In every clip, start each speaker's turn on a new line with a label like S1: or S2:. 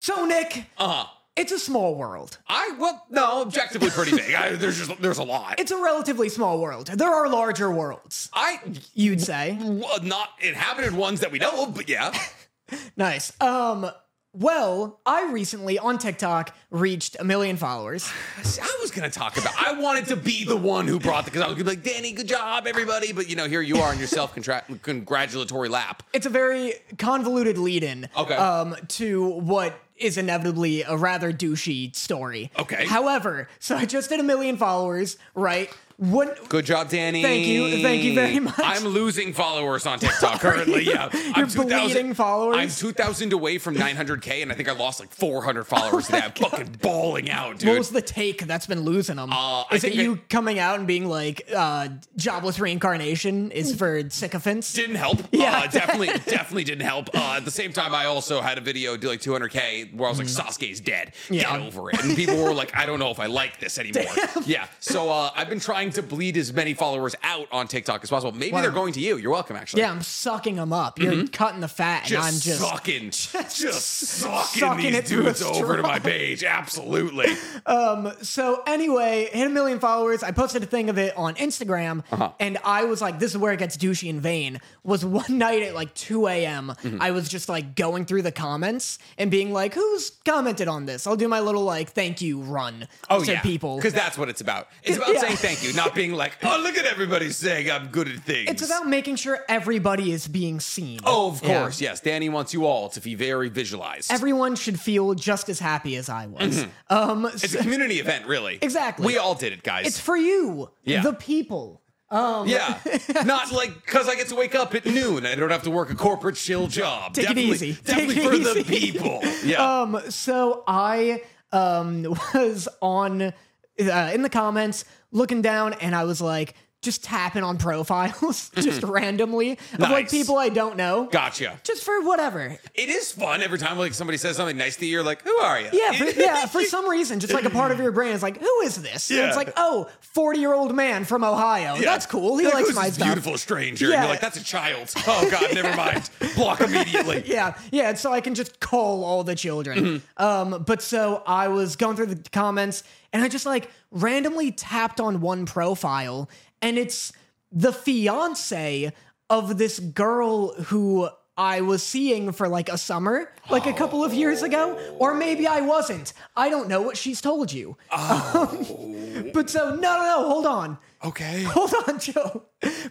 S1: So Nick,
S2: Uh huh.
S1: it's a small world.
S2: I well, no, objectively pretty big. I, there's just there's a lot.
S1: It's a relatively small world. There are larger worlds,
S2: I
S1: you'd say.
S2: well, not inhabited ones that we know of, but yeah.
S1: Nice. Um well, I recently on TikTok reached a million followers.
S2: See, I was gonna talk about. I wanted to be the one who brought the because I was gonna be like, Danny, good job, everybody. But you know, here you are in your self congratulatory lap.
S1: It's a very convoluted lead-in
S2: Okay.
S1: um to what is inevitably a rather douchey story.
S2: Okay.
S1: However, so I just did a million followers, right? What
S2: Good job, Danny.
S1: Thank you. Thank you very much.
S2: I'm losing followers on TikTok currently.
S1: you?
S2: Yeah,
S1: You're
S2: I'm 2,000
S1: bleeding followers?
S2: I'm 2,000 away from 900k, and I think I lost like 400 followers
S1: Oh
S2: today. I'm fucking bawling out,
S1: What
S2: dude.
S1: was the take that's been losing them?
S2: Uh, I
S1: is it
S2: think I-
S1: you coming out and being like, uh, jobless reincarnation is for sycophants?
S2: didn't help.
S1: Yeah.
S2: uh, definitely, definitely didn't help. Uh, at the same time, I also had a video do like 200k where I was like, Sasuke's dead.
S1: Mm. Yeah.
S2: Get over it. And people were like, I don't know if I like this anymore. Yeah. So uh, I've been trying to bleed as many followers out on TikTok as possible. Maybe they're going to you. You're welcome, actually.
S1: yeah, I'm sucking them up. You're cutting the fat, and I'm
S2: Mm-hmm. Just,
S1: just.
S2: sucking, just, sucking,
S1: sucking
S2: these
S1: it through a
S2: dudes over to
S1: straw.
S2: my page. Absolutely.
S1: So anyway, hit a million followers. I posted a thing of it on Instagram,
S2: Uh-huh.
S1: and I was like, "This is where it gets douchey and vain." Was one night at like 2 a.m.
S2: Mm-hmm.
S1: I was just like going through the comments and being like, "Who's commented on this?" I'll do my little like thank you run
S2: Oh
S1: to
S2: yeah,
S1: people.
S2: because that's what it's about. It's about
S1: Yeah.
S2: saying thank you, not being like, oh look at everybody saying I'm good at things.
S1: It's about making sure everybody is being seen.
S2: Oh, of
S1: Yeah.
S2: course, yes. Danny wants you all to be very visualized.
S1: Everyone should feel just as happy as I was.
S2: Mm-hmm.
S1: Um, so-
S2: it's a community event, really.
S1: Exactly.
S2: We all did it, guys.
S1: it's for you,
S2: Yeah.
S1: the people.
S2: yeah, not like because I get to wake up at noon. I don't have to work a corporate shill job.
S1: Take it
S2: definitely,
S1: easy.
S2: Definitely
S1: Take it
S2: for the
S1: easy.
S2: people. Yeah.
S1: Um, so I um was on uh, in the comments looking down, and I was like just tapping on profiles just randomly of like
S2: Mm-hmm. Nice.
S1: people I don't know,
S2: gotcha.
S1: just for whatever.
S2: It is fun every time like somebody says something nice to you. You're like, who are you?
S1: Yeah, for, yeah. For some reason, just like a part of your brain is like, who is this? And it's
S2: Yeah.
S1: like, oh, 40 year old man from Ohio.
S2: Yeah.
S1: That's cool. He
S2: You're like,
S1: likes
S2: who's
S1: my
S2: this
S1: stuff.
S2: beautiful stranger. And
S1: Yeah.
S2: you're like, that's a child. Oh God, never mind. Block immediately.
S1: Yeah, yeah. And so I can just call all the children. Um, but so I was going through the comments and I just like randomly tapped on one profile and it's the fiance of this girl who I was seeing for like a summer, like a couple of years ago, or maybe I wasn't. I don't know what she's told you. Um, but so, no, no, no, hold on.
S2: Okay.
S1: Hold on, Joe.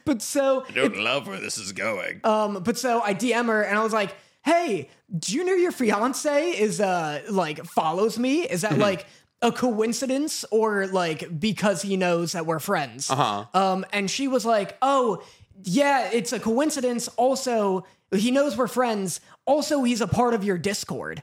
S1: But so
S2: Don't love where this is going.
S1: um, but so I DM her and I was like, "Hey, Junior, your fiance is uh like follows me. Is that like a coincidence or like because he knows that we're friends?" Uh-huh. Um, and she was like, "Oh, yeah, it's a coincidence. Also, he knows we're friends. Also, he's a part of your Discord."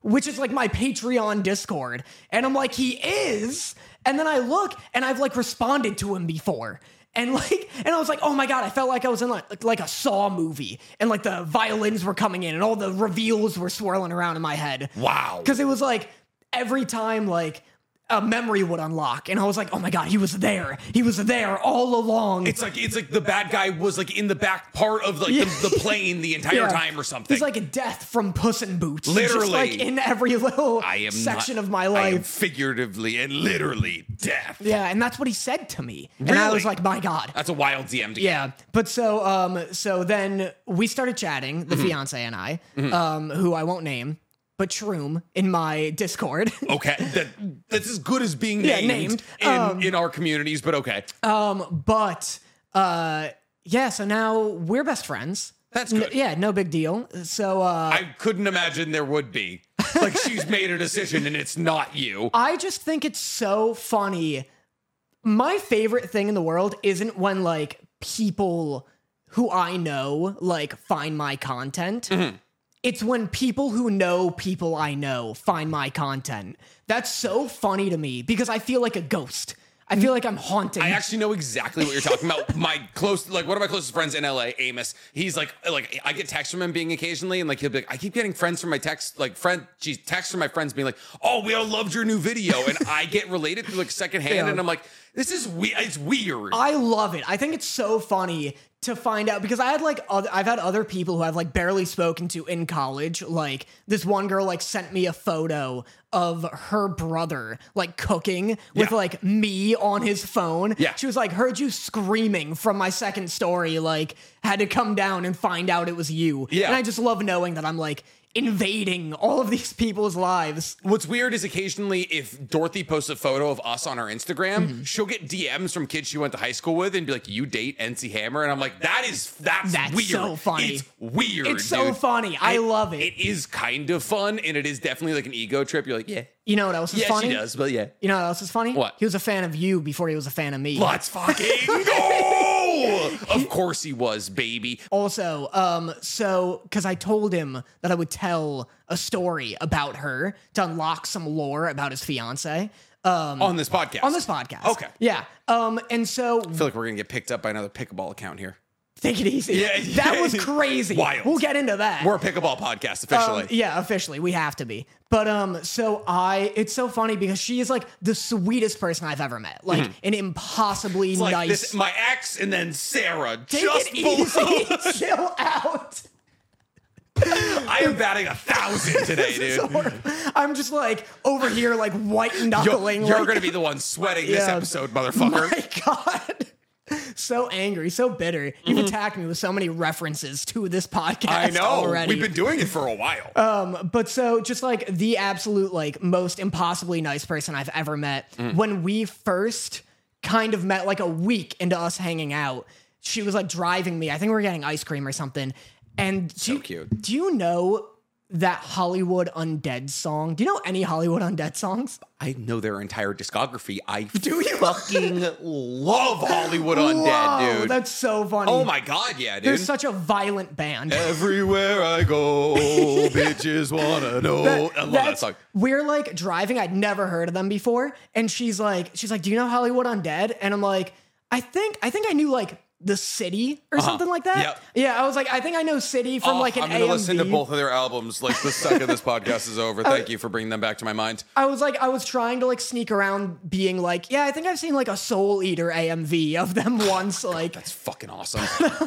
S1: Which is like my Patreon Discord. And I'm like, he is. And then I look and I've like responded to him before and like and i was like oh my god i felt like i was in like, like, like a saw movie and like the violins were coming in and all the reveals were swirling around in my head
S2: Wow.
S1: because it was like every time like a memory would unlock and i was like oh my god he was there he was there all along
S2: It's like it's like the bad guy was like in the back part of like the, the plane the entire
S1: Yeah.
S2: time or something.
S1: He's like death from Puss in Boots. He's just,
S2: Literally.
S1: like in every little section
S2: not-
S1: of my
S2: I am
S1: life.
S2: figuratively and literally death.
S1: yeah, and that's what he said to me. And I
S2: Really?
S1: was like, my God.
S2: That's a wild DM to get.
S1: Yeah, but so um, so then we started chatting,
S2: Mm-hmm.
S1: the fiance and I, um, who I won't name, but Shroom in my Discord.
S2: Okay, that, that's as good as being
S1: Yeah,
S2: named,
S1: named. Um, uh,
S2: in in our communities. But okay,
S1: but uh, yeah, so now we're best friends.
S2: That's
S1: N-
S2: good.
S1: yeah, no big deal. So uh,
S2: I couldn't imagine there would be like she's made a decision and it's not you.
S1: I just think it's so funny. My favorite thing in the world isn't when like people who I know like find my content. It's when people who know people I know find my content. That's so funny to me because I feel like a ghost. I feel like I'm haunting.
S2: I actually know exactly what you're talking about. My close, like one of my closest friends in LA, Amos. He's like, like I get texts from him being occasionally, and like he'll be like, I keep getting friends from my text, like friend, geez, texts from my friends being like, oh, we all loved your new video, and I get related to like secondhand,
S1: Yeah.
S2: and I'm like, this is we, it's weird.
S1: I love it. I think it's so funny to find out because I had like oth- I've had other people who I've like barely spoken to in college. Like this one girl like sent me a photo of her brother like cooking with
S2: Yeah.
S1: like me on his phone.
S2: Yeah.
S1: She was like, heard you screaming from my second story, like had to come down and find out it was you.
S2: Yeah.
S1: And I just love knowing that I'm like invading all of these people's lives.
S2: What's weird is occasionally if Dorothy posts a photo of us on our Instagram,
S1: Mm-hmm.
S2: she'll get DMs from kids she went to high school with and be like, "You date NC Hammer?" And I'm like, "That is that's,
S1: That's
S2: weird.
S1: so funny.
S2: It's weird.
S1: It's so
S2: dude.
S1: funny. I love it.
S2: It is kind of fun, and it is definitely like an ego trip. You're like, yeah,
S1: You know what else is
S2: yeah,
S1: funny?
S2: she does, but yeah,
S1: You know what else is funny?
S2: What?
S1: He was a fan of you before he was a fan of me.
S2: let's fucking go. of course he was, baby.
S1: Also, um, so because I told him that I would tell a story about her to unlock some lore about his fiance um,
S2: On this podcast,
S1: on this podcast.
S2: Okay.
S1: Yeah. Um, and so
S2: I feel like we're gonna get picked up by another pickleball account here.
S1: take it easy.
S2: Yeah,
S1: That
S2: yeah.
S1: was crazy.
S2: Wild.
S1: We'll get into that.
S2: We're a pickleball podcast
S1: Um,
S2: officially.
S1: yeah, officially, we have to be. But um, so I, it's so funny because she is like the sweetest person I've ever met, like an impossibly
S2: Mm-hmm. like
S1: nice.
S2: this, my ex, and then Sarah
S1: Take
S2: just
S1: it easy.
S2: below.
S1: Chill out.
S2: I am batting a thousand today, dude.
S1: So I'm just like over here, like white
S2: You're,
S1: knuckling.
S2: you're
S1: like,
S2: gonna be the one sweating this
S1: Yeah.
S2: episode, motherfucker.
S1: my God. So angry, so bitter. You've attacked me with so many references to this podcast
S2: Mm-hmm. I know.
S1: already.
S2: We've been doing it for a while.
S1: but so just like the absolute like most impossibly nice person I've ever met.
S2: Mm.
S1: When we first kind of met like a week into us hanging out, she was like driving me. I think we were getting ice cream or something. And do you,
S2: cute.
S1: Do you know that Hollywood Undead song? Do you know any Hollywood Undead songs?
S2: I know their entire discography. I
S1: Do you?
S2: fucking love Hollywood
S1: Whoa,
S2: Undead, dude.
S1: That's so funny.
S2: oh my god, yeah, dude.
S1: They're such a violent band.
S2: Everywhere I go, bitches wanna know. Oh, I love that
S1: That's-
S2: song.
S1: We're like driving. I'd never heard of them before, and she's like, she's like, "Do you know Hollywood Undead?" And I'm like, "I think, I think I knew like the city or something like that."
S2: Uh-huh. Yep.
S1: Yeah, I was like, "I think I know city from
S2: Oh,
S1: like an
S2: I'm gonna
S1: AMV."
S2: listen to both of their albums like the second this podcast is over. Thank you for bringing them back to my mind.
S1: I was like, I was trying to like sneak around, being like, "Yeah, I think I've seen like a Soul Eater AMV of them once." like,
S2: That's fucking awesome.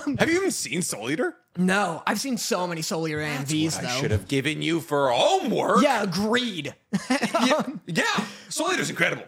S1: Um,
S2: Have you even seen Soul Eater?
S1: no, I've seen so many Soul Eater AMVs
S2: I
S1: though.
S2: should have given you for homework.
S1: Yeah, agreed.
S2: yeah, yeah. Soul Eater's incredible.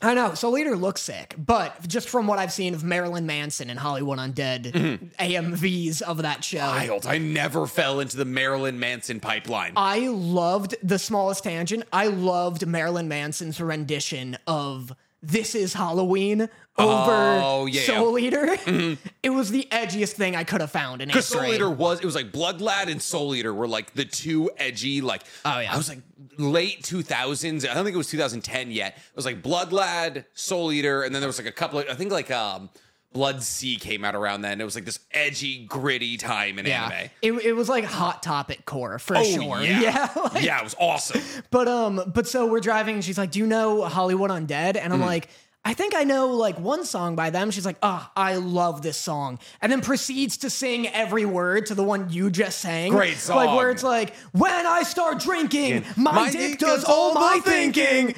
S1: I know. So Leader looks sick, but just from what I've seen of Marilyn Manson and Hollywood Undead AMVs of that show, I,
S2: Wild. Mm-hmm. I never fell into the Marilyn Manson pipeline.
S1: loved the smallest tangent. I loved Marilyn Manson's rendition of "This Is Halloween" over
S2: Oh, yeah.
S1: Soul Eater. It was the edgiest thing I could have found in eighth
S2: Because Soul
S1: grade.
S2: Eater was it was like Blood Lad and Soul Eater were like the two edgy like
S1: Oh, yeah.
S2: I was like late two thousands I don't think it was two thousand ten yet it was like Blood Lad Soul Eater and then there was like a couple of I think like um Blood Sea came out around then it was like this edgy gritty time in
S1: yeah,
S2: anime
S1: it, it was like hot topic core for
S2: oh
S1: sure.
S2: yeah
S1: yeah like-
S2: yeah it was awesome
S1: But um, but so we're driving, and she's like, "Do you know Hollywood Undead?" And I'm
S2: Mm-hmm.
S1: like, "I think I know like one song by them." She's like, "Oh, I love this song," and then proceeds to sing every word to the one you just sang.
S2: Great
S1: Like where
S2: song.
S1: it's like, "When I start drinking, my,
S2: my
S1: dick
S2: dick
S1: does
S2: does
S1: all
S2: all
S1: my
S2: my
S1: thinking."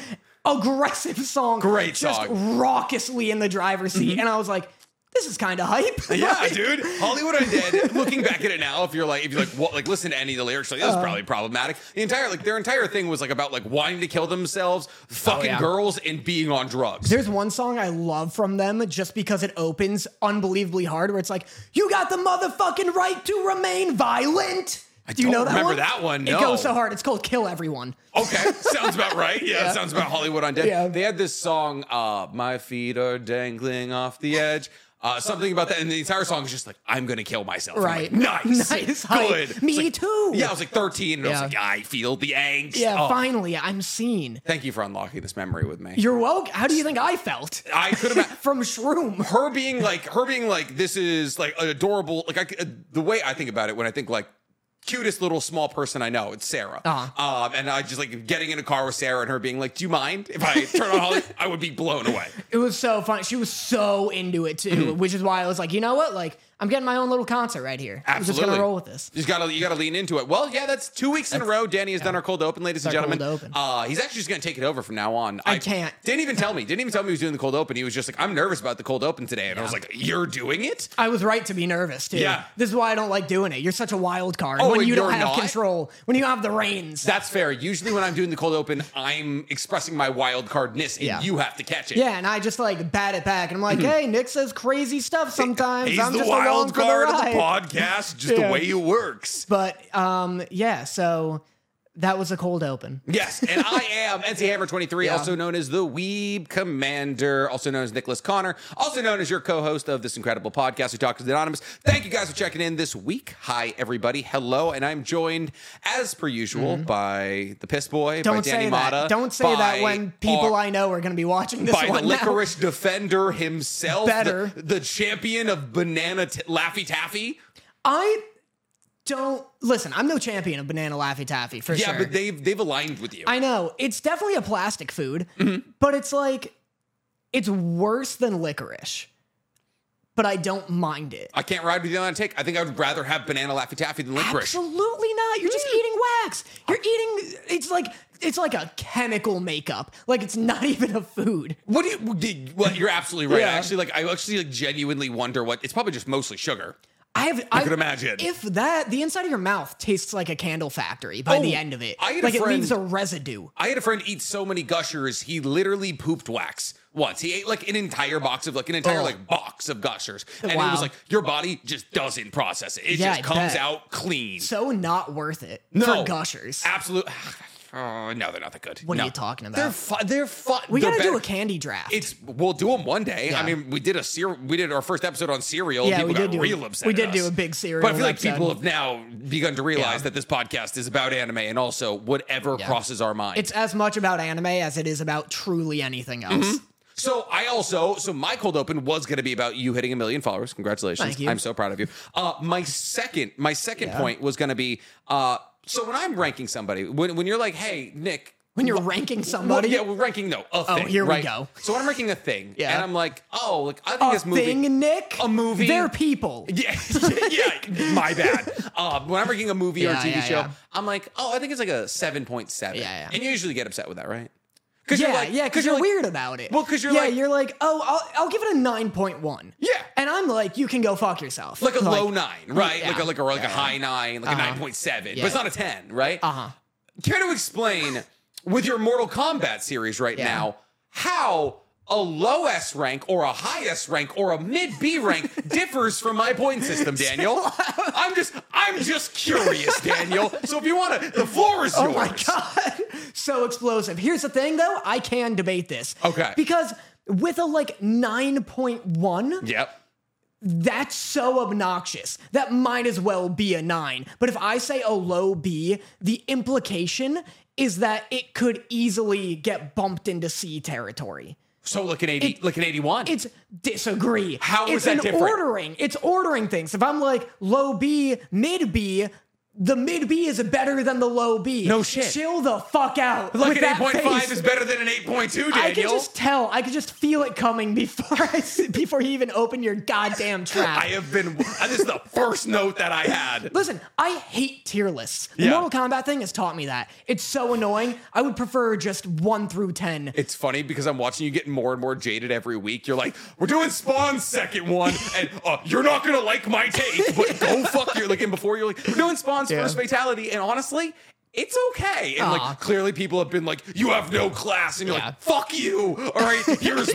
S1: Aggressive song,
S2: Great
S1: just
S2: song. Mm-hmm.
S1: raucously in the driver's seat, and I was like, "This is kind of hype."
S2: Yeah,
S1: Like,
S2: dude. Hollywood Undead. Looking back at it now, if you're like, if you like, what, like, listen to any of the lyrics, like, this
S1: Uh.
S2: is probably problematic. The entire, like, their entire thing was like about like wanting to kill themselves, fucking
S1: Oh, yeah.
S2: girls, and being on drugs.
S1: There's one song I love from them just because it opens unbelievably hard where it's like, you got the motherfucking right to remain violent. I Do you
S2: don't
S1: know that
S2: remember
S1: one?
S2: that one,
S1: It
S2: no.
S1: goes so hard. It's called Kill Everyone.
S2: Okay, sounds about right. Yeah, it sounds about Hollywood Undead.
S1: Yeah.
S2: They had this song, uh, "My feet are dangling off the edge." Uh, something about that, and the entire song is just like, "I'm gonna kill myself." I'm like,
S1: Right.
S2: nice,
S1: Nice, hype.
S2: good. It's
S1: Me
S2: like-
S1: too.
S2: Yeah, I was like 13, and I was
S1: Yeah.
S2: like, "I feel the angst."
S1: Yeah,
S2: Oh,
S1: finally, I'm seen.
S2: Thank you for unlocking this memory with me.
S1: You're woke? How do you think I felt?
S2: I could have.
S1: From Shroom.
S2: her being like her being like this is like an adorable like I, uh, the way I think about it when I think like cutest little small person I know it's Sarah
S1: Uh-huh.
S2: um and I just like getting in a car with Sarah and her being like do you mind if I turn on Holly I would be blown away Hmm.
S1: It was so fun. She was so into it too, which is why I was like, you know what? Like, I'm getting my own little concert right here. I'm just
S2: Absolutely.
S1: gonna roll with this.
S2: You just gotta you gotta lean into it. Well, yeah, that's two weeks in a row. Danny has done our cold open, ladies and
S1: our
S2: gentlemen.
S1: cold open.
S2: Uh, he's actually just gonna take it over from now on. I,
S1: can't.
S2: Didn't even tell me. Didn't even tell me he was doing the cold open. He was just like, I'm nervous about the cold open today, and I was like, You're doing it?
S1: I was right to be nervous too.
S2: Yeah.
S1: This is why I don't like doing it. You're such a wild card
S2: Oh,
S1: when
S2: and
S1: you don't
S2: you're
S1: have
S2: not?
S1: control, when you don't have the reins.
S2: That's fair. Usually when I'm doing the cold open, I'm expressing my wild cardness, and
S1: Yeah.
S2: you have to catch it.
S1: yeah, and I just like bat it back, and I'm like, "Hey, Nick says crazy stuff sometimes.
S2: Mm-hmm. He's
S1: I'm
S2: the
S1: just along
S2: wild
S1: for the
S2: card of the
S1: ride."
S2: podcast, just
S1: Yeah.
S2: the way he works.
S1: But um, yeah, so that was a cold open.
S2: Yes, and I am NC Hammer 23,
S1: Yeah.
S2: also known as the Weeb Commander, also known as Nicholas Connor, also known as your co-host of this incredible podcast, Who Talks is Anonymous. Thank you guys for checking in this week. Hi, everybody. Hello, and I'm joined, as per usual, by the Piss Boy,
S1: Mm-hmm.
S2: by
S1: Don't
S2: Danny
S1: say
S2: Mata,
S1: that. Don't say
S2: by
S1: that when people
S2: our-
S1: I know are going to be watching this
S2: by
S1: one.
S2: the
S1: now.
S2: licorice defender himself,
S1: Better.
S2: the, the champion of banana t- laffy taffy.
S1: I don't listen. I'm no champion of banana laffy taffy for
S2: Yeah,
S1: sure.
S2: but they've they've aligned with you.
S1: I know it's definitely a plastic food,
S2: Mm-hmm.
S1: but it's like it's worse than licorice. But I don't mind it.
S2: I can't ride with you on a take. I think I would rather have banana laffy taffy than licorice.
S1: Absolutely not. You're
S2: Mm.
S1: just eating wax. You're eating. It's like it's like a chemical makeup. Like it's not even a food.
S2: What do you? Did, well, you're absolutely right.
S1: Yeah.
S2: Actually, like I actually like genuinely wonder what. It's probably just mostly sugar.
S1: I have. I,
S2: could imagine.
S1: if that the inside of your mouth tastes like a candle factory by
S2: Oh,
S1: the end of it.
S2: I had a
S1: like it
S2: friend-
S1: leaves a residue.
S2: I had a friend eat so many gushers, he literally pooped wax once. He ate like an entire box of like an entire
S1: Ugh.
S2: like box of gushers, and it
S1: Oh. Wow.
S2: was like your body just doesn't process it. It
S1: Yeah,
S2: just
S1: I
S2: comes
S1: bet.
S2: out clean.
S1: So not worth it
S2: No.
S1: for gushers.
S2: Absolute. Oh, no, they're not that good.
S1: What are
S2: No.
S1: you talking about?
S2: They're fun. They're fun.
S1: we gotta do a candy draft.
S2: It's we'll do them one day. I
S1: Yeah.
S2: mean, we did a ser- we did our first episode on cereal.
S1: Yeah,
S2: people
S1: we did
S2: got
S1: do a-
S2: real upset.
S1: we
S2: at
S1: did do
S2: us.
S1: a big cereal
S2: But I feel like
S1: episode.
S2: people have now begun to realize
S1: Yeah.
S2: that this podcast is about anime and also whatever crosses our mind.
S1: It's as much about anime as it is about truly anything else.
S2: Mm-hmm. so I also so my cold open was going to be about you hitting a million followers. Congratulations!
S1: Thank you.
S2: I'm so proud of you. Uh, my second my second
S1: Yeah.
S2: point was going to be uh, so when I'm ranking somebody when when you're like, hey Nick,
S1: When you're ranking somebody,
S2: Well, yeah, we're ranking though. A thing,
S1: Oh, here we
S2: right?
S1: go.
S2: So when I'm ranking a thing,
S1: Yeah.
S2: and I'm like, oh, like I think
S1: a
S2: this movie.
S1: thing, Nick.
S2: a movie-
S1: They're people.
S2: Yeah, yeah, my bad. Uh, when I'm ranking a movie or a
S1: Yeah,
S2: TV
S1: yeah,
S2: show,
S1: yeah.
S2: I'm like, oh, I think it's like a seven point seven.
S1: Yeah, yeah.
S2: And you usually get upset with that, right? Because
S1: Yeah, yeah, because you're, weird about it.
S2: Well, 'cause you're
S1: yeah,
S2: like-
S1: you're like, oh, I'll, I'll give it a nine point one.
S2: Yeah.
S1: and I'm like, you can go fuck yourself.
S2: like, a low nine, right? Like
S1: yeah, Uh-huh.
S2: a like a or like a high nine, like a nine point seven, but it's
S1: Yeah.
S2: not a ten, right?
S1: Uh huh.
S2: Care to explain with your Mortal Kombat series right
S1: Yeah.
S2: now how a low S rank or a high S rank or a mid B rank differs from my point system, Daniel? I'm just I'm just curious, Daniel. So if you want to, the floor is
S1: Oh
S2: yours.
S1: my god, so explosive. Here's the thing, though, I can debate this.
S2: Okay.
S1: because with a like nine point one,
S2: Yep.
S1: That's so obnoxious. That might as well be a nine. But if I say a low B, the implication is that it could easily get bumped into C territory.
S2: So like an eighty, like an eighty-one.
S1: It's disagree.
S2: How is
S1: it's
S2: that
S1: an
S2: different?
S1: ordering. It's ordering things. If I'm like low B, mid B, the mid B is better than the low B.
S2: No shit.
S1: Chill the fuck out.
S2: like
S1: with
S2: an
S1: that
S2: eight point five
S1: face.
S2: is better than an eight point two,
S1: I could
S2: Daniel.
S1: just tell. I could just feel it coming before I s- before you even open your goddamn trap.
S2: I have been. This is the first note that I had.
S1: Listen, I hate tier lists. The
S2: Yeah.
S1: Mortal Kombat thing has taught me that. It's so annoying. I would prefer just one through ten.
S2: It's funny because I'm watching you get more and more jaded every week. You're like, we're doing Spawn's second one, and uh, you're not gonna like my take, but go fuck your. Like, and before you're like, we're doing Spawn's
S1: Yeah.
S2: first fatality, and honestly. It's okay. And
S1: Aw.
S2: like clearly people have been like, you have no class, and you're
S1: Yeah.
S2: like, fuck you. All right, here's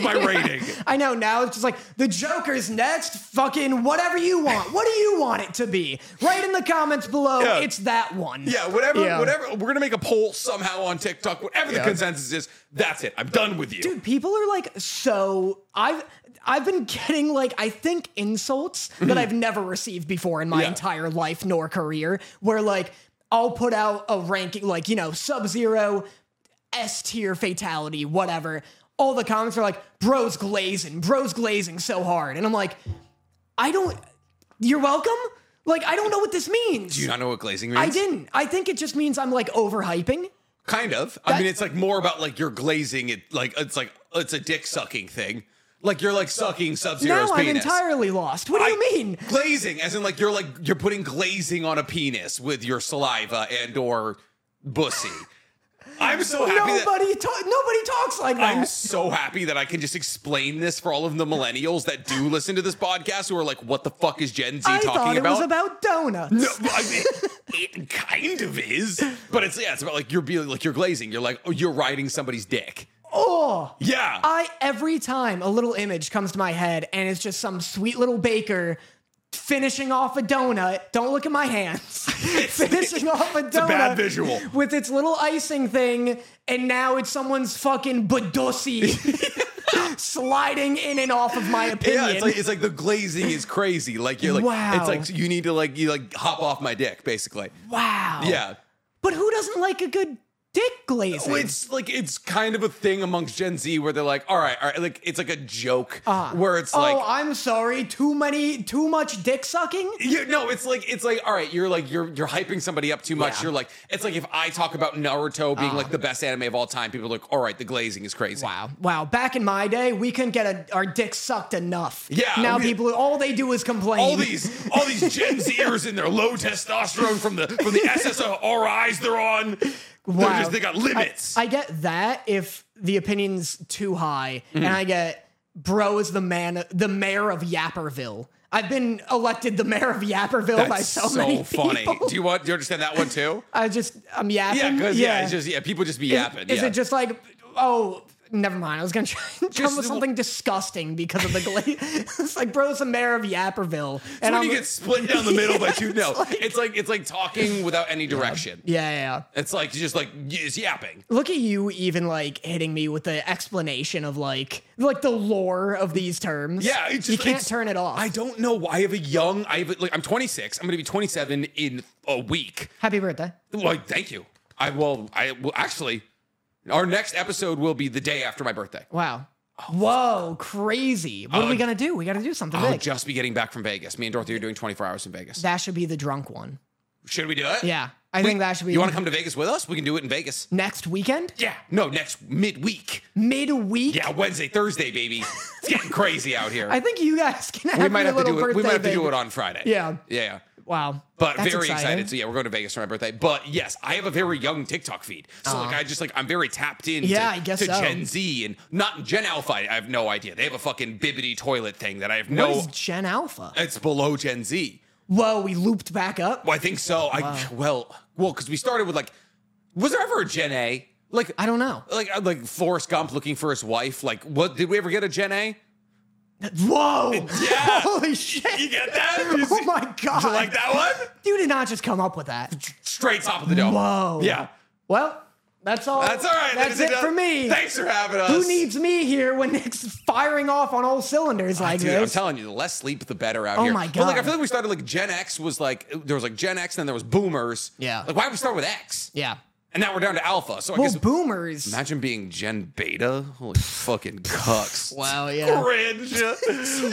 S2: my rating.
S1: I know now it's just like the Joker's next, fucking whatever you want. What do you want it to be? Write in the comments below.
S2: Yeah.
S1: It's that one.
S2: Yeah, whatever,
S1: Yeah.
S2: whatever. We're gonna make a poll somehow on TikTok. Whatever the
S1: Yeah.
S2: consensus is, that's it. I'm done with you.
S1: Dude, people are like so I've I've been getting like I think insults that I've never received before in my
S2: Mm-hmm. Yeah.
S1: entire life nor career where like I'll put out a ranking like, you know, sub-zero S tier fatality, whatever. All the comments are like, "Bro's glazing, bro's glazing so hard." And I'm like, "I don't You're welcome? Like I don't know what this means."
S2: Do you not know what glazing means?
S1: I didn't. I think it just means I'm like overhyping.
S2: Kind of. I mean, it's like more about like you're glazing it. Like it's like it's a dick sucking thing. Like you're like sucking Sub
S1: Now
S2: Zero's
S1: I'm
S2: penis.
S1: entirely lost. What do you
S2: I-
S1: mean?
S2: Glazing, as in like you're like you're putting glazing on a penis with your saliva and or bussy. I'm so happy that
S1: Nobody ta- nobody talks like that.
S2: I'm so happy that I can just explain this for all of the millennials that do listen to this podcast who are like, what the fuck is Gen Z
S1: I
S2: talking
S1: thought it
S2: about?
S1: was about donuts.
S2: No, I mean, it kind of is, but it's yeah, it's about like you're being like you're glazing. You're like oh, you're riding somebody's dick.
S1: Oh.
S2: Yeah,
S1: I every time a little image comes to my head and it's just some sweet little baker finishing off a donut. Don't look at my hands. finishing off a donut. It's
S2: a bad visual.
S1: With its little icing thing, and now it's someone's fucking badossi sliding in and off of my opinion.
S2: yeah. It's like it's like the glazing is crazy. Like you're like
S1: Wow.
S2: it's like you need to like you like hop off my dick basically.
S1: wow.
S2: Yeah.
S1: But who doesn't like a good dick glazing?
S2: Well, it's like it's kind of a thing amongst Gen Z where they're like, all right, all right, like it's like a joke
S1: Ah.
S2: where it's
S1: oh,
S2: like,
S1: I'm sorry. Too many, too much dick sucking.
S2: you no, it's like it's like all right, you're like you're you're hyping somebody up too much.
S1: Yeah. Uh-huh.
S2: You're like it's like if I talk about Naruto being like the best anime of all time, people are like, all right, the glazing is crazy.
S1: Wow. Wow. Back in my day, we couldn't get a, our dick sucked enough.
S2: Yeah,
S1: Now
S2: we-
S1: people, all they do is complain.
S2: All these all these Gen Zers and their low testosterone from the from the SSRIs they're on. They're
S1: Wow.
S2: just they got limits.
S1: I get that if the opinion's too high, and
S2: Mm.
S1: I get bro is the man, the mayor of Yapperville. I've been elected the mayor of Yapperville by
S2: That's
S1: so, many
S2: funny.
S1: people.
S2: Do you want? Do you understand that one too?
S1: I just, I'm yapping.
S2: Yeah, because yeah. it's just yeah, people just be yapping.
S1: Is
S2: yeah.
S1: it just like, oh, never mind. I was gonna try and come
S2: Just-
S1: with something disgusting because of the glaze. it's like, bro, is the mayor of Yapperville, and
S2: when
S1: I'm
S2: you get split down the middle by two? No, it's like it's like talking without any direction.
S1: yeah, yeah, yeah.
S2: It's like just like just yapping.
S1: Look at you even like hitting me with the explanation of like like the lore of these terms.
S2: Yeah, it's
S1: you
S2: just-
S1: can't
S2: it's-
S1: turn it off.
S2: I don't know why I have a young. I have a, like I'm 26. I'm gonna be 27 in a week.
S1: Happy birthday.
S2: Well, thank you. I will. I will actually. Our next episode will be the day after my birthday.
S1: Wow. Whoa, crazy. What are we
S2: Oh.
S1: gonna do? We gotta do something
S2: I'll
S1: big.
S2: just be getting back from Vegas. Me and Dorothy are doing 24 hours in Vegas.
S1: that should be the drunk one.
S2: Should we do it?
S1: Yeah. I think that should be
S2: You want to come to Vegas with us? We can do it in Vegas.
S1: next weekend?
S2: Yeah. No, next midweek.
S1: Midweek?
S2: Yeah, Wednesday, Thursday, baby. It's getting crazy out here.
S1: I think you guys can have
S2: we might
S1: your
S2: have to
S1: little
S2: do it. We
S1: birthday
S2: might have to
S1: big-
S2: do it on Friday.
S1: Yeah.
S2: Yeah.
S1: Wow.
S2: But
S1: That's
S2: very
S1: exciting.
S2: excited. So yeah, we're going to Vegas for my birthday. But yes, I have a very young TikTok feed. So like I just like I'm very tapped in
S1: Yeah,
S2: to,
S1: I guess
S2: to
S1: so.
S2: Gen Z and not Gen Alpha. I have no idea. They have a fucking bibbity toilet thing that I have
S1: What
S2: no
S1: is Gen Alpha?
S2: it's below Gen Z.
S1: Whoa, we looped back up.
S2: Well, I think so. I well, well, because we started with like, was there ever a Gen A? Like
S1: I don't know.
S2: like uh, like Forrest Gump looking for his wife. Like, what did we ever get a Gen A?
S1: Whoa!
S2: Yeah.
S1: Holy shit!
S2: You get that? You
S1: Oh
S2: see-
S1: my god!
S2: Do you like that one?
S1: You did not just come up with that.
S2: Straight top of the dome.
S1: Whoa.
S2: Yeah.
S1: Well, that's all.
S2: That's all right.
S1: That's
S2: ladies and
S1: it for
S2: gentlemen.
S1: me.
S2: Thanks for having us.
S1: Who needs me here when Nick's firing off on all cylinders like
S2: Dude, I'm
S1: this?
S2: telling you, the less sleep, the better out
S1: Oh
S2: here.
S1: my
S2: But like, I
S1: God.
S2: feel like we started like Gen X was like there was like Gen X, and then there was Boomers.
S1: Yeah.
S2: Like, why would we start with X?
S1: yeah.
S2: And now we're down to Alpha. So I
S1: Well,
S2: guess
S1: boomers.
S2: imagine being Gen Beta. Holy fucking cucks.
S1: Wow, yeah.
S2: Cringe.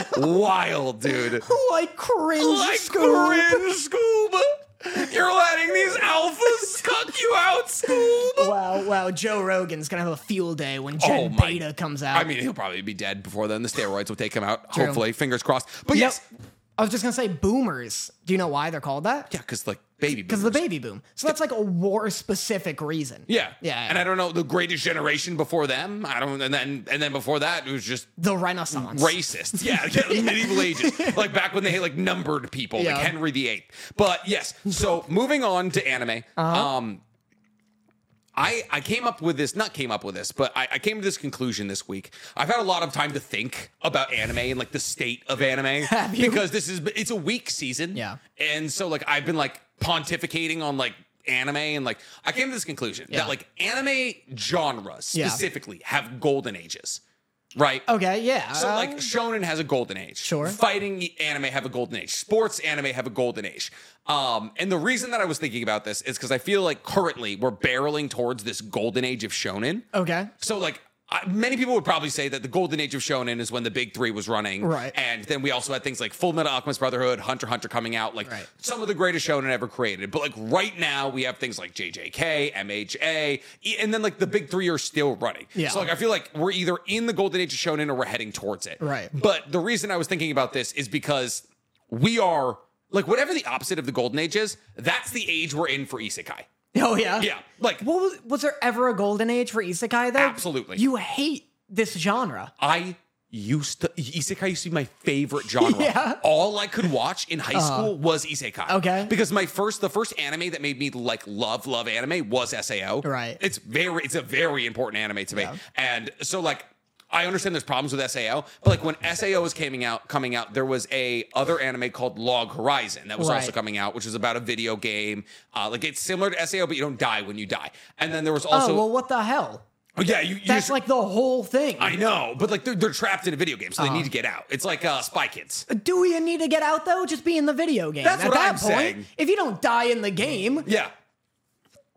S2: Wild, dude.
S1: Like cringe.
S2: like
S1: school.
S2: cringe, Scoob. You're letting these alphas cuck you out, Scoob.
S1: Wow, wow. Joe Rogan's gonna have a field day when
S2: Oh
S1: Gen
S2: my-
S1: Beta comes out.
S2: I mean, he'll probably be dead before then. The steroids will take him out.
S1: True.
S2: Hopefully, fingers crossed. But
S1: Yep.
S2: yes,
S1: I was just gonna say boomers. Do you know why they're called that?
S2: yeah, because like baby,
S1: Because of the baby boom. So that's like a war specific reason.
S2: Yeah.
S1: Yeah.
S2: And I don't know the greatest generation before them. I don't and then and then before that it was just
S1: the Renaissance.
S2: racists. Yeah, yeah, medieval ages. Like back when they had like numbered people,
S1: Yeah.
S2: like Henry VIII. But yes, so moving on to anime.
S1: Uh-huh.
S2: Um I, I came up with this, not came up with this, but I, I came to this conclusion this week. I've had a lot of time to think about anime and like the state of anime
S1: Have you?
S2: because this is it's a weak season.
S1: Yeah.
S2: And so like I've been like pontificating on like anime and like I came to this conclusion
S1: Yeah.
S2: that like anime genres
S1: Yeah.
S2: specifically have golden ages. Right?
S1: Okay, yeah.
S2: So
S1: uh,
S2: like shonen has a golden age.
S1: Sure.
S2: Fighting anime have a golden age. Sports anime have a golden age. Um, and the reason that I was thinking about this is because I feel like currently we're barreling towards this golden age of shonen.
S1: Okay.
S2: So like I, many people would probably say that the golden age of shonen is when the big three was running,
S1: Right.
S2: And then we also had things like Full Metal Alchemist Brotherhood, Hunter x Hunter coming out, like
S1: Right.
S2: some of the greatest shonen ever created. But like right now, we have things like JJK, MHA, e- and then like the big three are still running.
S1: Yeah.
S2: So like I feel like we're either in the golden age of shonen or we're heading towards it.
S1: Right.
S2: But the reason I was thinking about this is because we are like whatever the opposite of the golden age is, that's the age we're in for isekai.
S1: Oh yeah.
S2: Yeah, like
S1: What was was there ever a golden age for isekai though?
S2: Absolutely.
S1: You hate this genre.
S2: I used to isekai used to be my favorite genre.
S1: Yeah. Uh-huh.
S2: All I could watch in high school was isekai.
S1: Okay.
S2: Because my first the first anime that made me like love love anime was SAO.
S1: Right.
S2: It's very it's a very important anime to me. And so like I understand there's problems with SAO, but like when SAO was coming out, coming out, there was a other anime called Log Horizon that was also
S1: Right.
S2: coming out, which was about a video game. Uh, like it's similar to SAO, but you don't die when you die. And then there was also,
S1: oh well, what the hell?
S2: oh, yeah, you, you
S1: That's
S2: just-
S1: like the whole thing.
S2: I know, but like they're, they're trapped in a video game, so they need to get out. It's like uh, Spy Kids.
S1: Do you need to get out though? Just be in the video game.
S2: That's
S1: At
S2: what
S1: that
S2: I'm
S1: point,
S2: saying.
S1: if you don't die in the game,
S2: Yeah,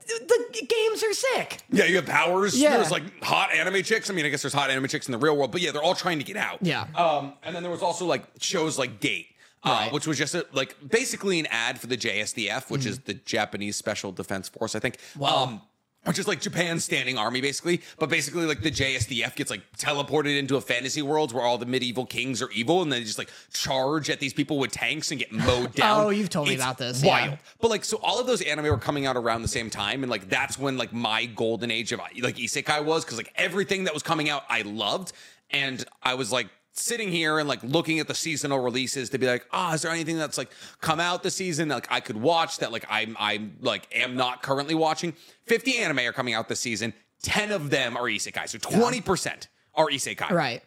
S1: th- the g- games are sick.
S2: yeah. You have powers.
S1: Yeah.
S2: There's like hot anime chicks. I mean, I guess there's hot anime chicks in the real world, but yeah, they're all trying to get out.
S1: Yeah.
S2: Um, and then there was also like shows like Gate. Uh,
S1: Right.
S2: Which was just a, like basically an ad for the JSDF, which
S1: Mm-hmm.
S2: is the Japanese Special Defense Force, I think. Um, which is like Japan's standing army, basically. But basically, like the JSDF gets like teleported into a fantasy world where all the medieval kings are evil, and they just like charge at these people with tanks and get mowed down.
S1: Oh, you've told me
S2: It's
S1: about this, yeah.
S2: Wild. But like, so all of those anime were coming out around the same time, and like that's when like my golden age of like isekai was because like everything that was coming out I loved, and I was like sitting here and like looking at the seasonal releases to be like, ah, is there anything that's like come out this season that, like I could watch that like I'm I'm like am not currently watching? Fifty anime are coming out this season. Ten of them are isekai, so twenty percent are isekai.
S1: Right.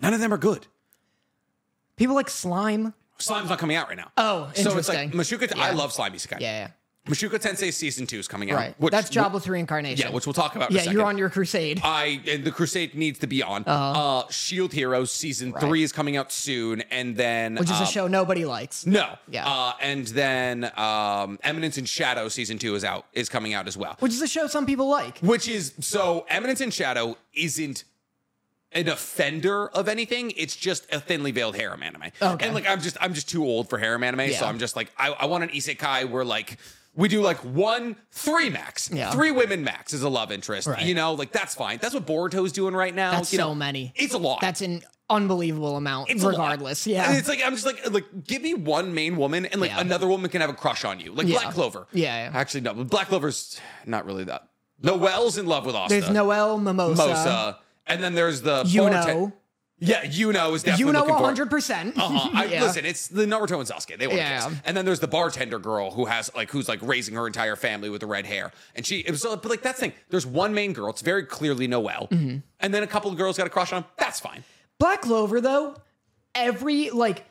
S2: None of them are good.
S1: People like slime.
S2: Slime's not coming out right now.
S1: Oh,
S2: so it's like
S1: interesting.
S2: Mashuka. I
S1: Yeah.
S2: love Slime Isekai.
S1: Yeah.
S2: Mashuka Tensei season two is coming out.
S1: Right.
S2: which-
S1: That's jobless reincarnation.
S2: Yeah, which we'll talk about. in a
S1: yeah,
S2: second. Uh,
S1: you're on your crusade.
S2: I and the Crusade needs to be on.
S1: Uh-huh.
S2: Uh, Shield Heroes season three is coming out soon, and then
S1: which is
S2: um,
S1: a show nobody likes.
S2: No,
S1: Yeah.
S2: uh, and then um, Eminence and Shadow season two is out is coming out as well.
S1: Which is a show some people like.
S2: Which is so Eminence and Shadow isn't an offender of anything. It's just a thinly veiled harem anime.
S1: Okay.
S2: And like I'm just I'm just too old for harem anime.
S1: Yeah.
S2: So I'm just like, I, I want an isekai where like we do like one, three max.
S1: Yeah.
S2: Three women max is a love interest.
S1: Right.
S2: You know, like that's fine. That's what Boruto's doing right now.
S1: That's
S2: you
S1: so
S2: know.
S1: many.
S2: It's a lot.
S1: That's an unbelievable amount,
S2: It's a lot.
S1: regardless. Yeah.
S2: And it's like I'm just like like give me one main woman and like
S1: Yeah.
S2: another woman can have a crush on you. Like
S1: Yeah.
S2: Black Clover.
S1: Yeah, yeah.
S2: Actually, no, Black Clover's not really that. Noelle's in love with Asta.
S1: There's Noel Mimosa.
S2: Mosa. And then there's the
S1: You
S2: bartend-
S1: know.
S2: Yeah, you know is definitely
S1: You know
S2: looking for it.
S1: 100%.
S2: Uh-huh. I,
S1: Yeah.
S2: Listen, it's the Naruto and Sasuke. They want
S1: Yeah.
S2: kids. And then there's the bartender girl who has like who's like raising her entire family with the red hair. And she it was but like that's the thing. There's one main girl. It's very clearly Noelle.
S1: Mm-hmm.
S2: And then a couple of girls got a crush on him. That's fine.
S1: Black Clover, though, every like,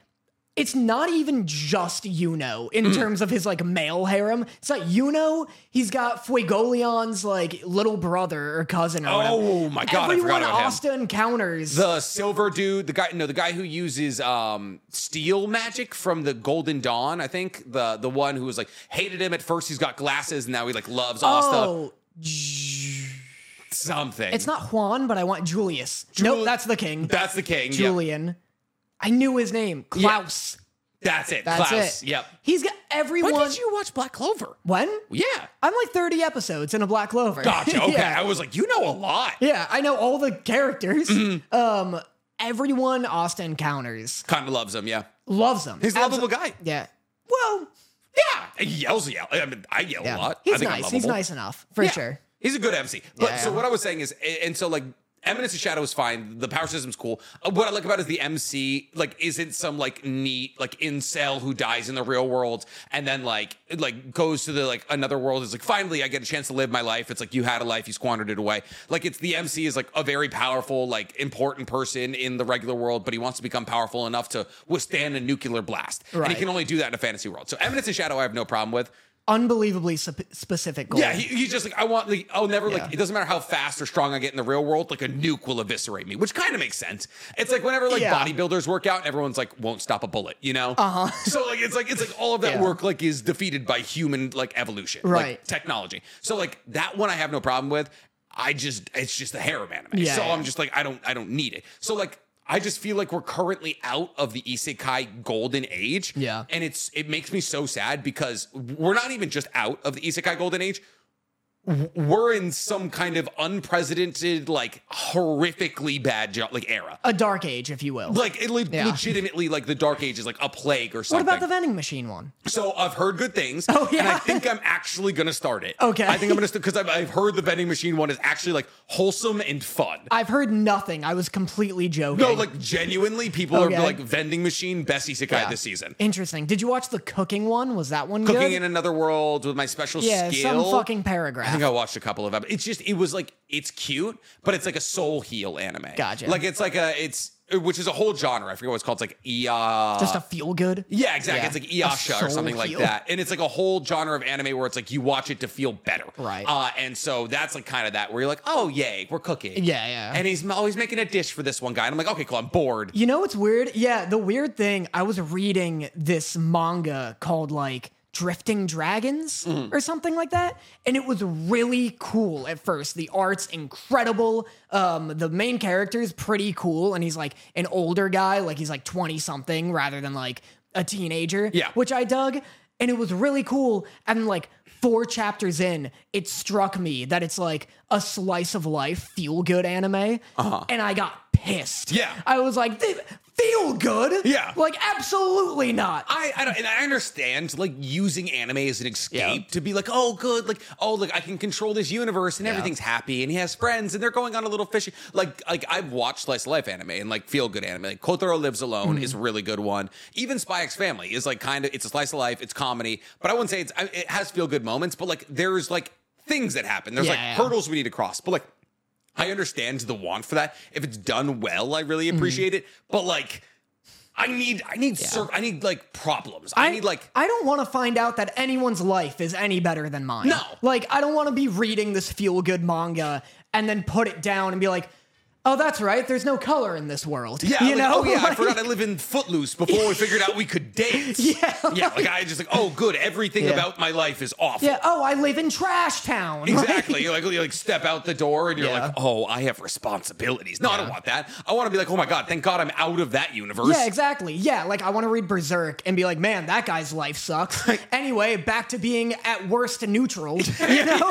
S1: it's not even just Yuno in
S2: Mm.
S1: terms of his like male harem. It's like Yuno, he's got Fuegoleon's like little brother or cousin. Or
S2: Oh
S1: whatever.
S2: my God, I forgot
S1: Everyone
S2: about him.
S1: Asta encounters.
S2: The silver dude, the guy no, the guy who uses um steel magic from the Golden Dawn, I think. The the one who was like hated him at first. He's got glasses and now he like loves Asta.
S1: oh, Ju-
S2: Something.
S1: it's not Juan, but I want Julius.
S2: Jul-
S1: nope, that's the king.
S2: that's the king. Yep.
S1: Julian. I knew his name, Klaus.
S2: That's it.
S1: That's
S2: Klaus.
S1: it.
S2: Yep.
S1: He's got everyone.
S2: When did you watch Black Clover?
S1: when?
S2: Yeah.
S1: I'm like 30 episodes in a Black Clover.
S2: Gotcha. Okay.
S1: yeah.
S2: I was like, you know a lot.
S1: Yeah, I know all the characters.
S2: Mm-hmm.
S1: Um, everyone Austin encounters
S2: Kind of loves him. Yeah.
S1: loves him.
S2: He's a lovable guy.
S1: Yeah. Well,
S2: Yeah. He yells. Yell. I mean, I yell
S1: yeah.
S2: a lot. I
S1: he's
S2: think I'm
S1: nice. He's
S2: lovable.
S1: nice enough for
S2: Yeah.
S1: sure.
S2: He's a good MC. But
S1: Yeah.
S2: so what I was saying is, and so like. Eminence of Shadow is fine. The power system's cool. Uh, What I like about it is the MC like isn't some like neat like incel who dies in the real world and then like it, like goes to the like another world. It's like finally I get a chance to live my life. It's like you had a life, you squandered it away. Like it's the MC is like a very powerful like important person in the regular world, but he wants to become powerful enough to withstand a nuclear blast. And he
S1: Right.
S2: can only do that in a fantasy world. So Eminence of Shadow I have no problem with.
S1: Unbelievably sp- specific goal.
S2: Yeah, he, he's just like, I want, like, I'll never,
S1: Yeah.
S2: like, it doesn't matter how fast or strong I get in the real world, like, a nuke will eviscerate me, which kind of makes sense. It's like whenever, like,
S1: Yeah. Uh-huh.
S2: bodybuilders work out, everyone's like, won't stop a bullet, you know? Uh huh. So, like, it's like, it's like all of that
S1: Yeah.
S2: work, like, is defeated by human, like, evolution, like,
S1: Right.
S2: technology. So, like, that one I have no problem with. I just it's just a harem anime.
S1: Yeah,
S2: so
S1: yeah.
S2: I'm just like I don't I don't need it. So like I just feel like we're currently out of the isekai golden age.
S1: Yeah.
S2: And it's it makes me so sad because we're not even just out of the isekai golden age. W- We're in some kind of unprecedented, like horrifically bad jo- like era.
S1: a dark age, if you will.
S2: Like it le-
S1: Uh, Yeah.
S2: legitimately, like the Dark Age is like a plague or
S1: what
S2: something.
S1: about the vending machine one?
S2: So I've heard good things.
S1: Oh,
S2: And I
S1: yeah.
S2: think I'm actually going to start it.
S1: Okay.
S2: I think I'm going to, because I've, I've heard the vending machine one is actually like wholesome and fun.
S1: I've heard nothing. I was completely joking.
S2: No, like genuinely, people
S1: Okay.
S2: are like vending machine best isekai
S1: Yeah.
S2: this season.
S1: Interesting. Did you watch the cooking one? Was that one
S2: Cooking
S1: good?
S2: in another world with my special
S1: yeah,
S2: skill.
S1: some fucking
S2: I
S1: paragraph.
S2: think I watched a couple of episodes. It's just it was like it's cute, but it's like a soul heal anime.
S1: Gotcha.
S2: Like it's like a it's which is a whole genre. I forget what it's called. It's like uh,
S1: Just a feel good.
S2: Yeah, exactly.
S1: Yeah.
S2: It's
S1: A
S2: like Iasha or
S1: soul
S2: something like
S1: heal.
S2: that. And it's like a whole genre of anime where it's like you watch it to feel better.
S1: Right.
S2: Uh, and so that's like kind of that where you're like, oh, yay, we're cooking.
S1: Yeah, yeah.
S2: And he's always making a dish for this one guy. And I'm like, okay, cool, I'm bored.
S1: You know what's weird? Yeah, the weird thing, I was reading this manga called like Drifting Dragons
S2: Mm.
S1: or something like that, and it was really cool at first. The art's incredible. Um the main character is pretty cool and he's like an older guy, like he's like 20 something rather than like a teenager,
S2: Yeah.
S1: which I dug and it was really cool and like four chapters in it struck me that it's like a slice of life feel good anime and i got pissed
S2: Uh-huh. Yeah.
S1: I was like, "Th- feel good?
S2: Yeah.
S1: Like, absolutely not.
S2: I, I don't, and I understand like using anime as an escape to be like, oh, good, like, oh, look, I can control this universe and everything's happy and he has friends and they're going on a little fishing. Like, like I've watched slice of life anime and like feel good anime. Like Kotaro Lives Alone is a really good one. Even Spy X Family is like kind of it's a slice of life, it's comedy, but I wouldn't say it's I- it has feel good moments, but like there's like things that happen. There's
S1: Yeah,
S2: like
S1: yeah.
S2: hurdles we need to cross, but like. I understand the want for that. If it's done well, I really appreciate it. But like, I need, I need, cer- I need like problems. I, need like,
S1: I don't want to find out that anyone's life is any better than mine.
S2: No.
S1: Like, I don't want to be reading this feel good manga and then put it down and be like, oh, that's right. There's no color in this world.
S2: yeah,
S1: You
S2: like,
S1: know?
S2: oh yeah, I
S1: Like,
S2: forgot I live in Footloose before we figured out we could dance.
S1: Yeah,
S2: yeah, like I just like, oh, good, everything about my life is awful.
S1: Yeah. Oh, I live in Trash Town.
S2: Exactly. You like, you like step out the door and you're
S1: Yeah.
S2: like, oh, I have responsibilities. No, I don't want that. I want to be like, oh my god, thank God I'm out of that universe.
S1: Yeah, exactly. Yeah, like I want to read Berserk and be like, man, that guy's life sucks. anyway, back to being at worst neutral. You know?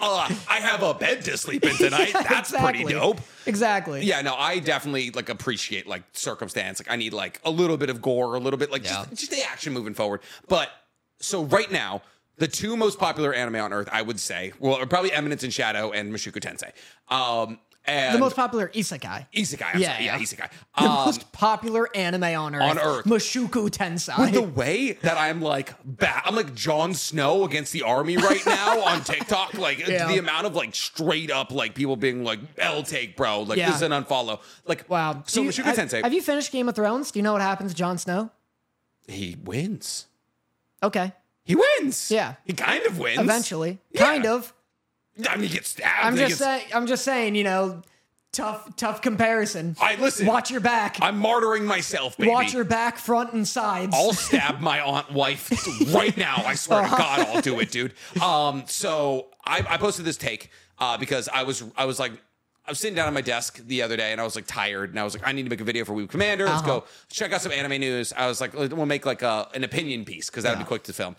S2: uh, I have a bed to sleep in tonight.
S1: Yeah,
S2: That's
S1: exactly.
S2: pretty dope.
S1: Exactly.
S2: Yeah, no, I definitely like appreciate like circumstance. Like I need like a little bit of gore, a little bit like
S1: Yeah.
S2: just, just the action moving forward. But so right now, the two most popular anime on earth, I would say, well, are probably Eminence and Shadow and Mashuku Tensei. Um, and
S1: The most popular isekai.
S2: isekai. I'm
S1: Yeah,
S2: sorry. yeah,
S1: yeah.
S2: isekai.
S1: The
S2: Um,
S1: most popular anime on earth.
S2: on Earth.
S1: Mashuku Tensai.
S2: the way that I'm like, ba- I'm like Jon Snow against the army right now on TikTok. Like
S1: Yeah.
S2: the amount of like straight up like people being like, "L take, bro." Like
S1: Yeah.
S2: this is an unfollow. Like
S1: wow.
S2: So
S1: Do you-
S2: Mashuka
S1: have,
S2: Tensei,
S1: Have you finished Game of Thrones? Do you know what happens to Jon Snow?
S2: he wins.
S1: Okay.
S2: He wins.
S1: Yeah.
S2: he kind of wins
S1: Eventually.
S2: Yeah.
S1: Kind of.
S2: I mean, he gets stabbed.
S1: I'm
S2: he
S1: just
S2: gets-
S1: saying I'm just saying, you know, tough tough comparison.
S2: I listen.
S1: Watch your back.
S2: I'm martyring myself, baby.
S1: Watch your back, front and sides.
S2: I'll stab my aunt wife right now. I swear to God, I'll do it, dude. Um, so I, I posted this take uh, because I was I was like I was sitting down at my desk the other day and I was like tired and I was like I need to make a video for Weeb Commander. Let's go check out some anime news. I was like we'll make like a, an opinion piece because that'd be quick to film.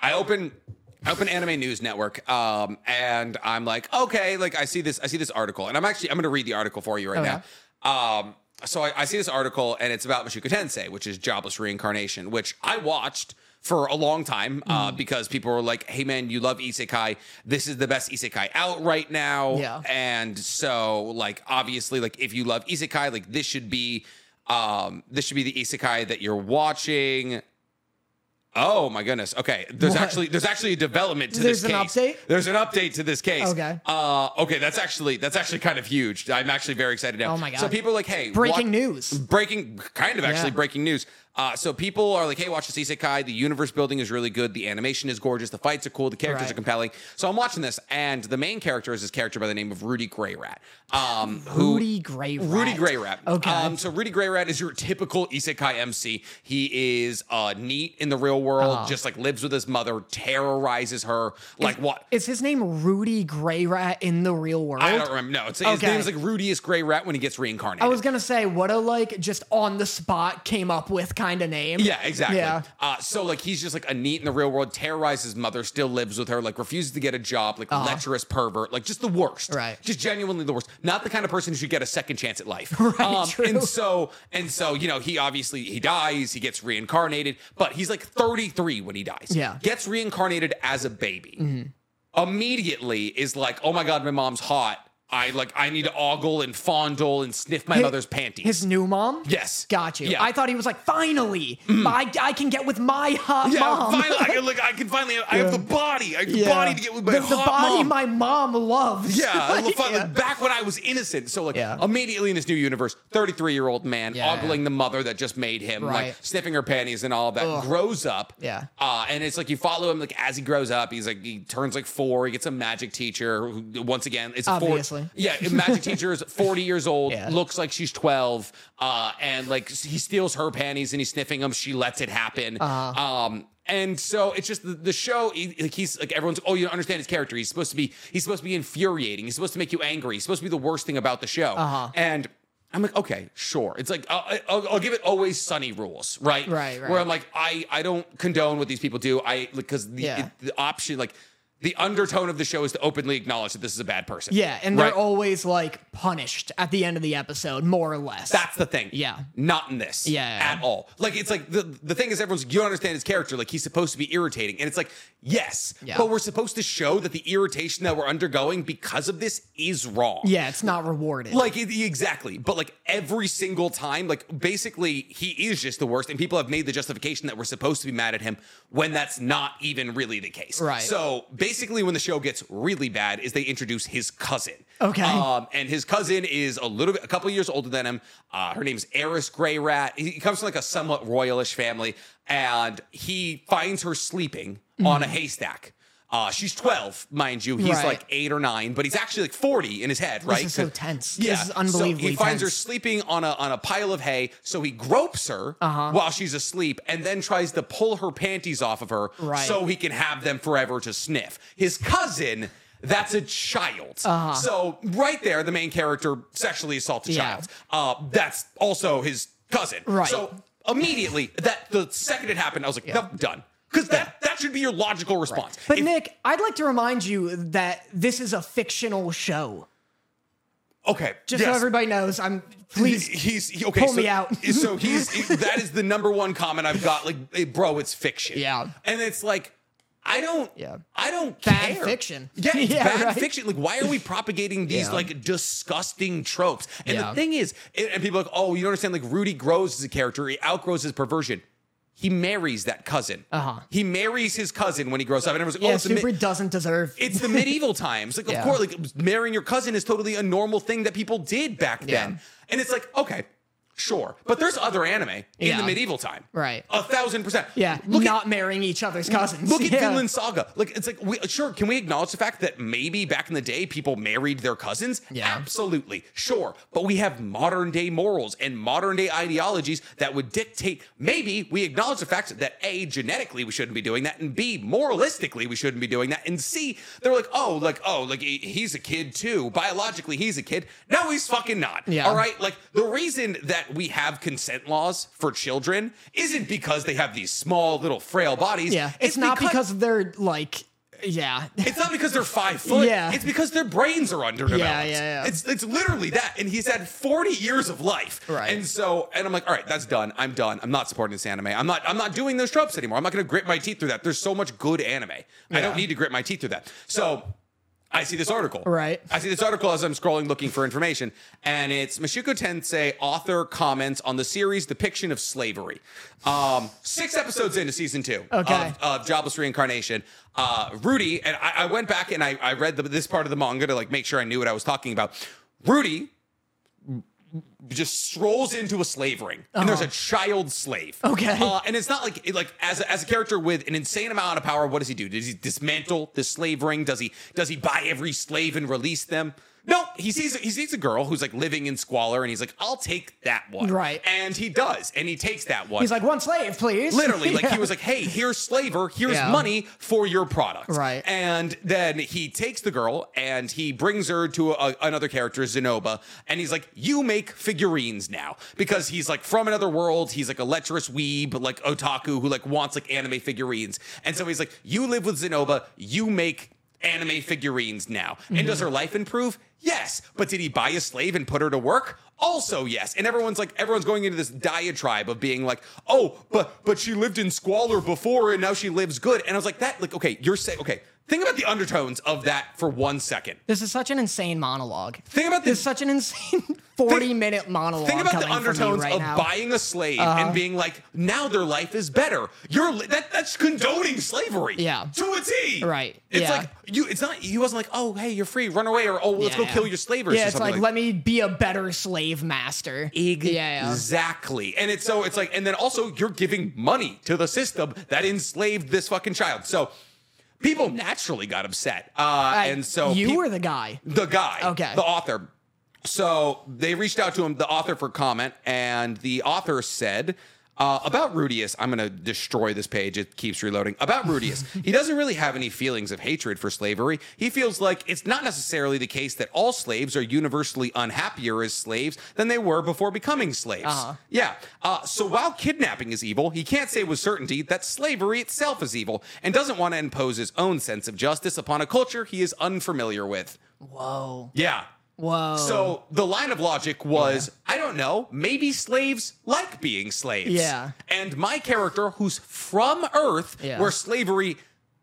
S2: I open. I open Anime News Network, um, and I'm like, okay, like I see this, I see this article, and I'm actually I'm going to read the article for you right
S1: Okay.
S2: now. Um, so I, I see this article and it's about Mashuka Tensei, which is jobless reincarnation, which I watched for a long time uh,
S1: Mm.
S2: because people were like, hey man, you love isekai. This is the best isekai out right now.
S1: Yeah.
S2: And so like, obviously like if you love isekai, like this should be, um, this should be the isekai that you're watching. Oh my goodness. Okay. There's
S1: What?
S2: actually, there's actually a development to
S1: There's
S2: this
S1: an
S2: case.
S1: update?
S2: There's an update to this case.
S1: Okay.
S2: Uh, okay. That's actually, that's actually kind of huge. I'm actually very excited now.
S1: Oh my
S2: So
S1: God.
S2: people are like, hey,
S1: Breaking
S2: wa-
S1: news.
S2: breaking, kind of actually
S1: Yeah.
S2: breaking news. Uh, so people are like, hey, watch this isekai. The universe building is really good. The animation is gorgeous. The fights are cool. The characters
S1: Right.
S2: are compelling. So I'm watching this, and the main character is this character by the name of Rudy Gray Rat. Um, who,
S1: Rudy Gray Rat.
S2: Rudy Gray Rat.
S1: Okay.
S2: Um, so Rudy Gray Rat is your typical isekai MC. He is uh, neat in the real world, just like lives with his mother, terrorizes her. Like what?
S1: Oh. Is his name Rudy Gray Rat in the real world?
S2: I don't remember. No, it's, his
S1: Okay.
S2: name's like Rudy is Gray Rat when he gets reincarnated.
S1: I was gonna say what a like just on the spot came up with kind of name.
S2: Yeah, exactly.
S1: Yeah.
S2: Uh, so like he's just like a neat in the real world, terrorizes his mother, still lives with her, like refuses to get a job, like lecherous pervert, like just the worst.
S1: Uh-huh. Right.
S2: Just genuinely the worst. Not the kind of person who should get a second chance at life. Um,
S1: Right, true.
S2: And so and so, you know, he obviously he dies, he gets reincarnated, but he's like 33 when he dies.
S1: Yeah. Mm-hmm.
S2: Gets reincarnated as a baby. Immediately is like, oh my god, my mom's hot. I like I need to ogle and fondle and sniff my
S1: Hi-
S2: mother's panties.
S1: His new mom?
S2: Yes.
S1: Got you.
S2: Yeah. Mm-hmm.
S1: I thought he was like, finally, I, I can get with my hot
S2: Yeah,
S1: mom.
S2: finally, I can, look, I can finally. I have the body. I have the
S1: Yeah.
S2: body to get with my
S1: the,
S2: hot
S1: the body
S2: mom.
S1: my mom loves.
S2: yeah, I love-
S1: Yeah.
S2: like, back when I was innocent. So like
S1: Yeah.
S2: immediately in this new universe, thirty-three-year-old man
S1: Yeah.
S2: ogling the mother that just made him, like
S1: Right.
S2: sniffing her panties and all that, grows up.
S1: Yeah.
S2: uh, and it's like you follow him like as he grows up. He's like he turns like four. He gets a magic teacher. Who, once again, it's a four-
S1: Obviously.
S2: yeah, a magic teacher is forty years old.
S1: Yeah.
S2: Looks like she's twelve. Uh, and like he steals her panties and he's sniffing them. She lets it happen.
S1: Uh-huh.
S2: Um, and so it's just the, the show. he- like he's like everyone's. Oh, you don't understand his character. He's supposed to be. He's supposed to be infuriating. He's supposed to make you angry. He's supposed to be the worst thing about the show. Uh-huh. And I'm like, okay, sure. It's like I'll, I'll, I'll give it always sunny rules, right?
S1: Right, right.
S2: Where I'm like, I I don't condone what these people do. I because the
S1: Yeah.
S2: it, the option like. The undertone of the show is to openly acknowledge that this is a bad person.
S1: Yeah, and they're
S2: right?
S1: always like punished at the end of the episode, more or less.
S2: That's the thing.
S1: Yeah.
S2: Not in this.
S1: Yeah.
S2: At all. Like it's like the the thing is everyone's you don't understand his character. Like he's supposed to be irritating. And it's like, yes,
S1: Yeah.
S2: but we're supposed to show that the irritation that we're undergoing because of this is wrong.
S1: yeah, it's not rewarded.
S2: Like it- e, exactly, but like every single time, like basically he is just the worst, and people have made the justification that we're supposed to be mad at him when that's not even really the case.
S1: Right.
S2: So basically, when the show gets really bad, is they introduce his cousin.
S1: Okay.
S2: Um, and his cousin is a little bit, a couple years older than him. Uh, her name's Eris Grey Rat. He he comes from like a somewhat royalish family, and he finds her sleeping on a haystack. Uh, she's 12, mind you. He's
S1: Mm-hmm. Right.
S2: like eight or nine, but he's actually like 40 in his head, right?
S1: is so
S2: 'Cause-
S1: tense.
S2: Yeah.
S1: This is unbelievably
S2: So he finds her
S1: tense.
S2: sleeping on a on a pile of hay, so he gropes her
S1: Uh-huh.
S2: while she's asleep, and then tries to pull her panties off of her,
S1: Right.
S2: so he can have them forever to sniff. His cousin. That's a child. So right there, the main character sexually assaults a
S1: Uh-huh. Yeah.
S2: child. Uh, that's also his cousin.
S1: Right.
S2: So immediately, that the second it happened, I was like, "Nope, done. Because that, that should be your logical response.
S1: but
S2: If-
S1: Nick, I'd like to remind you that this is a fictional show.
S2: okay,
S1: Just so
S2: yes.
S1: everybody knows, I'm please
S2: he's he- okay.
S1: pull
S2: so,
S1: me out.
S2: so he's he- that is the number one comment I've got. Like, hey, bro, it's fiction.
S1: Yeah.
S2: and it's like. I don't.
S1: Yeah.
S2: I don't
S1: Bad
S2: care.
S1: fiction.
S2: Yeah, it's
S1: Yeah,
S2: bad
S1: right.
S2: fiction. Like, why are we propagating these
S1: Yeah.
S2: like disgusting tropes? And the
S1: Yeah.
S2: thing is, and and people are like, oh, you don't understand. Like, Rudy grows as a character. He outgrows his perversion. He marries that cousin.
S1: Uh-huh.
S2: He marries his cousin when he grows up, and everyone's like, oh,
S1: Yeah,
S2: it's the mi-
S1: Super doesn't deserve
S2: it's the medieval times. Like,
S1: Yeah.
S2: of course, like marrying your cousin is totally a normal thing that people did back then. And it's like, okay, sure. But there's other anime in
S1: Yeah.
S2: the medieval time.
S1: Right.
S2: A thousand percent.
S1: Yeah,
S2: Look
S1: not marrying each other's cousins.
S2: at look at
S1: yeah.
S2: Finland Saga. Like it's like we, sure, can we acknowledge the fact that maybe back in the day people married their cousins?
S1: Yeah.
S2: Absolutely. Sure. But we have modern day morals and modern day ideologies that would dictate maybe we acknowledge the fact that A, genetically we shouldn't be doing that, and B, moralistically we shouldn't be doing that. And C, they're like, oh, like, oh, like he- he's a kid too. Biologically, he's a kid. No, he's fucking not.
S1: Yeah.
S2: All right. Like the reason that we have consent laws for children isn't because they have these small little frail bodies.
S1: Yeah, it's, not because, they're like, yeah,
S2: It's not because they're five foot.
S1: Yeah.
S2: It's because their brains are underdeveloped.
S1: Yeah, yeah, yeah.
S2: It's it's literally that. And he's had 40 years of life.
S1: Right.
S2: And so, and I'm like, all right, that's done. I'm done. I'm not supporting this anime. I'm not I'm not doing those tropes anymore. I'm not gonna grit my teeth through that. There's so much good anime. I don't need to grit my teeth through that. So I see this article.
S1: Right.
S2: I see this article as I'm scrolling looking for information, and it's Mashiko Tensei author comments on the series depiction of slavery. Um, six episodes into season two
S1: Okay.
S2: of, of Jobless Reincarnation. Uh, Rudy, and I, I went back and I, I read the, this part of the manga to like make sure I knew what I was talking about. Rudy just strolls into a slave ring, and there's a child slave.
S1: Uh-huh. Okay.
S2: Uh, and it's not like it- like as a, as a character with an insane amount of power. What does he do? Does he dismantle this slave ring? Does he does he buy every slave and release them? No, he sees he sees a girl who's like living in squalor, and he's like, "I'll take that one."
S1: Right.
S2: And he does, and he takes that one.
S1: He's like, one slave, please.
S2: Literally, like
S1: Yeah.
S2: he was like, "Hey, here's slaver, here's
S1: Yeah.
S2: money for your product."
S1: Right.
S2: And then he takes the girl and he brings her to a, another character, Zenoba, and he's like, "You make figurines now," because he's like from another world. He's like a lecherous weeb, like otaku, who like wants like anime figurines, and so he's like, "You live with Zenoba, you make." Anime figurines now. And does her life improve? Yes. But did he buy a slave and put her to work? Also, yes. And everyone's like, everyone's going into this diatribe of being like, oh, but but she lived in squalor before and now she lives good. And I was like, that, like, okay, you're saying, okay, think about the undertones of that for one second.
S1: This is such an insane monologue.
S2: Think about
S1: This
S2: this.
S1: is such an insane 40 minute monologue.
S2: Think about the
S1: coming from you
S2: undertones
S1: right
S2: of
S1: now. Uh-huh.
S2: buying a slave and being like, now their life is better. You're li- that that's condoning slavery.
S1: Yeah.
S2: To a T.
S1: Right.
S2: It's
S1: Yeah.
S2: like you it's not he wasn't like, oh hey, you're free, run away, or oh let's
S1: Yeah,
S2: go
S1: yeah.
S2: kill your slavers. or
S1: Yeah, it's
S2: something
S1: like, let me be a better slave master.
S2: Exactly.
S1: Yeah, yeah.
S2: And it's so it's like, and then also you're giving money to the system that enslaved this fucking child. So people naturally got upset. Uh,
S1: I-
S2: and so
S1: you
S2: peop-
S1: were the guy.
S2: the guy,
S1: Okay.
S2: the author. So they reached out to him, the author, for comment, and the author said. Uh, about Rudius, I'm going to destroy this page. It keeps reloading. About Rudius, he doesn't really have any feelings of hatred for slavery. He feels like it's not necessarily the case that all slaves are universally unhappier as slaves than they were before becoming slaves.
S1: Uh-huh.
S2: Yeah. Uh, so while kidnapping is evil, he can't say with certainty that slavery itself is evil and doesn't want to impose his own sense of justice upon a culture he is unfamiliar with.
S1: Whoa.
S2: Yeah.
S1: Whoa.
S2: So the line of logic was I don't know, maybe slaves like being slaves.
S1: Yeah.
S2: And my character, who's from Earth,
S1: Yeah.
S2: where slavery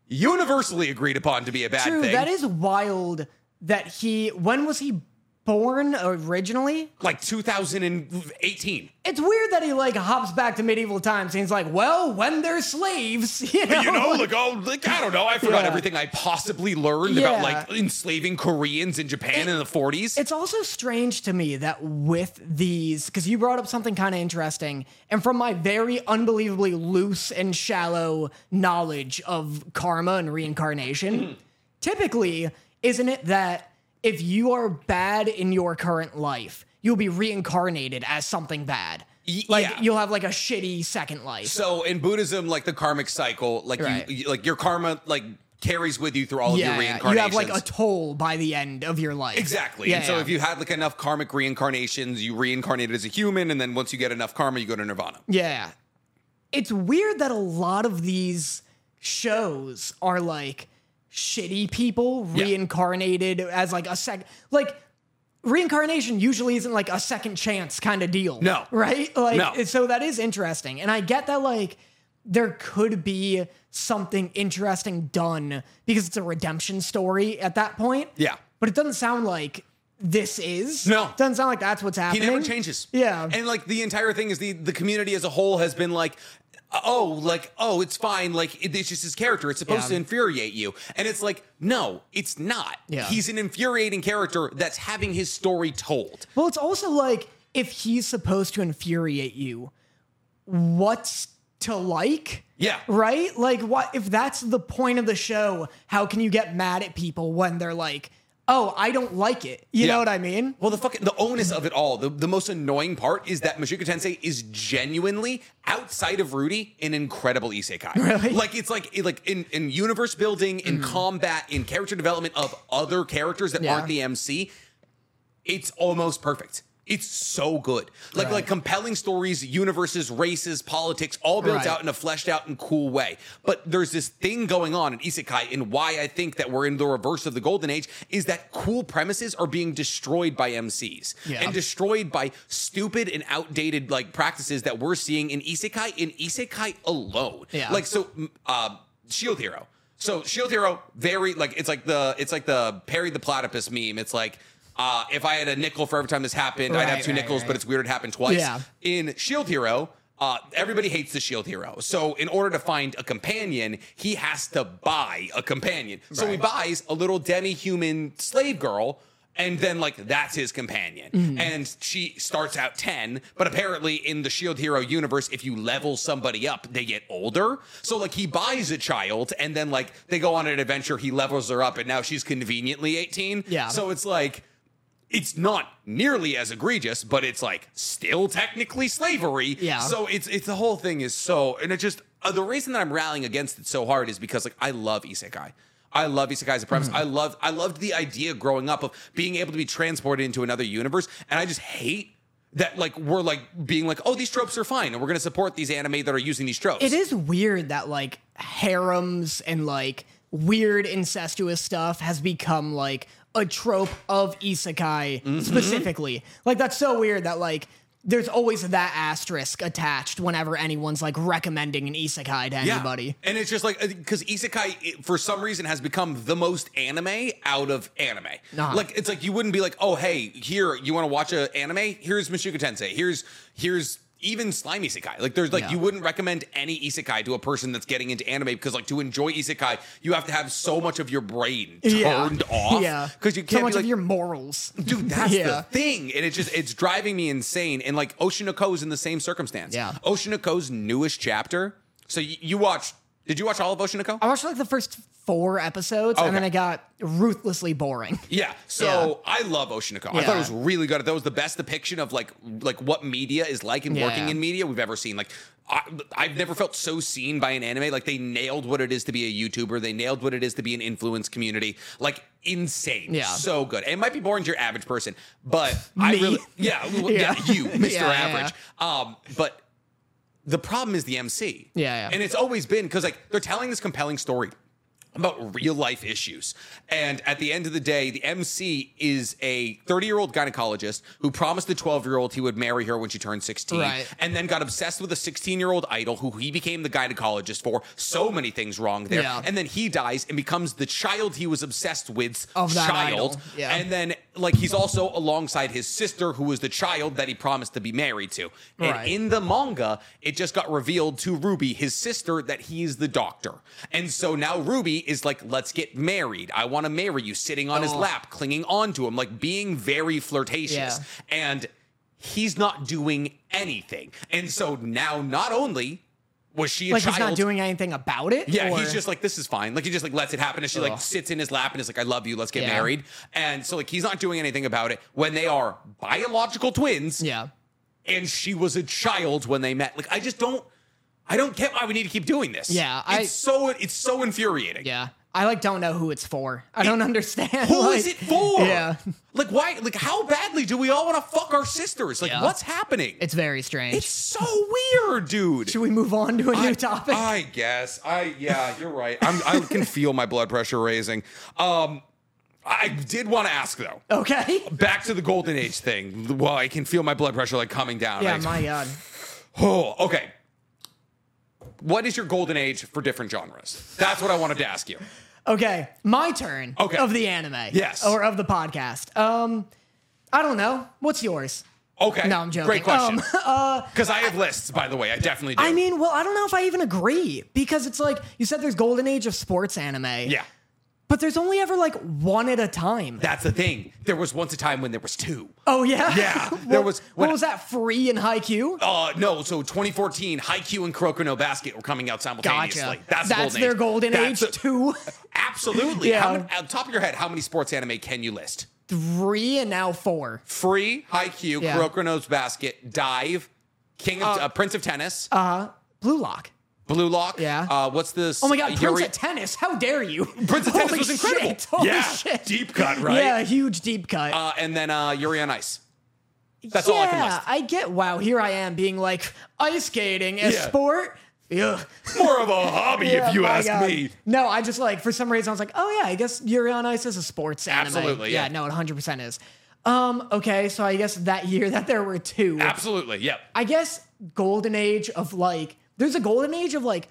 S2: universally agreed upon to be a bad
S1: True,
S2: thing.
S1: that is wild that he when was he born originally?
S2: like 2018.
S1: It's weird that he like hops back to medieval times and he's like, well, when they're slaves, you know.
S2: You know, like oh, like I don't know. I forgot
S1: Yeah.
S2: everything I possibly learned
S1: Yeah.
S2: about like enslaving Koreans in Japan in the 40s.
S1: It's also strange to me that with these, because you brought up something kind of interesting, and from my very unbelievably loose and shallow knowledge of karma and
S2: Mm-hmm.
S1: reincarnation, typically, isn't it that if you are bad in your current life, you'll be reincarnated as something bad?
S2: Y-
S1: Like
S2: yeah.
S1: you'll have like a shitty second life.
S2: So in Buddhism, like the karmic cycle, like
S1: Right.
S2: you, you- like your karma, like carries with you through all of
S1: yeah,
S2: your
S1: yeah. you
S2: reincarnations.
S1: have like a toll by the end of your life.
S2: Exactly.
S1: Yeah,
S2: and so
S1: yeah.
S2: if you had like enough karmic reincarnations, you reincarnated as a human, and then once you get enough karma, you go to nirvana.
S1: Yeah. It's weird that a lot of these shows are like shitty people
S2: Yeah.
S1: reincarnated as like a sec like reincarnation usually isn't like a second chance kind of deal.
S2: No.
S1: Right? Like
S2: No.
S1: it's- so that is interesting. And I get that like there could be something interesting done because it's a redemption story at that point.
S2: Yeah.
S1: But it doesn't sound like this is.
S2: No.
S1: doesn't sound like that's what's
S2: He
S1: happening.
S2: never changes.
S1: Yeah.
S2: And like the entire thing is the the community as a whole has been like, oh, like oh, it's fine. Like it- it's just his character. It's supposed
S1: Yeah.
S2: to infuriate you, and it's like no, it's not.
S1: Yeah.
S2: He's an infuriating character that's having his story told.
S1: Well, it's also like if he's supposed to infuriate you, what's to like?
S2: Yeah.
S1: Right? Like what if that's the point of the show, how can you get mad at people when they're like, "Oh, I don't like it." You
S2: Yeah.
S1: know what I mean?
S2: Well, the fucking the onus of it all, the, the most annoying part is that Mashuka Tensei is genuinely outside of Rudy an incredible isekai.
S1: Really? Mm-hmm.
S2: Like it's like it- like in, in universe building, in combat, in character development of other characters that
S1: Yeah.
S2: aren't the MC. It's almost perfect. It's so good. Like
S1: Right.
S2: like compelling stories, universes, races, politics, all built
S1: Right.
S2: out in a fleshed out and cool way. But there's this thing going on in Isekai, and why I think that we're in the reverse of the golden age is that cool premises are being destroyed by MCs
S1: Yeah.
S2: and destroyed by stupid and outdated like practices that we're seeing in Isekai in Isekai alone.
S1: Yeah.
S2: Like so mm, uh, Shield Hero. So Shield Hero, very like it's like the it's like the Perry the Platypus meme. It's like uh, if I had a nickel for every time this happened, I'd have
S1: Right,
S2: two
S1: right,
S2: nickels,
S1: right.
S2: but it's weird it happened twice.
S1: Yeah.
S2: In Shield E Hero, uh, everybody hates the Shield Hero. So in order to find a companion, he has to buy a companion. So he buys a little demi-human slave girl. and then like that's his companion and she starts out 10 but apparently in the shield E hero universe if you level somebody up they get older so like he buys a child and then like they go on an adventure he levels her up and now she's conveniently 18
S1: Yeah.
S2: so it's like it's not nearly as egregious, but it's like still technically slavery.
S1: Yeah.
S2: So it's it's the whole thing is so, and it just uh, the reason that I'm rallying against it so hard is because like I love isekai. I love isekai as a premise. I love I loved the idea growing up of being able to be transported into another universe, and I just hate that like we're like being like oh these tropes are fine and we're going to support these anime that are using these tropes.
S1: It is weird that like harems and like weird incestuous stuff has become like a trope of isekai
S2: Mm-hmm.
S1: specifically. Like that's so weird that like there's always that asterisk attached whenever anyone's like recommending an isekai to anybody.
S2: And it's just like because isekai it- for some reason has become the most anime out of anime.
S1: Uh-huh.
S2: Like it's like you wouldn't be like, oh hey, here you want to watch a anime? Here's Mashuka Tensei. Here's here's even slime isekai. Like there's like
S1: Yeah.
S2: you wouldn't recommend any isekai to a person that's getting into anime because like to enjoy isekai, you have to have so much of your brain turned off.
S1: Yeah.
S2: Because you
S1: so
S2: can't
S1: much
S2: be like,
S1: of your morals.
S2: Dude, that's
S1: Yeah.
S2: the thing. And it just it's driving me insane. And like Oceanico's in the same circumstance.
S1: Yeah.
S2: Oceanico's newest chapter. So you, you watched did you watch all of Oceanico?
S1: I watched like the first four episodes and then
S2: Okay.
S1: it got ruthlessly boring.
S2: Yeah. So I love Oceanico. I thought it was
S1: Yeah.
S2: really good. That was the best depiction of like like what media is like and
S1: Yeah.
S2: working in media we've ever seen. Like I, I've never felt so seen by an anime. Like they nailed what it is to be a YouTuber. They nailed what it is to be an influence community. Like insane.
S1: Yeah.
S2: So good. It might be boring to your average person, but I
S1: Me.
S2: really yeah, well, yeah.
S1: Yeah.
S2: you Mr.
S1: Yeah, yeah,
S2: Average. Um, but the problem is the MC.
S1: Yeah, yeah.
S2: And it's always been because like they're telling this compelling story about real life issues. And at the end of the day, the MC is a 30 year old gynecologist who promised the 12 year old he would marry her when she turned 16
S1: Right.
S2: and then got obsessed with a 16 year old idol who he became the gynecologist for. So many things wrong there.
S1: Yeah.
S2: And then he dies and becomes the child he was obsessed with
S1: Of that
S2: child.
S1: idol, yeah.
S2: And then like he's also alongside his sister who was the child that he promised to be married to. And
S1: Right.
S2: in the manga, it just got revealed to Ruby, his sister, that he's the doctor. And so now Ruby is like, let's get married. I want to marry you, sitting on his
S1: Oh.
S2: lap, clinging on to him, like being very
S1: Yeah.
S2: flirtatious. And he's not doing anything. And so now not only was she a
S1: Like
S2: child
S1: he's not doing anything about it.
S2: yeah,
S1: or-
S2: he's just like, this is fine. Like he just like lets it happen, and she like
S1: Ugh.
S2: sits in his lap and is like, I love you, let's get
S1: Yeah.
S2: married. And so like he's not doing anything about it when they are biological twins,
S1: Yeah.
S2: and she was a child when they met. Like I just don't, I don't get why we need to keep doing this.
S1: Yeah,
S2: it's
S1: I-
S2: so it's so infuriating.
S1: Yeah. I like don't know who it's for. I don't understand.
S2: Who
S1: like,
S2: is it for?
S1: Yeah.
S2: Like why? Like how badly do we all want to fuck our sisters? Like
S1: Yeah.
S2: what's happening?
S1: It's very strange.
S2: it's so weird, dude.
S1: Should we move on to a
S2: I-
S1: new topic?
S2: I guess. I yeah, you're right. I'm, I can feel my blood pressure raising. Um, I did want to ask though.
S1: okay.
S2: Back to the golden age thing. Well, I can feel my blood pressure like coming down.
S1: Yeah,
S2: I-
S1: my god.
S2: oh, okay. What is your golden age for different genres? That's what I wanted to ask you.
S1: Okay, my turn.
S2: Okay.
S1: Of the anime.
S2: Yes.
S1: Or of the podcast. Um, I don't know. What's yours?
S2: Okay.
S1: No, I'm joking.
S2: Great question.
S1: Um, uh,
S2: Because I have lists, by the way. I definitely do.
S1: I mean, well, I don't know if I even agree because it's like you said there's golden age of sports anime.
S2: yeah.
S1: But there's only ever like one at a time.
S2: That's the thing. There was once a time when there was two.
S1: oh yeah.
S2: Yeah,
S1: What-
S2: there was-
S1: What
S2: when-
S1: was that? Free and high Q.
S2: Uh, no, so 2014, Haikyuu and Kuroko no Basket were coming out simultaneously.
S1: Gotcha.
S2: That's, the golden
S1: their
S2: age.
S1: golden
S2: That's
S1: age
S2: the-
S1: two,
S2: Absolutely.
S1: Yeah.
S2: How many, on top of your head, how many sports anime can you list?
S1: three, and now four.
S2: Free, Haikyuu,
S1: Yeah.
S2: Kuroko no Basket, Dive, King of, uh, Prince of Tennis,
S1: Blue Lock.
S2: Blue Lock.
S1: yeah.
S2: Uh, what's this?
S1: Oh my god, Prince
S2: Yuri-
S1: of Tennis! How dare you?
S2: Prince of Tennis
S1: Holy
S2: was incredible.
S1: Shit, holy
S2: yeah.
S1: shit!
S2: Deep cut, right?
S1: Yeah, huge deep cut.
S2: Uh, and then uh, Yuri on Ice. That's
S1: yeah,
S2: all I can list.
S1: I get. Wow, here I am being like ice skating as
S2: Yeah.
S1: sport. Ugh.
S2: More of a hobby,
S1: Yeah, oh
S2: if you
S1: my
S2: ask
S1: God.
S2: me.
S1: No, I just like for some reason I was like, oh yeah, I guess Yuri on Ice is a sports anime.
S2: Absolutely, yeah.
S1: no, it hundred percent is. Um, okay, so I guess that year that there were two.
S2: Absolutely. Yep.
S1: I guess golden age of like there's a golden age of like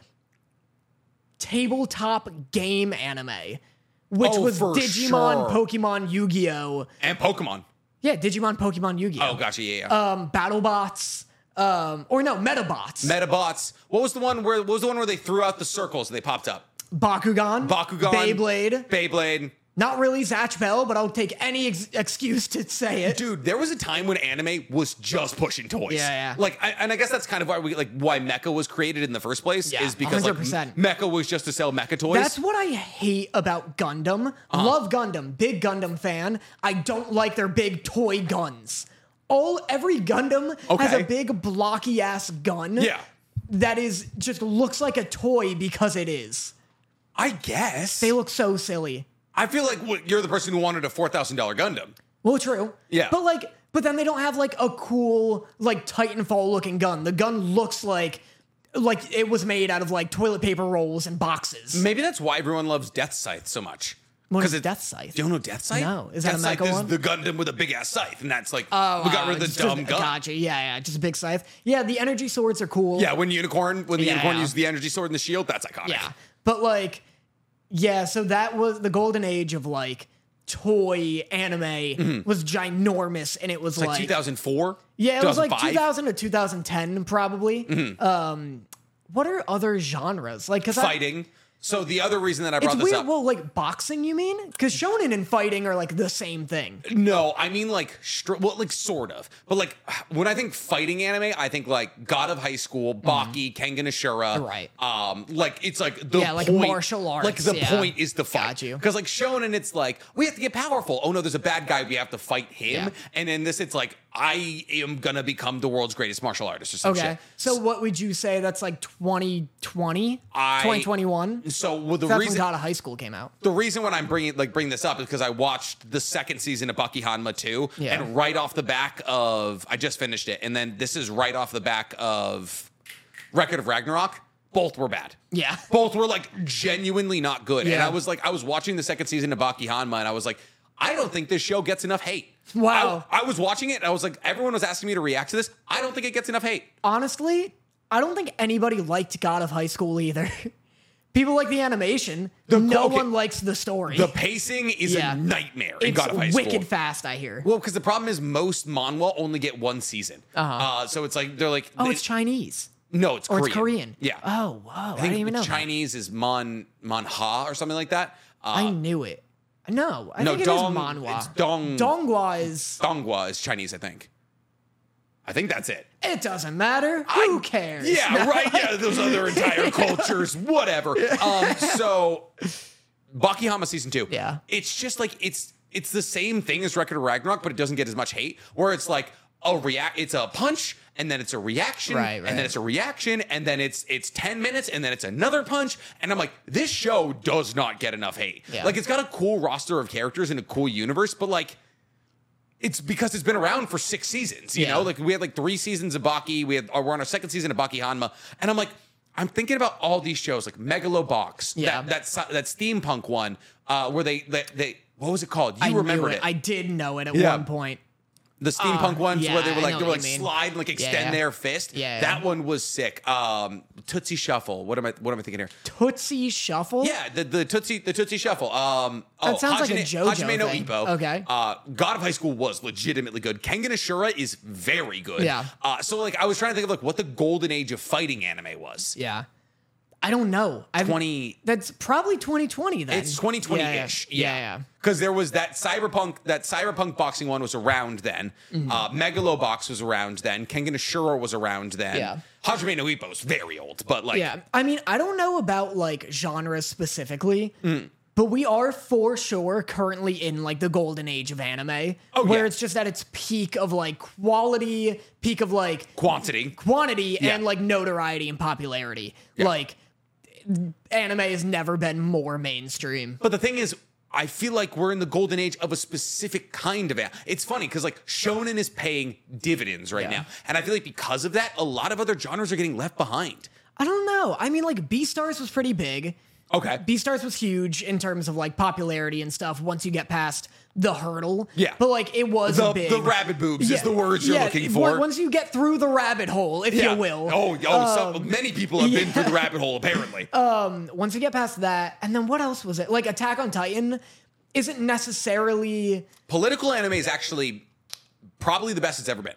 S1: tabletop game anime, which
S2: Oh,
S1: was
S2: for
S1: Digimon,
S2: sure.
S1: Pokemon, Yu-Gi-Oh.
S2: And Pokemon.
S1: Yeah, Digimon, Pokemon, Yu-Gi-Oh.
S2: Oh, gotcha. Yeah, yeah.
S1: Um, BattleBots, um, or no, MetaBots,
S2: Metabots. What was the one where? What was the one where they threw out the circles and they popped up?
S1: Bakugan,
S2: Bakugan,
S1: Beyblade,
S2: Beyblade,
S1: Not really Zach Bell, but I'll take any ex- excuse to say it.
S2: Dude, there was a time when anime was just pushing toys.
S1: Yeah, yeah.
S2: Like, I, and I guess that's kind of why we like why Mecha was created in the first place
S1: Yeah,
S2: is because like
S1: 100%.
S2: Mecha was just to sell Mecha toys.
S1: That's what I hate about Gundam.
S2: Uh-huh.
S1: Love Gundam, big Gundam fan. I don't like their big toy guns. All every Gundam has
S2: Okay.
S1: a big blocky ass gun.
S2: Yeah.
S1: That is just looks like a toy because it is.
S2: I guess.
S1: They look so silly.
S2: I feel like what, you're the person who wanted a four thousand dollar Gundam.
S1: Well, true.
S2: Yeah.
S1: But like, but then they don't have like a cool like Titanfall looking gun. The gun looks like like it was made out of like toilet paper rolls and boxes.
S2: Maybe that's why everyone loves Death Scythe so much.
S1: What is
S2: it-
S1: Death Scythe?
S2: You don't know Death Scythe?
S1: No. Is that
S2: Death
S1: a
S2: Scythe
S1: Mecha
S2: is
S1: one?
S2: the Gundam with a big ass scythe, and that's like we got rid of
S1: uh, Just
S2: the dumb
S1: a-
S2: gun.
S1: Gotcha. Yeah, yeah. Just a big scythe. Yeah, the energy swords are cool.
S2: Yeah, when unicorn when the
S1: Yeah,
S2: unicorn
S1: yeah.
S2: used the energy sword and the shield, that's iconic.
S1: Yeah. But like, yeah, so that was the golden age of like toy anime was ginormous and it was
S2: Mm-hmm. Like 2004?
S1: Yeah, it was like
S2: 2005?
S1: 2000 to 2010, probably. Um, what are other genres like? Because
S2: Mm-hmm. fighting. So the other reason that I
S1: it's
S2: brought this
S1: weird.
S2: up,
S1: Well, like boxing, you mean? Because shonen and fighting are like the same thing.
S2: no, I mean like, str- well, like sort of, but like when I think fighting anime, I think like God of High School, Baki, Kengan Ashura,
S1: Mm-hmm. Right.
S2: Um, like it's like the
S1: Yeah, like
S2: point,
S1: martial arts,
S2: like the
S1: yeah.
S2: point is to fight.
S1: Got you.
S2: Because like Shonen, it's like we have to get powerful. Oh no, there's a bad guy, we have to fight him.
S1: Yeah.
S2: And in this, it's like I am gonna become the world's greatest martial artist or some
S1: Okay,
S2: shit.
S1: so what would you say? That's like 2020,
S2: I-
S1: 2021.
S2: So well, the
S1: That's
S2: reason
S1: when God of High School came out.
S2: the reason when I'm bringing like bring this up is because I watched the second season of Bucky Hanma 2
S1: Yeah.
S2: and right off the back of I just finished it and then this is right off the back of Record of Ragnarok both were bad.
S1: Yeah.
S2: Both were like genuinely not good. And
S1: Yeah.
S2: I was like I was watching the second season of Baki Hanma and I was like I don't think this show gets enough hate.
S1: Wow.
S2: I, I was watching it and I was like everyone was asking me to react to this. I don't think it gets enough hate.
S1: Honestly, I don't think anybody liked God of High School either. People like the animation. no
S2: okay.
S1: one likes the story.
S2: The pacing is
S1: Yeah.
S2: a nightmare in
S1: it's
S2: God of High
S1: wicked
S2: School.
S1: fast. I hear.
S2: Well, because the problem is most manhwa only get one season.
S1: Uh-huh.
S2: Uh, so it's like they're like,
S1: oh,
S2: they-
S1: it's Chinese.
S2: no, it's
S1: Or
S2: Korean.
S1: it's Korean.
S2: Yeah,
S1: Oh, whoa. I,
S2: I
S1: didn't
S2: think
S1: even know. that.
S2: Chinese is mon manha or something like that.
S1: I
S2: Uh,
S1: knew it. No, I
S2: No,
S1: think
S2: dong-
S1: it is manhwa.
S2: it's dong-
S1: Donghua is.
S2: Donghua is Chinese, I think. I think that's it.
S1: It doesn't matter. Who
S2: I-
S1: cares?
S2: Yeah, right. Yeah, those other entire cultures, whatever. Um, so, Baki Hama season two.
S1: Yeah.
S2: it's just like it's it's the same thing as Record of Ragnarok, but it doesn't get as much hate. Where it's like a react, it's a punch, and then it's a reaction,
S1: Right,
S2: and
S1: right.
S2: then it's a reaction, and then it's it's ten minutes, and then it's another punch, and I'm like, this show does not get enough hate.
S1: Yeah.
S2: Like, it's got a cool roster of characters and a cool universe, but like it's because it's been around for six seasons. You
S1: Yeah.
S2: know, like we had like three seasons of Baki. We had or we're on our second season of Baki Hanma, and I'm like, I'm thinking about all these shows like Megalobox,
S1: Yeah.
S2: that that si- that steampunk one uh, where they, they they what was it called? You
S1: I
S2: remembered
S1: knew
S2: it?
S1: it. I did know it at
S2: Yeah.
S1: one point.
S2: the steampunk
S1: Uh,
S2: ones
S1: yeah,
S2: where they were
S1: I
S2: like
S1: know
S2: they were
S1: what
S2: like
S1: you mean.
S2: slide and like extend
S1: yeah.
S2: their fist.
S1: Yeah,
S2: that
S1: yeah.
S2: one was sick. Um, Tootsie Shuffle. What am I what am I thinking here?
S1: Tootsie Shuffle?
S2: Yeah, the, the Tootsie the Tootsie Shuffle. Um, oh,
S1: That sounds like a JoJo
S2: Hajime no
S1: thing.
S2: Ippo.
S1: Okay.
S2: Uh, God of High School was legitimately good. Kengan Ashura is very good.
S1: Yeah.
S2: Uh, so like I was trying to think of like what the golden age of fighting anime was.
S1: Yeah. I don't know. I've,
S2: 20
S1: That's probably 2020 then.
S2: It's 2020-ish.
S1: Yeah. yeah. yeah, yeah.
S2: Because there was that cyberpunk, that cyberpunk boxing one was around then.
S1: Mm.
S2: Uh, Megalobox was around then. Kengan Ashura was around then.
S1: Yeah.
S2: Hajime no Ippo was very old, but like
S1: Yeah. I mean, I don't know about like genres specifically,
S2: Mm.
S1: but we are for sure currently in like the golden age of anime,
S2: Oh,
S1: where
S2: yeah.
S1: it's just at its peak of like quality, peak of like
S2: quantity.
S1: quantity,
S2: Yeah.
S1: and like notoriety and popularity.
S2: Yeah.
S1: Like, anime has never been more mainstream.
S2: But the thing is, I feel like we're in the golden age of a specific kind of. a- It's funny because like shonen is paying dividends right
S1: Yeah.
S2: now, and I feel like because of that, a lot of other genres are getting left behind.
S1: I don't know. I mean, like, Beastars was pretty big.
S2: Okay.
S1: Beastars was huge in terms of like popularity and stuff once you get past the hurdle.
S2: Yeah.
S1: But like it was
S2: the,
S1: big.
S2: the rabbit boobs is
S1: Yeah,
S2: the words you're
S1: yeah,
S2: looking
S1: on-
S2: for.
S1: Once you get through the rabbit hole, if
S2: Yeah.
S1: you will. Um,
S2: Oh, yo, some, many people have been through the rabbit hole apparently.
S1: Uh, Once you get past that, and then what else was it? Like Attack on Titan isn't necessarily
S2: Political anime is actually probably the best it's ever been.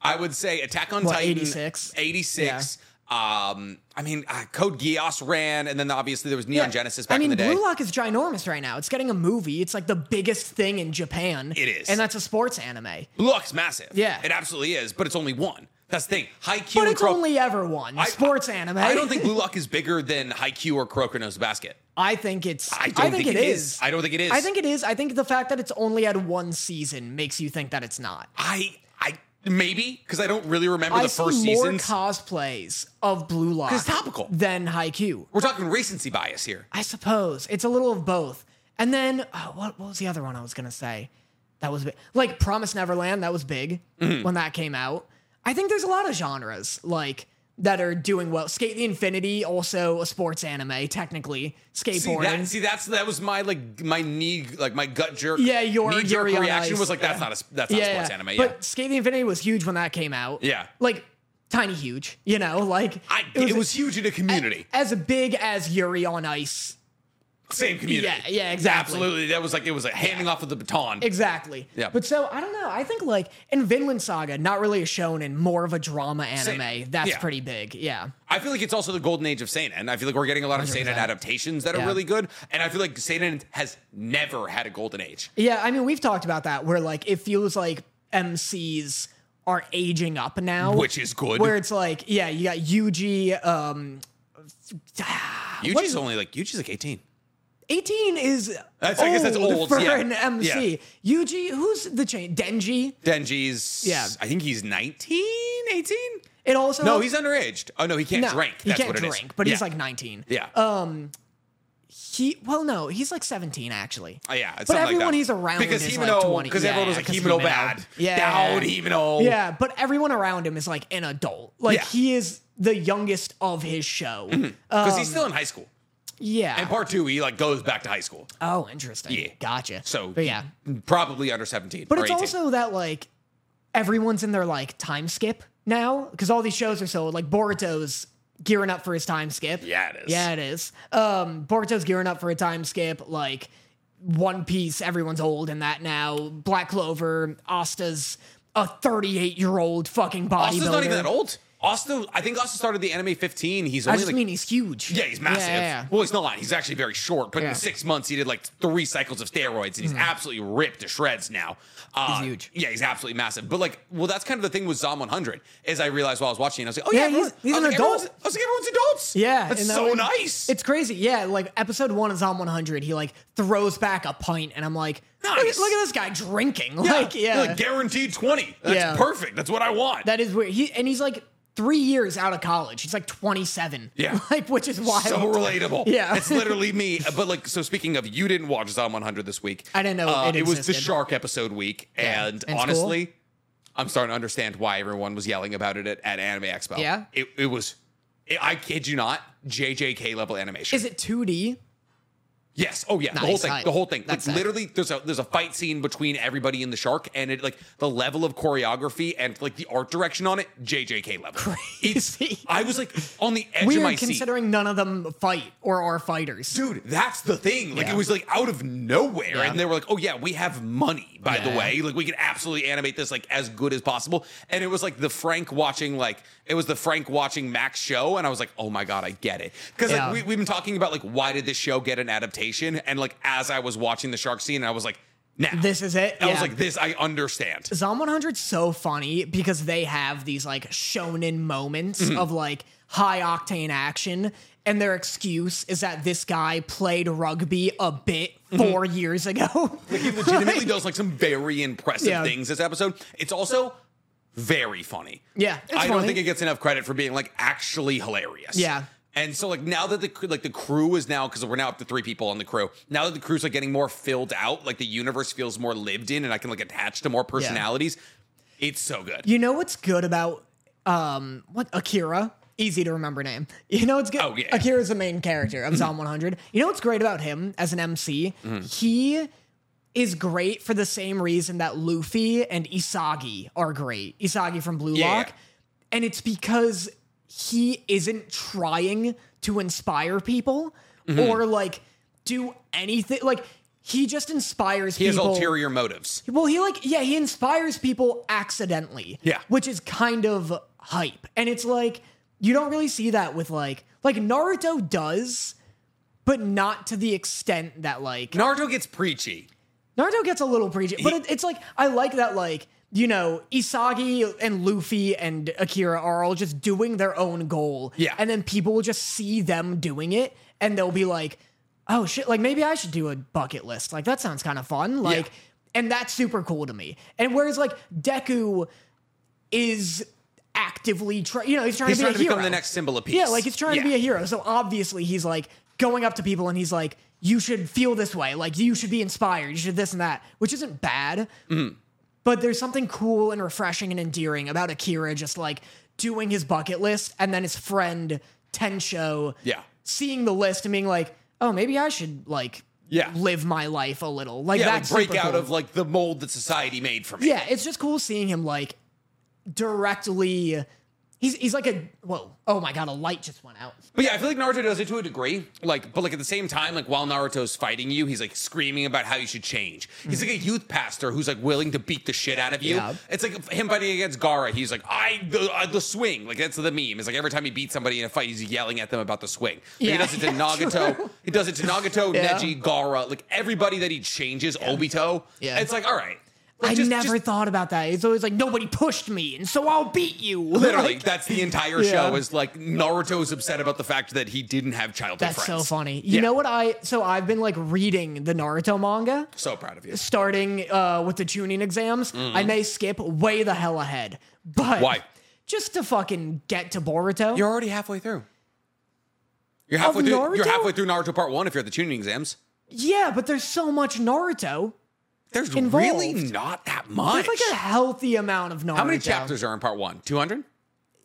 S2: I would say Attack on
S1: What,
S2: Titan
S1: 86?
S2: 86, Um, I mean, uh, Code Geass ran, and then obviously there was Neon
S1: Yeah.
S2: Genesis back
S1: I mean,
S2: in the day.
S1: Blue Lock is ginormous right now. It's getting a movie. It's like the biggest thing in Japan.
S2: It is.
S1: and that's a sports anime.
S2: Blue Lock's massive.
S1: Yeah.
S2: it absolutely is, but it's only one. That's the thing. Haikyuu
S1: But
S2: and
S1: it's
S2: Kuro-
S1: only ever one
S2: I-
S1: sports anime.
S2: I don't think Blue Lock is bigger than Haikyuu or Crokino's Basket.
S1: I think it's.
S2: I don't think, it is. I don't think it is.
S1: I think it is. I think the fact that it's only had one season makes you think that it's not.
S2: I I maybe because I don't really remember
S1: I
S2: the first
S1: see more
S2: seasons.
S1: cosplays of Blue Lock
S2: 'Cause it's topical.
S1: than Haikyuu.
S2: We're talking recency bias here.
S1: I suppose it's a little of both. And then oh, what, what was the other one I was gonna say? That was big. like Promise Neverland. That was big
S2: Mm-hmm.
S1: when that came out. I think there's a lot of genres like that are doing well. Skate the Infinity, also a sports anime, technically
S2: See,
S1: skateboarding.
S2: that, see, that's that was my like my knee like my gut jerk.
S1: Yeah, your
S2: knee jerk
S1: Yuri on
S2: reaction
S1: Ice.
S2: was like that's not a s- that's not a sports anime. Yeah,
S1: But Skate the Infinity was huge when that came out.
S2: Yeah.
S1: Like tiny huge, you know, like
S2: I, it, was, huge in a community,
S1: as big as Yuri on Ice.
S2: same community.
S1: Yeah, yeah, exactly.
S2: Absolutely, that was like it was a handing off of the baton.
S1: Exactly.
S2: Yeah.
S1: But so I don't know. I think like in Vinland Saga, not really a shonen, more of a drama anime.
S2: Same.
S1: That's
S2: Yeah.
S1: pretty big. Yeah.
S2: I feel like it's also the golden age of seinen. I feel like we're getting a lot of seinen
S1: 100%.
S2: adaptations that are
S1: Yeah.
S2: really good, and I feel like seinen has never had a golden age.
S1: Yeah. I mean, we've talked about that where like it feels like MCs are aging up now,
S2: Which is good.
S1: Where it's like, yeah, you got Yuji. Um,
S2: Yuji's only like Yuji's like eighteen.
S1: 18 is
S2: That's-
S1: old
S2: I guess that's old,
S1: for
S2: yeah.
S1: an MC. Yuji, who's the chain? Denji.
S2: Denji's
S1: Yeah.
S2: I think he's 19, 18?
S1: It also
S2: No, he's underaged. Oh no, he can't
S1: no,
S2: drink.
S1: He
S2: That's
S1: can't
S2: what it is.
S1: drink, but he's
S2: Yeah.
S1: like uh, 19.
S2: Yeah.
S1: He well, no, he's like 17 actually.
S2: Uh, yeah, it's
S1: but
S2: something like
S1: everyone
S2: that.
S1: he's around
S2: because
S1: is
S2: Himeno,
S1: like 20.
S2: Because
S1: Yeah,
S2: everyone was
S1: yeah,
S2: like
S1: 'cause
S2: Himeno
S1: Himeno.
S2: bad.
S1: Yeah.
S2: Down Himeno.
S1: Yeah, but everyone around him is like an adult. Like
S2: Yeah.
S1: he is the youngest of his show.
S2: Because
S1: um,
S2: he's still in high school.
S1: Yeah.
S2: And part two, he like goes back to high school.
S1: oh, interesting.
S2: Yeah.
S1: Gotcha.
S2: So
S1: but yeah,
S2: probably under 17.
S1: But
S2: or
S1: it's
S2: 18.
S1: also that like everyone's in their like time skip now because all these shows are so like Boruto's gearing up for his time skip.
S2: Yeah, it is.
S1: Yeah, it is. Um, Boruto's gearing up for a time skip. Like One Piece, everyone's old in that now. Black Clover, Asta's a 38 year old fucking bodybuilder.
S2: Austin's not even that old. Austin, I think Austin started the anime 15. He's
S1: I
S2: only
S1: just
S2: like.
S1: mean he's huge.
S2: yeah, he's massive.
S1: Yeah, yeah.
S2: Well, he's not. He's actually very short, but
S1: Yeah. Mm-hmm.
S2: in six months he did like three cycles of steroids, and he's absolutely ripped to shreds now. Uh,
S1: He's huge.
S2: Yeah, he's absolutely massive. But like, well, that's kind of the thing with Zom 100. Is I realized while I was watching, it, I was like, oh yeah,
S1: Yeah,
S2: everyone-
S1: he's- he's
S2: I
S1: an
S2: was like,
S1: adult.
S2: everyone's- I was like, everyone's adults.
S1: Yeah,
S2: that's
S1: and that
S2: so
S1: one-
S2: nice.
S1: It's crazy. Yeah, like episode one is on 100. He like throws back a pint, and I'm like, look, at-
S2: Nice.
S1: look at this guy drinking.
S2: Yeah.
S1: Like, yeah,
S2: You're like, guaranteed 20. That's
S1: Yeah.
S2: perfect. That's what I want.
S1: that is weird. He and he's like three years out of college. He's like 27.
S2: Yeah.
S1: like which is wild.
S2: so relatable.
S1: Yeah.
S2: It's literally me. But like, so speaking of, you didn't watch Zom 100 this week. Uh,
S1: I didn't know it
S2: was the
S1: existed.
S2: shark episode week.
S1: Yeah. And
S2: And
S1: it's
S2: honestly, I'm starting to understand why everyone was yelling about it at, at Anime Expo.
S1: Yeah?
S2: It, it was, it, I kid you not, JJK level animation.
S1: is it 2D?
S2: Yes. Oh yeah. the whole
S1: Nice.
S2: thing.
S1: Nice.
S2: The whole thing.
S1: That's
S2: like
S1: it.
S2: literally, there's a there's a fight scene between everybody and the shark, and it like the level of choreography and like the art direction on it, JJK level.
S1: Crazy.
S2: It's, I was like on the edge of my
S1: Weird,
S2: seat.
S1: considering none of them fight or are fighters.
S2: Dude, that's the thing. Like
S1: Yeah.
S2: it was like out of nowhere,
S1: Yeah.
S2: and they were like, "Oh yeah, we have money." By the
S1: Yeah.
S2: way, like we can absolutely animate this like as good as possible. And it was like the Frank watching like it was the Frank watching Max show, and I was like, "Oh my god, I get it." Because
S1: Yeah.
S2: like we, we've been talking about like why did this show get an adaptation, and like as I was watching the shark scene, I was like, "Now
S1: This is it?
S2: I was
S1: Yeah.
S2: like, "This I understand."
S1: Zom 100's so funny because they have these like shonen moments of like high octane action, and their excuse is that this guy played rugby a bit 4 years ago.
S2: He legitimately does like some very impressive
S1: Yeah.
S2: things this episode. It's also very funny.
S1: Yeah, it's
S2: I don't
S1: funny.
S2: think it gets enough credit for being like actually hilarious.
S1: Yeah.
S2: And so like now that the cr- like the crew is now because we're now up to three people on the crew. Now that the crew's like getting more filled out, like the universe feels more lived in, and I can like attach to more personalities. It's so good.
S1: You know what's good about um what Akira? Easy to remember name. You know what's good.
S2: Oh, yeah.
S1: Akira's the main character of Zom 100. You know what's great about him as an MC?
S2: Mm-hmm.
S1: He is great for the same reason that Luffy and Isagi are great. Isagi from Blue
S2: Yeah.
S1: Lock. And it's because he isn't trying to inspire people
S2: Mm-hmm.
S1: or like do anything. Like he just inspires
S2: He has
S1: people.
S2: ulterior motives.
S1: Well, he like yeah, he inspires people accidentally.
S2: Yeah.
S1: Which is kind of hype. And it's like you don't really see that with like like Naruto does, but not to the extent that like
S2: Naruto gets preachy.
S1: Naruto gets a little preachy, but it, it's like I like that like you know Isagi and Luffy and Akira are all just doing their own goal,
S2: Yeah.
S1: and then people will just see them doing it, and they'll be like, "Oh shit! Like maybe I should do a bucket list. Like that sounds kind of fun. Like, and that's super cool to me. And whereas like Deku is actively trying, you know, he's trying
S2: He's
S1: to be
S2: trying
S1: a
S2: to
S1: hero.
S2: become the next symbol of peace.
S1: Yeah, like he's trying to be
S2: Yeah.
S1: a hero. So obviously he's like going up to people and he's like, you should feel this way. Like you should be inspired. You should this and that, which isn't bad.
S2: Mm-hmm.
S1: But there's something cool and refreshing and endearing about Akira just like doing his bucket list and then his friend Tencho
S2: Yeah.
S1: seeing the list and being like, oh, maybe I should like
S2: Yeah.
S1: live my life a little. Like
S2: Yeah, like
S1: that's
S2: break
S1: super
S2: out
S1: cool.
S2: of like the mold that society made for me.
S1: Yeah, it's just cool seeing him like directly. He's he's like a whoa oh my god a light just went out.
S2: But yeah, I feel like Naruto does it to a degree. Like, but like at the same time, like while Naruto's fighting you, he's like screaming about how you should change. He's like a youth pastor who's like willing to beat the shit out of you.
S1: Yeah.
S2: It's like him fighting against Gara. He's like, I the, uh, the swing. Like that's the meme. It's like every time he beats somebody in a fight, he's yelling at them about the swing. Like, he
S1: Yeah,
S2: does it to
S1: yeah,
S2: Nagato.
S1: true.
S2: He does it to Nagato,
S1: Yeah.
S2: Neji, Gara. Like everybody that he changes, Obito.
S1: Yeah.
S2: It's like all right. Like,
S1: I
S2: just-
S1: never
S2: just-
S1: thought about that. It's always like nobody pushed me, and so I'll beat you.
S2: Literally,
S1: Like,
S2: that's the entire
S1: Yeah.
S2: show is like Naruto's upset about the fact that he didn't have childhood
S1: that's
S2: friends.
S1: so funny. You
S2: Yeah.
S1: know what I? So I've been like reading the Naruto manga,
S2: So proud of you.
S1: starting uh, with the tuning exams. I may skip way the hell ahead, but
S2: Mm-hmm. Why?
S1: Just to fucking get to Boruto.
S2: You're already halfway through. You're halfway
S1: Of
S2: through.
S1: Naruto?
S2: You're halfway through Naruto Part One. If you're at the tuning exams,
S1: yeah, but there's so much Naruto.
S2: there's
S1: Involved.
S2: really not that much.
S1: There's like a healthy amount of Naruto.
S2: How many chapters are in Part One? Two hundred.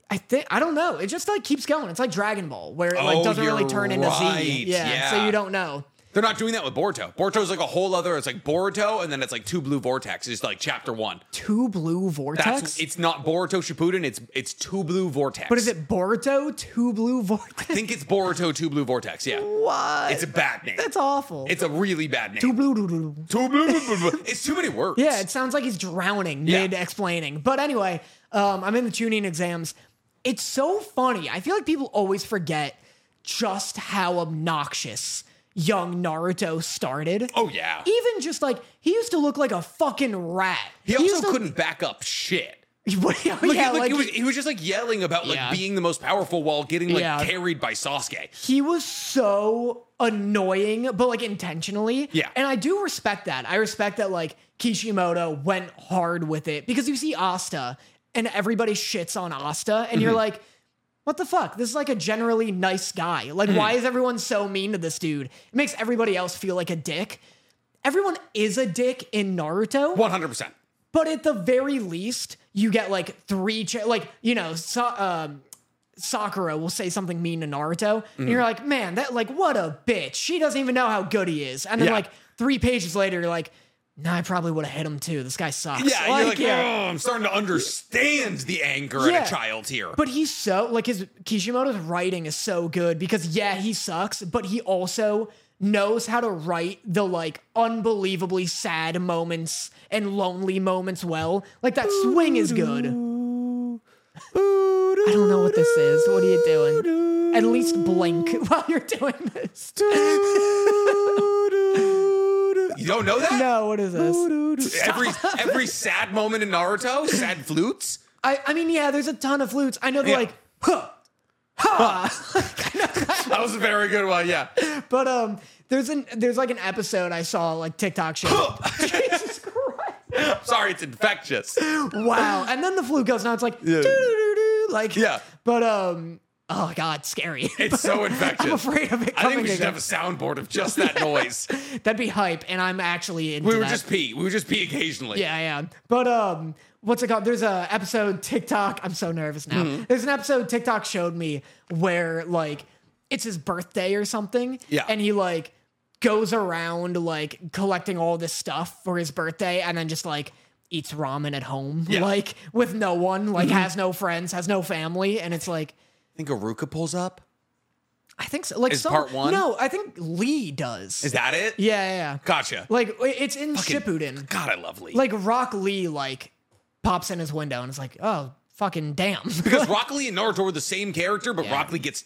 S1: I think I don't know. It just like keeps going. It's like Dragon Ball, where it like
S2: Oh,
S1: doesn't really
S2: you're
S1: turn into
S2: right.
S1: Z. Yeah,
S2: Yeah.
S1: So you don't know.
S2: They're not doing that with Boruto. Boruto's like a whole other. It's like Boruto, and then it's like two blue vortex. It's like Chapter One.
S1: Two blue vortex.
S2: That's it's not Boruto Shippuden. It's it's two blue vortex.
S1: but is it Boruto? Two blue vortex.
S2: I think it's Boruto two blue vortex. Yeah,
S1: What?
S2: it's a bad name.
S1: That's awful.
S2: It's a really bad name.
S1: Two blue- blue- blue- blue.
S2: Two blue. blue- blue- blue. it's too many words.
S1: Yeah, it sounds like he's drowning
S2: Yeah.
S1: mid explaining. But anyway, um, I'm in the tuning exams. It's so funny. I feel like people always forget just how obnoxious young Naruto started.
S2: Oh yeah.
S1: Even just like he used to look like a fucking rat.
S2: He also
S1: used to-
S2: couldn't back up shit.
S1: What- yeah,
S2: Like, he, like,
S1: like,
S2: he was, he was just like yelling about like
S1: Yeah.
S2: being the most powerful while getting like
S1: Yeah.
S2: carried by Sasuke.
S1: he was so annoying, but like intentionally.
S2: Yeah.
S1: And I do respect that. I respect that like Kishimoto went hard with it because you see Asta and everybody shits on Asta, and you're like, what the fuck? This is like a generally nice guy. Like, why is everyone so mean to this dude? It makes everybody else feel like a dick. Everyone is a dick in Naruto.
S2: One hundred percent.
S1: But at the very least, you get like three, cha- like you know, so, um, Sakura will say something mean to Naruto, and
S2: Mm-hmm.
S1: you're like, man, that like what a bitch. She doesn't even know how good he is. And then
S2: Yeah.
S1: like three pages later, you're like, nah, I probably would have hit him too. This guy sucks.
S2: Yeah, you're like, oh, I'm starting to understand the anger in
S1: Yeah.
S2: a child here.
S1: But he's so like his Kishimoto's writing is so good because yeah, he sucks, but he also knows how to write the like unbelievably sad moments and lonely moments well. Like that swing is good. I don't know what this is. What are you doing? At least blink while you're doing this.
S2: you don't know that?
S1: No, what is this?
S2: Every every sad moment in Naruto, sad flutes.
S1: I, I mean, yeah, there's a ton of flutes. I know they're
S2: Yeah.
S1: like, huh,
S2: That was a very good one. Yeah,
S1: But um, there's an there's like an episode I saw like TikTok show. Jesus Christ!
S2: sorry, it's infectious.
S1: Wow! And then the flute goes, now it's like
S2: Yeah.
S1: doo-doo-doo-doo, like
S2: Yeah.
S1: But um, oh god, scary!
S2: It's so
S1: I'm
S2: infectious.
S1: afraid of it
S2: I
S1: coming
S2: think we should have a
S1: again.
S2: soundboard of just that noise.
S1: That'd be hype, and I'm actually into
S2: We would
S1: that.
S2: just pee. We would just pee occasionally.
S1: Yeah, I am. But um, what's it called? There's a episode TikTok. I'm so nervous now.
S2: Mm-hmm.
S1: There's an episode TikTok showed me where like it's his birthday or something.
S2: Yeah.
S1: and he like goes around like collecting all this stuff for his birthday, and then just like eats ramen at home,
S2: Yeah. Mm-hmm.
S1: like with no one, like has no friends, has no family, and it's like.
S2: I think Aruka pulls up.
S1: I think so. Like
S2: Is
S1: some,
S2: part one?
S1: No, I think Lee does.
S2: Is that it?
S1: yeah, yeah, yeah.
S2: Gotcha.
S1: Like it's in
S2: Fucking-
S1: Shippuden
S2: God, I love Lee.
S1: like Rock Lee like pops in his window and is like, "Oh, fucking damn.
S2: Because Rock Lee and Naruto are the same character, but Rock Lee gets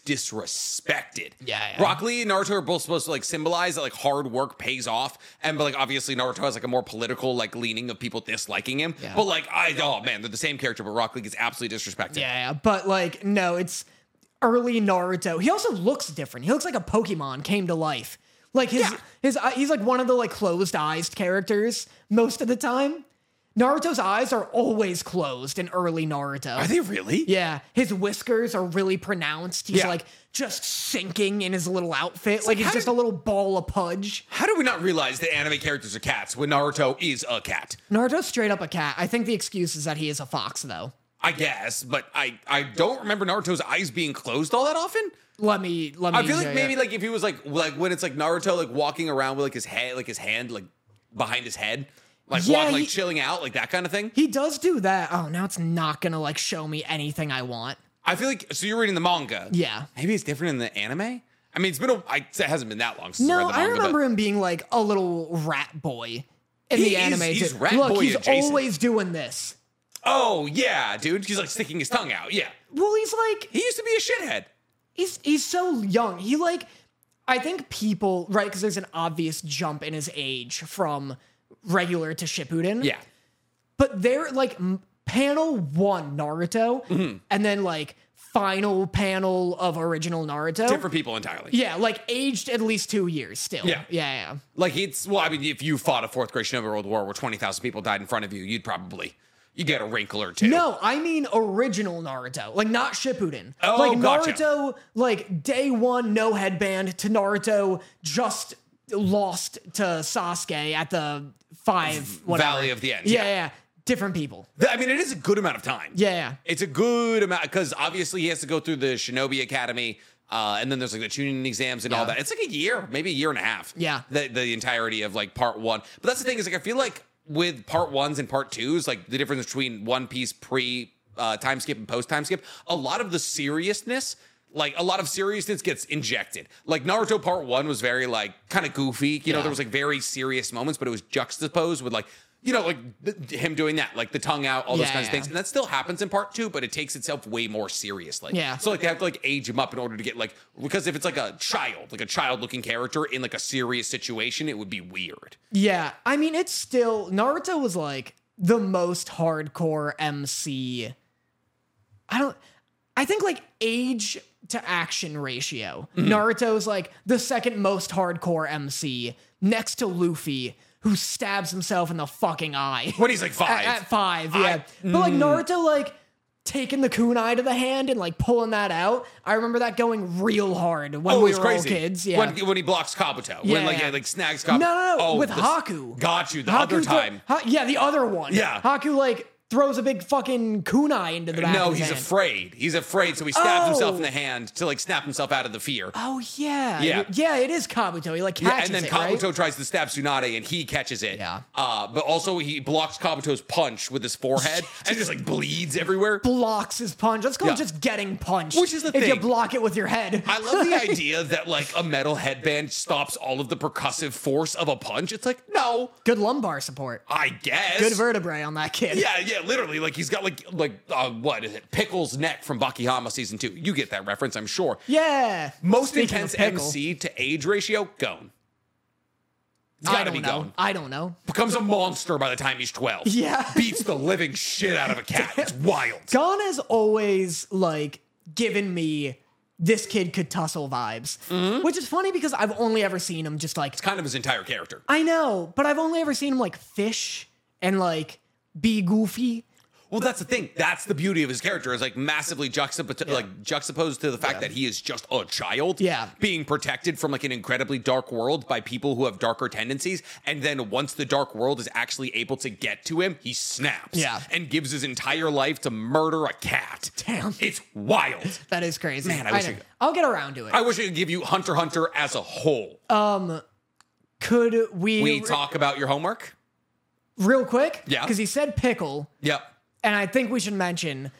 S2: disrespected.
S1: Yeah, yeah.
S2: Rock Lee and Naruto are both supposed to like symbolize that like hard work pays off, and but like obviously Naruto has like a more political like leaning of people disliking him.
S1: Yeah.
S2: But like I oh man, they're the same character, but Rock Lee gets absolutely disrespected.
S1: yeah, but like no, it's early Naruto. He also looks different. He looks like a Pokemon came to life. Like his
S2: Yeah.
S1: his eye- he's like one of the like closed-eyed characters most of the time. Naruto's eyes are always closed in early Naruto.
S2: Are they really?
S1: Yeah, his whiskers are really pronounced. He's
S2: Yeah.
S1: like just sinking in his little outfit, like,
S2: like, how
S1: he's just
S2: did-
S1: a little ball of pudge.
S2: How do we not realize that anime characters are cats when Naruto is a cat?
S1: Naruto's straight up a cat. I think the excuse is that he is a fox, though.
S2: I guess, but I I don't remember Naruto's eyes being closed all that often.
S1: Let me let me.
S2: I feel
S1: yeah,
S2: like
S1: yeah.
S2: maybe like if he was like like when it's like Naruto like walking around with like his head like his hand like behind his head like
S1: Yeah,
S2: walk, like
S1: he-
S2: chilling out like that kind of thing.
S1: he does do that. Oh, now it's not gonna like show me anything I want.
S2: I feel like so you're reading the manga.
S1: Yeah.
S2: Maybe it's different in the anime. I mean, it's been a I, it hasn't been that long since I
S1: No,
S2: read
S1: I
S2: the manga.
S1: remember
S2: but
S1: him being like a little rat boy in
S2: He
S1: the
S2: is-
S1: anime.
S2: he's
S1: too.
S2: rat
S1: Look,
S2: boy
S1: he's
S2: adjacent.
S1: always doing this.
S2: oh yeah, dude, he's like sticking his tongue out. Yeah,
S1: Well, he's like
S2: he used to be a shithead.
S1: he's he's so young. He like I think people right because there's an obvious jump in his age from regular to Shippuden.
S2: Yeah,
S1: but they're like m- panel one Naruto,
S2: Mm-hmm.
S1: and then like final panel of original Naruto.
S2: different people entirely.
S1: Yeah, like aged at least two years still.
S2: Yeah.
S1: yeah, yeah.
S2: Like it's well, I mean, if you fought a fourth grade Shinobi World War where twenty thousand people died in front of you, you'd probably you get a wrinkle or two.
S1: No, I mean original Naruto, like not Shippuden.
S2: Oh,
S1: like
S2: gotcha.
S1: Naruto, like day one, no headband to Naruto, just lost to Sasuke at the five whatever.
S2: Valley of the End,
S1: Yeah,
S2: yeah.
S1: yeah, yeah. different people.
S2: Th- I mean, it is a good amount of time.
S1: Yeah, yeah.
S2: It's a good amount because obviously he has to go through the Shinobi Academy, uh, and then there's like the tuning exams and all
S1: Yeah.
S2: that. It's like a year, maybe a year and a half.
S1: Yeah.
S2: the, the entirety of like part one. But that's the thing is like I feel like with part ones and part twos, like the difference between One Piece pre uh, time skip and post time skip, a lot of the seriousness. Like a lot of seriousness gets injected. Like Naruto Part One was very like kind of goofy, you know.
S1: Yeah.
S2: There was like very serious moments, but it was juxtaposed with like you know like th- him doing that, like the tongue out, all those
S1: Yeah,
S2: kinds of
S1: yeah.
S2: things. And that still happens in part two, but it takes itself way more seriously.
S1: Yeah.
S2: So like they have to like age him up in order to get like because if it's like a child, like a child looking character in like a serious situation, it would be weird.
S1: Yeah, I mean, it's still Naruto was like the most hardcore MC. I don't. I think like age to action ratio.
S2: Mm-hmm.
S1: Naruto's like the second most hardcore MC, next to Luffy, who stabs himself in the fucking eye
S2: When he's like five.
S1: at, at five. Yeah, but
S2: Mm.
S1: like Naruto, like taking the kunai to the hand and like pulling that out. I remember that going real hard when
S2: Oh,
S1: we
S2: it's
S1: were
S2: crazy.
S1: all kids. Yeah,
S2: When, when he blocks Kabuto.
S1: Yeah,
S2: when like
S1: yeah.
S2: yeah, like snags Kabuto.
S1: No, no, no.
S2: Oh,
S1: with
S2: the-
S1: Haku.
S2: Got you. The other
S1: Haku thro-
S2: time.
S1: Ha- yeah, the other one.
S2: Yeah.
S1: Haku like throws a big fucking kunai into the back.
S2: no,
S1: of his
S2: he's
S1: hand.
S2: afraid. He's afraid, so he stabs himself in
S1: Oh.
S2: the hand to like snap himself out of the fear.
S1: Oh yeah.
S2: Yeah.
S1: Y- yeah. It is Kabuto. He like
S2: Yeah,
S1: catches
S2: and then
S1: it,
S2: Kabuto
S1: right?
S2: tries to stab Tsunade and he catches it.
S1: Yeah.
S2: Uh, but also he blocks Kabuto's punch with his forehead and just like bleeds everywhere.
S1: blocks his punch. That's called
S2: Yeah.
S1: just getting punched.
S2: Which is the
S1: if If
S2: thing.
S1: you block it with your head.
S2: I love the idea that like a metal headband stops all of the percussive force of a punch. It's like, no,
S1: Good lumbar support.
S2: I guess.
S1: Good vertebrae on that kid.
S2: yeah, yeah, literally. Like he's got like like uh, what is it? Pickle's neck from Bakihama season two. You get that reference, I'm sure.
S1: Yeah.
S2: Most
S1: Speaking of
S2: intense
S1: pickle,
S2: MC to age ratio, Gone. It's
S1: I
S2: gotta be
S1: don't know.
S2: Gone.
S1: I don't know.
S2: becomes a monster by the time he's 12.
S1: Yeah.
S2: Beats the living shit out of a cat. It's wild.
S1: Gon has always like given me this kid could tussle vibes,
S2: Mm-hmm.
S1: which is funny because I've only ever seen him just like
S2: Kind of his entire character.
S1: I know, but I've only ever seen him like fish and like be goofy.
S2: Well, that's the thing. That's the beauty of his character is like massively juxtap- like juxtaposed to the fact that he is just a child.
S1: Yeah.
S2: Being protected from like an incredibly dark world by people who have darker tendencies. And then once the dark world is actually able to get to him, he snaps.
S1: Yeah.
S2: And gives his entire life to murder a cat.
S1: Damn.
S2: It's wild.
S1: That is crazy.
S2: Man, I wish I
S1: know.
S2: could-
S1: I'll get around to it. Um,
S2: I wish I could give you Hunter x Hunter as a whole.
S1: Could we,
S2: we talk about your homework?
S1: real quick?
S2: Yeah.
S1: Because he said pickle,
S2: Yep.
S1: and I think we should mention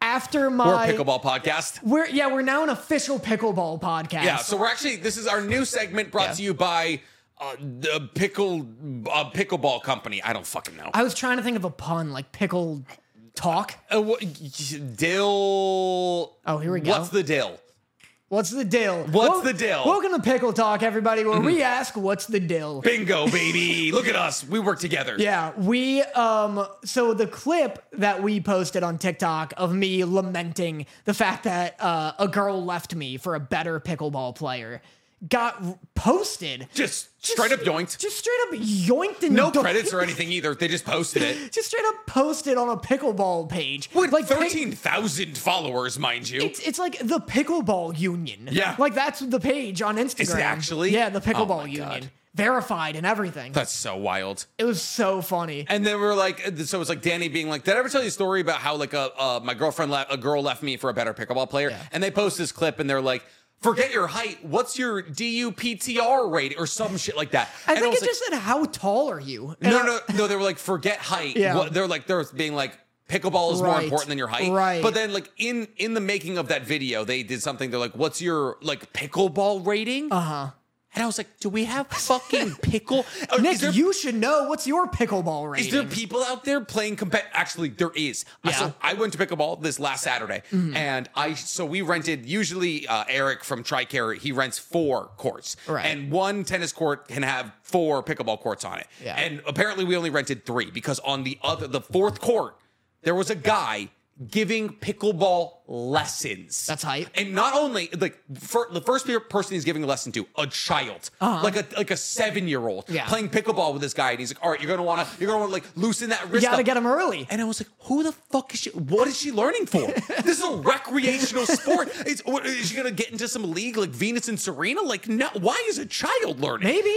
S1: after
S2: We're
S1: my
S2: a pickleball podcast.
S1: we're- yeah we're now an official pickleball podcast.
S2: Yeah, so we're actually this is our new segment brought
S1: Yeah.
S2: to you by uh, the pickle uh, pickleball company. I don't fucking know.
S1: I was trying to think of a pun like pickle Talk.
S2: Uh, wha- dill.
S1: Oh, here we go.
S2: What's the dill?
S1: What's the deal?
S2: What's the Mm-hmm. deal?
S1: Welcome to Pickle Talk, everybody, where we ask what's the deal.
S2: Bingo, baby. Look at us. We work together.
S1: Yeah, we um so the clip that we posted on TikTok of me lamenting the fact that uh, a girl left me for a better pickleball player got r- posted.
S2: Just straight up yoinked.
S1: Just straight up yoinked and
S2: no
S1: doinked.
S2: credits or anything either. They just posted it.
S1: Just straight up posted on a pickleball page.
S2: With like
S1: pick-
S2: 13,000 followers, mind you.
S1: It's, it's like the pickleball union.
S2: Yeah.
S1: like that's the page on Instagram.
S2: it actually?
S1: Yeah, the
S2: Oh my
S1: pickleball
S2: God.
S1: union, verified and everything.
S2: That's so wild.
S1: It was so funny.
S2: And then we're like, uh, so it's like Danny being like, "Did I ever tell you a story about how like a uh, my girlfriend left a girl left me for a better pickleball player?"
S1: Yeah.
S2: And they post this clip and they're like, "Forget your height. What's your DUPTR rate or some shit like that?"
S1: I
S2: and
S1: think
S2: was
S1: it
S2: like,
S1: just said, "How tall are you?" And
S2: no,
S1: I-
S2: no, no. They were like, "Forget height."
S1: Yeah.
S2: What, they're like, they're being like. Pickleball is more
S1: Right.
S2: important than your height,
S1: Right.
S2: But then, like in in the making of that video, they did something. They're like, "What's your like pickleball rating?" Uh
S1: Uh-huh.
S2: huh. And I was like, "Do we have fucking pickle?" Or is
S1: Nick,
S2: there
S1: you should know. What's your pickleball rating?
S2: Is there people out there playing compet? Actually, there is. Uh, So
S1: Yeah. Mm-hmm.
S2: I went to pickleball this last Saturday, and I so we rented. Usually, uh, Eric from Tricare he rents four courts,
S1: Right.
S2: and one tennis court can have four pickleball courts on it.
S1: Yeah.
S2: And apparently, we only rented three because on the other, the fourth court, there was a guy giving pickleball lessons.
S1: That's hype.
S2: And not only like for, the first pe- person he's giving a lesson to, a child, like a like a seven year old,
S1: Uh-huh. Yeah.
S2: playing pickleball with this guy, and he's like, "All right, you're gonna wanna you're gonna wanna like loosen that
S1: you
S2: wrist."
S1: gotta
S2: up."
S1: get them early.
S2: And I was like, "Who the fuck is she? What is she learning for? this is a recreational sport. It's, what, is she gonna get into some league like Venus and Serena? Like, no. Why is a child learning?"
S1: Maybe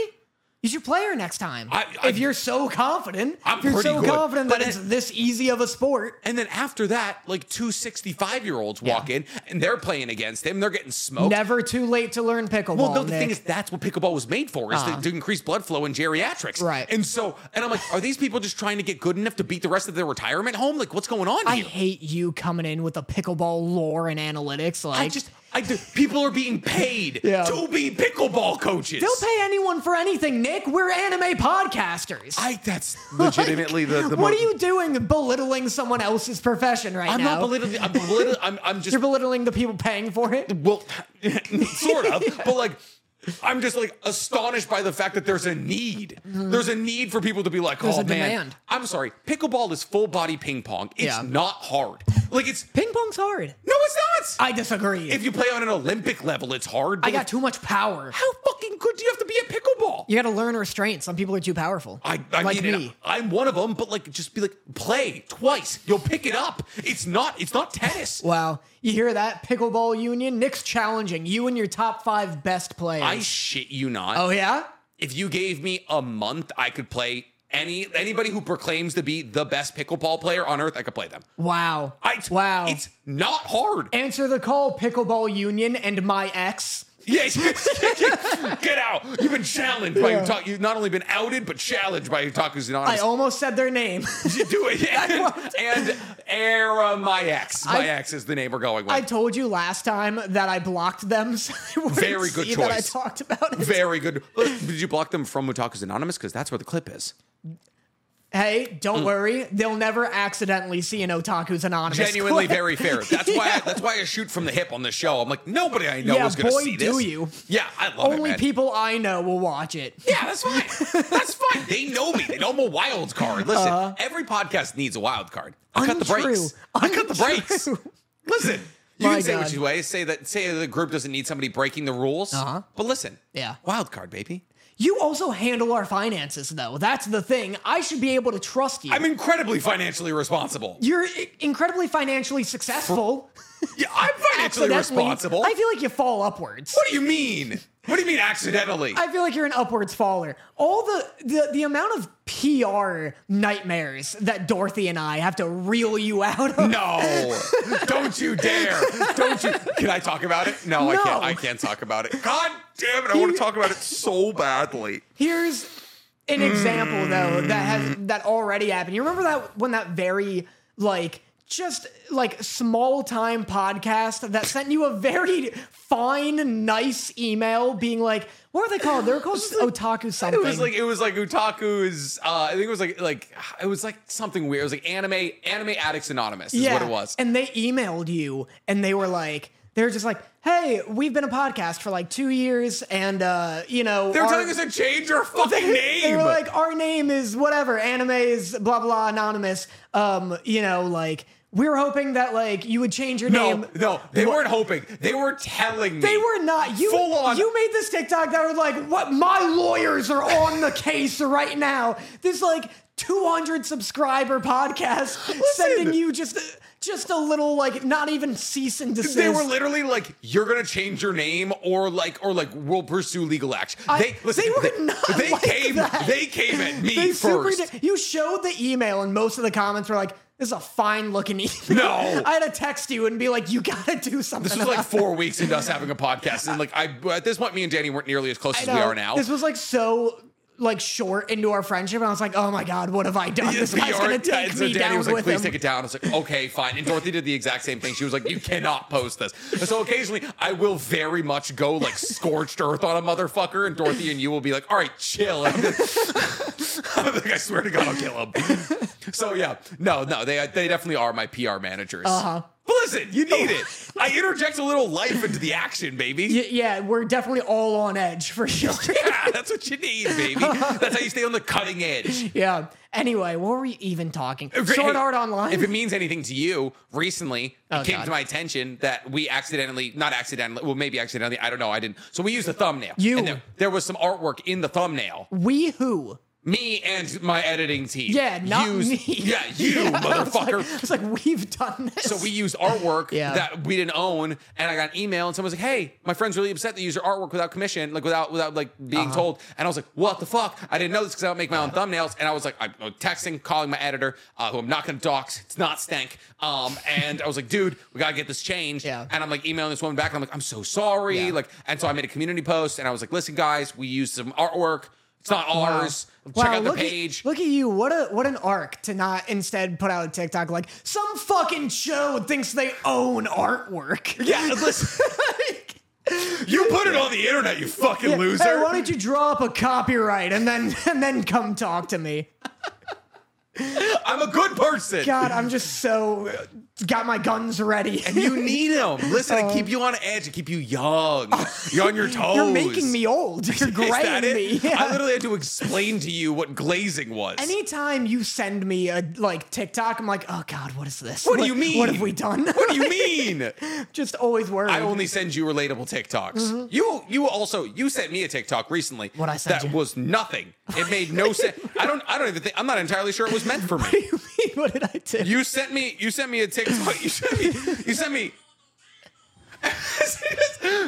S1: you should play her next time.
S2: I- I-
S1: if you're so confident,
S2: I'm
S1: if you're
S2: pretty
S1: so
S2: good,
S1: confident
S2: but
S1: that it's
S2: it-
S1: this easy of a sport.
S2: And then after that, like two 65 year olds walk in and they're playing against him. They're getting smoked.
S1: Never too late to learn pickleball.
S2: Well, no, the
S1: Nick.
S2: thing is, that's what pickleball was made for, is to-
S1: Uh-huh.
S2: to, increase blood flow in geriatrics.
S1: Right.
S2: And so, and I'm like, are these people just trying to get good enough to beat the rest of their retirement home? Like, what's going on
S1: I
S2: here?
S1: hate you coming in with the pickleball lore and analytics. Like,
S2: I just, I do, people are being paid
S1: Yeah.
S2: to be pickleball coaches.
S1: they'll pay anyone for anything. Nick, we're anime podcasters.
S2: I, that's legitimately the, the
S1: what
S2: mo-
S1: are you doing, belittling someone else's profession right
S2: I'm
S1: now?
S2: not belittling, I'm belittling, I'm, I'm just,
S1: You're belittling the people paying for it.
S2: well, sort of, but like, I'm just like astonished by the fact that there's a need. There's a need for people to be like,
S1: There's
S2: oh
S1: a
S2: man,
S1: demand."
S2: I'm sorry, pickleball is full body ping pong. It's
S1: Yeah.
S2: not hard. Like it's
S1: Ping pong's hard.
S2: no, it's not.
S1: I disagree.
S2: if you play on an Olympic level, it's hard.
S1: I
S2: but
S1: got
S2: like,
S1: too much power.
S2: How fucking good do you have to be at pickleball?
S1: You got to learn restraint. Some people are too powerful.
S2: I, I
S1: like
S2: mean,
S1: me.
S2: I'm one of them, but like, just be like, play twice. You'll pick it up. It's not. It's not tennis.
S1: Wow. You hear that, pickleball union? Nick's challenging you and your top five best players.
S2: I shit you not.
S1: oh yeah.
S2: if you gave me a month, I could play any anybody who proclaims to be the best pickleball player on earth. I could play them.
S1: Wow.
S2: I, it's-
S1: wow.
S2: it's not hard.
S1: Answer the call, pickleball union, and my ex.
S2: Yes, get out. You've been challenged by
S1: Yeah.
S2: Utaku. You've not only been outed, but challenged by Utaku's
S1: I
S2: anonymous.
S1: almost said their name.
S2: You do it.
S1: won't.
S2: And, and Era My Ex. My
S1: I-
S2: Ex is the name we're going with.
S1: I told you last time that I blocked them. So they wouldn't
S2: Very good
S1: see That I
S2: choice.
S1: talked about it.
S2: Very good. Did you block them from Mutaku's Anonymous? Because that's where the clip is.
S1: Hey, don't
S2: Mm.
S1: worry. They'll never accidentally see an otaku's anonymous.
S2: Genuinely
S1: clip.
S2: very fair. That's why. I, that's why I shoot from the hip on the show. I'm like, nobody I know
S1: Yeah,
S2: is going to
S1: boy,
S2: see this.
S1: do you.
S2: Yeah, I love
S1: Only
S2: it, man.
S1: people I know will watch it.
S2: Yeah, that's fine. That's fine. They know me. They know I'm a wild card. Listen, every podcast needs a wild card. I cut the
S1: Uh-huh. Untrue.
S2: brakes. I cut the brakes.
S1: Untrue.
S2: Listen, you
S1: My
S2: can say
S1: God.
S2: what you way. Say that. Say the group doesn't need somebody breaking the rules.
S1: Uh-huh.
S2: But listen,
S1: Yeah.
S2: wild card, baby.
S1: You also handle our finances, though. That's the thing. I should be able to trust you.
S2: I'm incredibly financially responsible.
S1: You're i- incredibly financially successful.
S2: Yeah, I'm financially
S1: Accidentally.
S2: responsible.
S1: I feel like you fall upwards.
S2: what do you mean? What do you mean accidentally?
S1: I feel like you're an upwards faller. All the, the the amount of PR nightmares that Dorothy and I have to reel you out of.
S2: No, don't you dare! Don't you? Can I talk about it? No, I
S1: No.
S2: can't. I can't talk about it. God damn it! I want to talk about it so badly.
S1: Here's
S2: Mm.
S1: an example though that has that already happened. You remember that when that very like just like small time podcast that sent you a very fine, nice email being like, what are they called? They're called otaku something.
S2: It was like it was like Utaku's. Uh, I think it was like like it was like something weird. It was like anime anime addicts anonymous is what it was.
S1: And they emailed you and they were like, they were just like, hey, we've been a podcast for like two years and, uh, you know,
S2: they were
S1: our-
S2: telling us to change our fucking name.
S1: They were like, our name is whatever, anime is blah blah anonymous. Um, you know, like we were hoping that like you would change your
S2: no,
S1: name.
S2: no, they weren't hoping. They were telling me.
S1: They were not you.
S2: Full on.
S1: You made this TikTok that was like, "What? My lawyers are on the case right now." This like 200 subscriber podcast sending you just just a little like not even cease and desist.
S2: They were literally like, "You're gonna change your name, or like, or like, we'll pursue legal action."
S1: I-
S2: they listen.
S1: they were not
S2: They
S1: like
S2: came.
S1: that.
S2: They came at me
S1: They super
S2: first.
S1: did- You showed the email, and most of the comments were like, "This is a fine looking email."
S2: No.
S1: I had to text you and be like, "You gotta do something."
S2: this was like
S1: about
S2: four weeks into us having a podcast, and like, I at this point, me and Danny weren't nearly as close
S1: I
S2: as
S1: know.
S2: we are now.
S1: This was like so like short into our friendship, and I was like, "Oh my god, what have I done? this
S2: We
S1: guy's
S2: are-
S1: gonna take
S2: yeah, and so
S1: me
S2: Danny
S1: down
S2: was like,
S1: with
S2: please
S1: him."
S2: take it down. I was like, okay, fine. And Dorothy did the exact same thing. She was like, you cannot post this. And so occasionally I will very much go like scorched earth on a motherfucker, and Dorothy and you will be like, all right, chill. And I'm just- I'm like, I swear to God, I'll kill him. So yeah, no, no, they they definitely are my PR managers. Uh-huh. But listen, you need it. I interject a little life into the action, baby.
S1: Y- Oh. yeah, we're definitely all on edge for sure.
S2: Yeah, that's what you need, baby. That's how you stay on the cutting edge.
S1: yeah. Anyway, what were we even talking?
S2: If-
S1: Sword
S2: hey,
S1: Art Online.
S2: If it means anything to you, recently it came
S1: Oh, God.
S2: to my attention that we accidentally, not accidentally, well, maybe accidentally, I don't know, I didn't. So we used the thumbnail.
S1: You-
S2: And there, there was some artwork in the thumbnail.
S1: we who?
S2: Me and my editing team.
S1: Yeah, not
S2: used-
S1: me.
S2: Yeah, you, motherfucker.
S1: It's like, we've done this.
S2: So we used artwork
S1: Yeah.
S2: that we didn't own, and I got an email, and someone was like, "Hey, my friend's really upset that you used your artwork without commission, like without without like being
S1: Uh-huh.
S2: told." And I was like, "What the fuck? I didn't know this because I don't make my own thumbnails." And I was like, I'm I'm texting, calling my editor, uh, who I'm not going to dox. It's not Stank. Um, and I was like, "Dude, we gotta get this changed."
S1: Yeah.
S2: And I'm like emailing this woman back, and I'm like, "I'm so sorry."
S1: Yeah.
S2: Like, and so I made a community post, and I was like, "Listen, guys, we used some artwork. It's not
S1: Wow.
S2: ours. Check
S1: Wow,
S2: out the
S1: look
S2: page."
S1: At, look at you. What a what an arc to not instead put out a TikTok like some fucking show thinks they own artwork.
S2: yeah, listen. You put it on the internet, you fucking loser.
S1: Hey, why don't you draw up a copyright and then and then come talk to me?
S2: I'm a good person.
S1: God, I'm just so uh, got my guns ready.
S2: And you need them. Listen, to keep you on edge, to keep you young. You're on your toes.
S1: Oh. You're making me old. You're
S2: Is that
S1: graying me.
S2: it? I literally had to explain to you what glazing was.
S1: Anytime you send me a like TikTok, I'm like, oh god, what is this?
S2: What do you mean?
S1: What have we done?
S2: what do you mean?
S1: just always worried.
S2: I only send you relatable TikToks. You you also you sent me a TikTok recently.
S1: Mm-hmm. What'd I send
S2: that
S1: you?
S2: was nothing. It made no sense. I don't I don't even think I'm not entirely sure it was meant for me.
S1: What do you mean? What did I do?
S2: You sent me. You sent me a TikTok. You sent me. You sent me.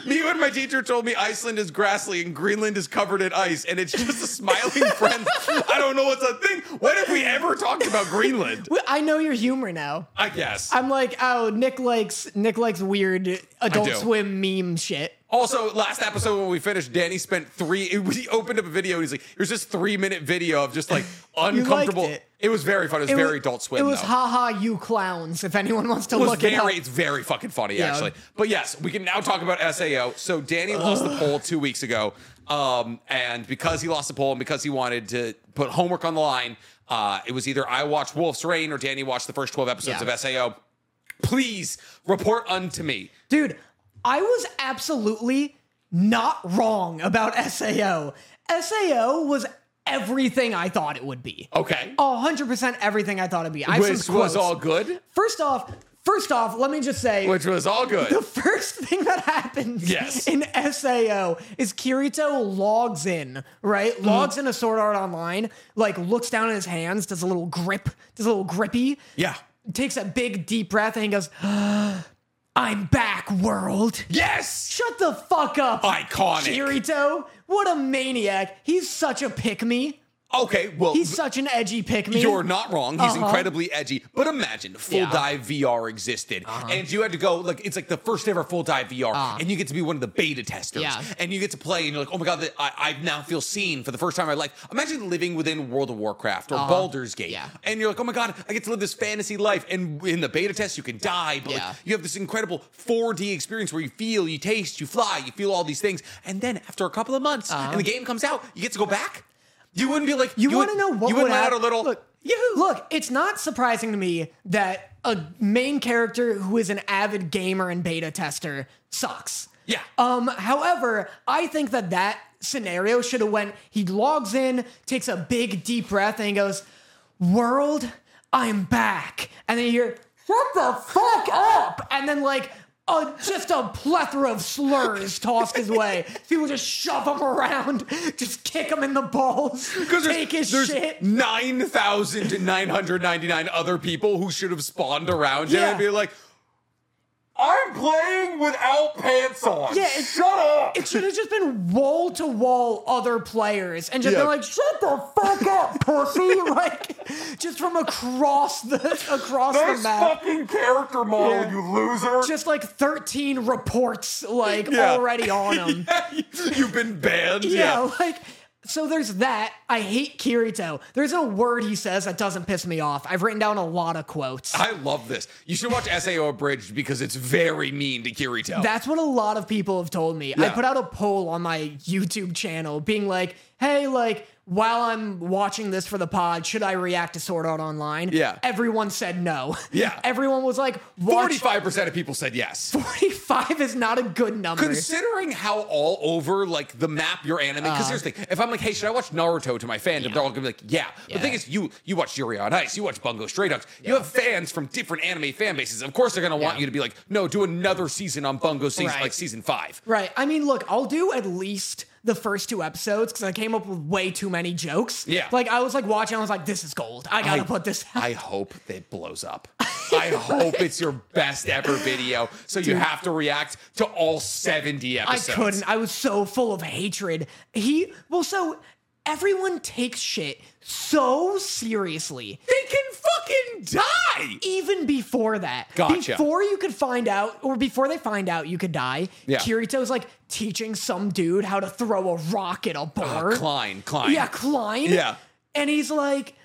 S2: me when my teacher told me Iceland is grassly and Greenland is covered in ice, and it's just a smiling friend. I don't know what's a thing. When have we ever talked about Greenland?
S1: Well, I know your humor now.
S2: I guess.
S1: I'm like, oh, Nick likes Nick likes weird Adult
S2: do.
S1: Swim meme shit.
S2: Also, last episode when we finished, Danny spent three. It, he opened up a video. and He's like, "Here's this three minute video of just like uncomfortable."
S1: liked it.
S2: was very fun. It was
S1: It
S2: very
S1: was-
S2: adult swim.
S1: It was
S2: though.
S1: haha, you clowns. If anyone wants to
S2: was
S1: look
S2: very,
S1: it up,
S2: It's very fucking funny, actually. But yes, we can now talk about SAO. So Danny lost the poll two weeks ago, um, and because he lost the poll and because he wanted to put homework on the line, uh, it was either I watched Wolf's Rain or Danny watched the first twelve episodes
S1: Yeah.
S2: of SAO. Please report unto me.
S1: dude, I was absolutely not wrong about Sao. Sao was everything I thought it would be.
S2: Okay,
S1: hundred percent everything I thought it'd be. I have
S2: which
S1: some quotes.
S2: was all good.
S1: First off, first off, let me just say
S2: Which was all good.
S1: the first thing that happens
S2: Yes.
S1: in Sao is Kirito logs in, right?
S2: Mm-hmm.
S1: Logs in a Sword Art Online, like looks down at his hands, does a little grip, does a little grippy,
S2: yeah.
S1: takes a big deep breath, and he goes, "Ah, "I'm back, world."
S2: Yes.
S1: Shut the fuck up,
S2: Iconic.
S1: Kirito. What a maniac. He's such a pick me.
S2: Okay, well,
S1: He's such an edgy pick me.
S2: You're not wrong. He's
S1: Uh-huh.
S2: incredibly edgy. But imagine full
S1: Yeah. Uh-huh.
S2: dive VR existed, and you had to go like it's like the first ever full dive VR, and you get to be one of the beta testers,
S1: Uh. Yeah.
S2: and you get to play, and you're like, oh my god, the, I, I now feel seen for the first time in my life. Imagine living within World of Warcraft or Baldur's Gate,
S1: Uh-huh. Yeah.
S2: and you're like, oh my god, I get to live this fantasy life, and in the beta test you can die, but
S1: Yeah.
S2: like, you have this incredible 4D experience where you feel, you taste, you fly, you feel all these things, and then after a couple of months, and the game comes out, you get to go back. You wouldn't be like
S1: Uh-huh. You, want to know what
S2: you
S1: would
S2: wouldn't let out
S1: hap-
S2: a little
S1: look?
S2: Yahoo!
S1: Look, it's not surprising to me that a main character who is an avid gamer and beta tester sucks.
S2: Yeah.
S1: Um. However, I think that that scenario should have went. He logs in, takes a big deep breath, and he goes, "World, I'm back." And then you hear, "Shut the fuck up!" And then like. A, just a plethora of slurs tossed his way. People just shove him around, just kick him in the balls, take his shit.
S2: nine thousand nine hundred ninety nine other people who should have spawned around him
S1: Yeah.
S2: and be like, "I'm playing without pants on."
S1: Yeah, it-
S2: shut up.
S1: It should have just been wall to wall other players and just
S2: Yeah.
S1: been like, shut the fuck up, pussy! like, just from across the across the map.
S2: character model,
S1: Yeah. you
S2: loser.
S1: Just like 13 reports like
S2: Yeah.
S1: already on them.
S2: You've been banned.
S1: yeah. like so there's that. I hate Kirito. There's a word he says that doesn't piss me off. I've written down a lot of quotes.
S2: I love this. You should watch SAO Abridged because it's very mean to Kirito.
S1: That's what a lot of people have told me. I
S2: Yeah.
S1: put out a poll on my YouTube channel being like, hey, like, while I'm watching this for the pod, should I react to Sword Art Online?
S2: Yeah.
S1: Everyone said no.
S2: Yeah.
S1: Everyone was like, watch-
S2: 45% of people said yes.
S1: 45 is not a good number.
S2: Considering how all over like the map you're anime,
S1: Uh-huh.
S2: because here's the thing: if I'm like, hey, should I watch Naruto to my fandom? They're all gonna be like, yeah. But The
S1: Yeah.
S2: thing is, you you watch Yuri on Ice, you watch Bungo Stray Dogs, you have fans from different anime fan bases. Of course, they're gonna want
S1: Yeah.
S2: you to be like, no, do another season on Bungo season,
S1: Right.
S2: like season five.
S1: right. I mean, look, I'll do at least the first two episodes because I came up with way too many jokes.
S2: Yeah.
S1: Like, I was like watching, I was like, this is gold. I gotta
S2: I-
S1: put this out.
S2: I hope it blows up. I hope it's your best ever video, so you have to react to all 70
S1: I
S2: episodes.
S1: couldn't. I was so full of hatred. He well, so everyone takes shit so seriously.
S2: They can fucking die.
S1: Even before that,
S2: Gotcha.
S1: before you could find out, or before they find out you could die,
S2: Yeah.
S1: Kirito's like teaching some dude how to throw a rock at a bar.
S2: Ah, Klein, Klein.
S1: Yeah, Klein.
S2: Yeah.
S1: And he's like,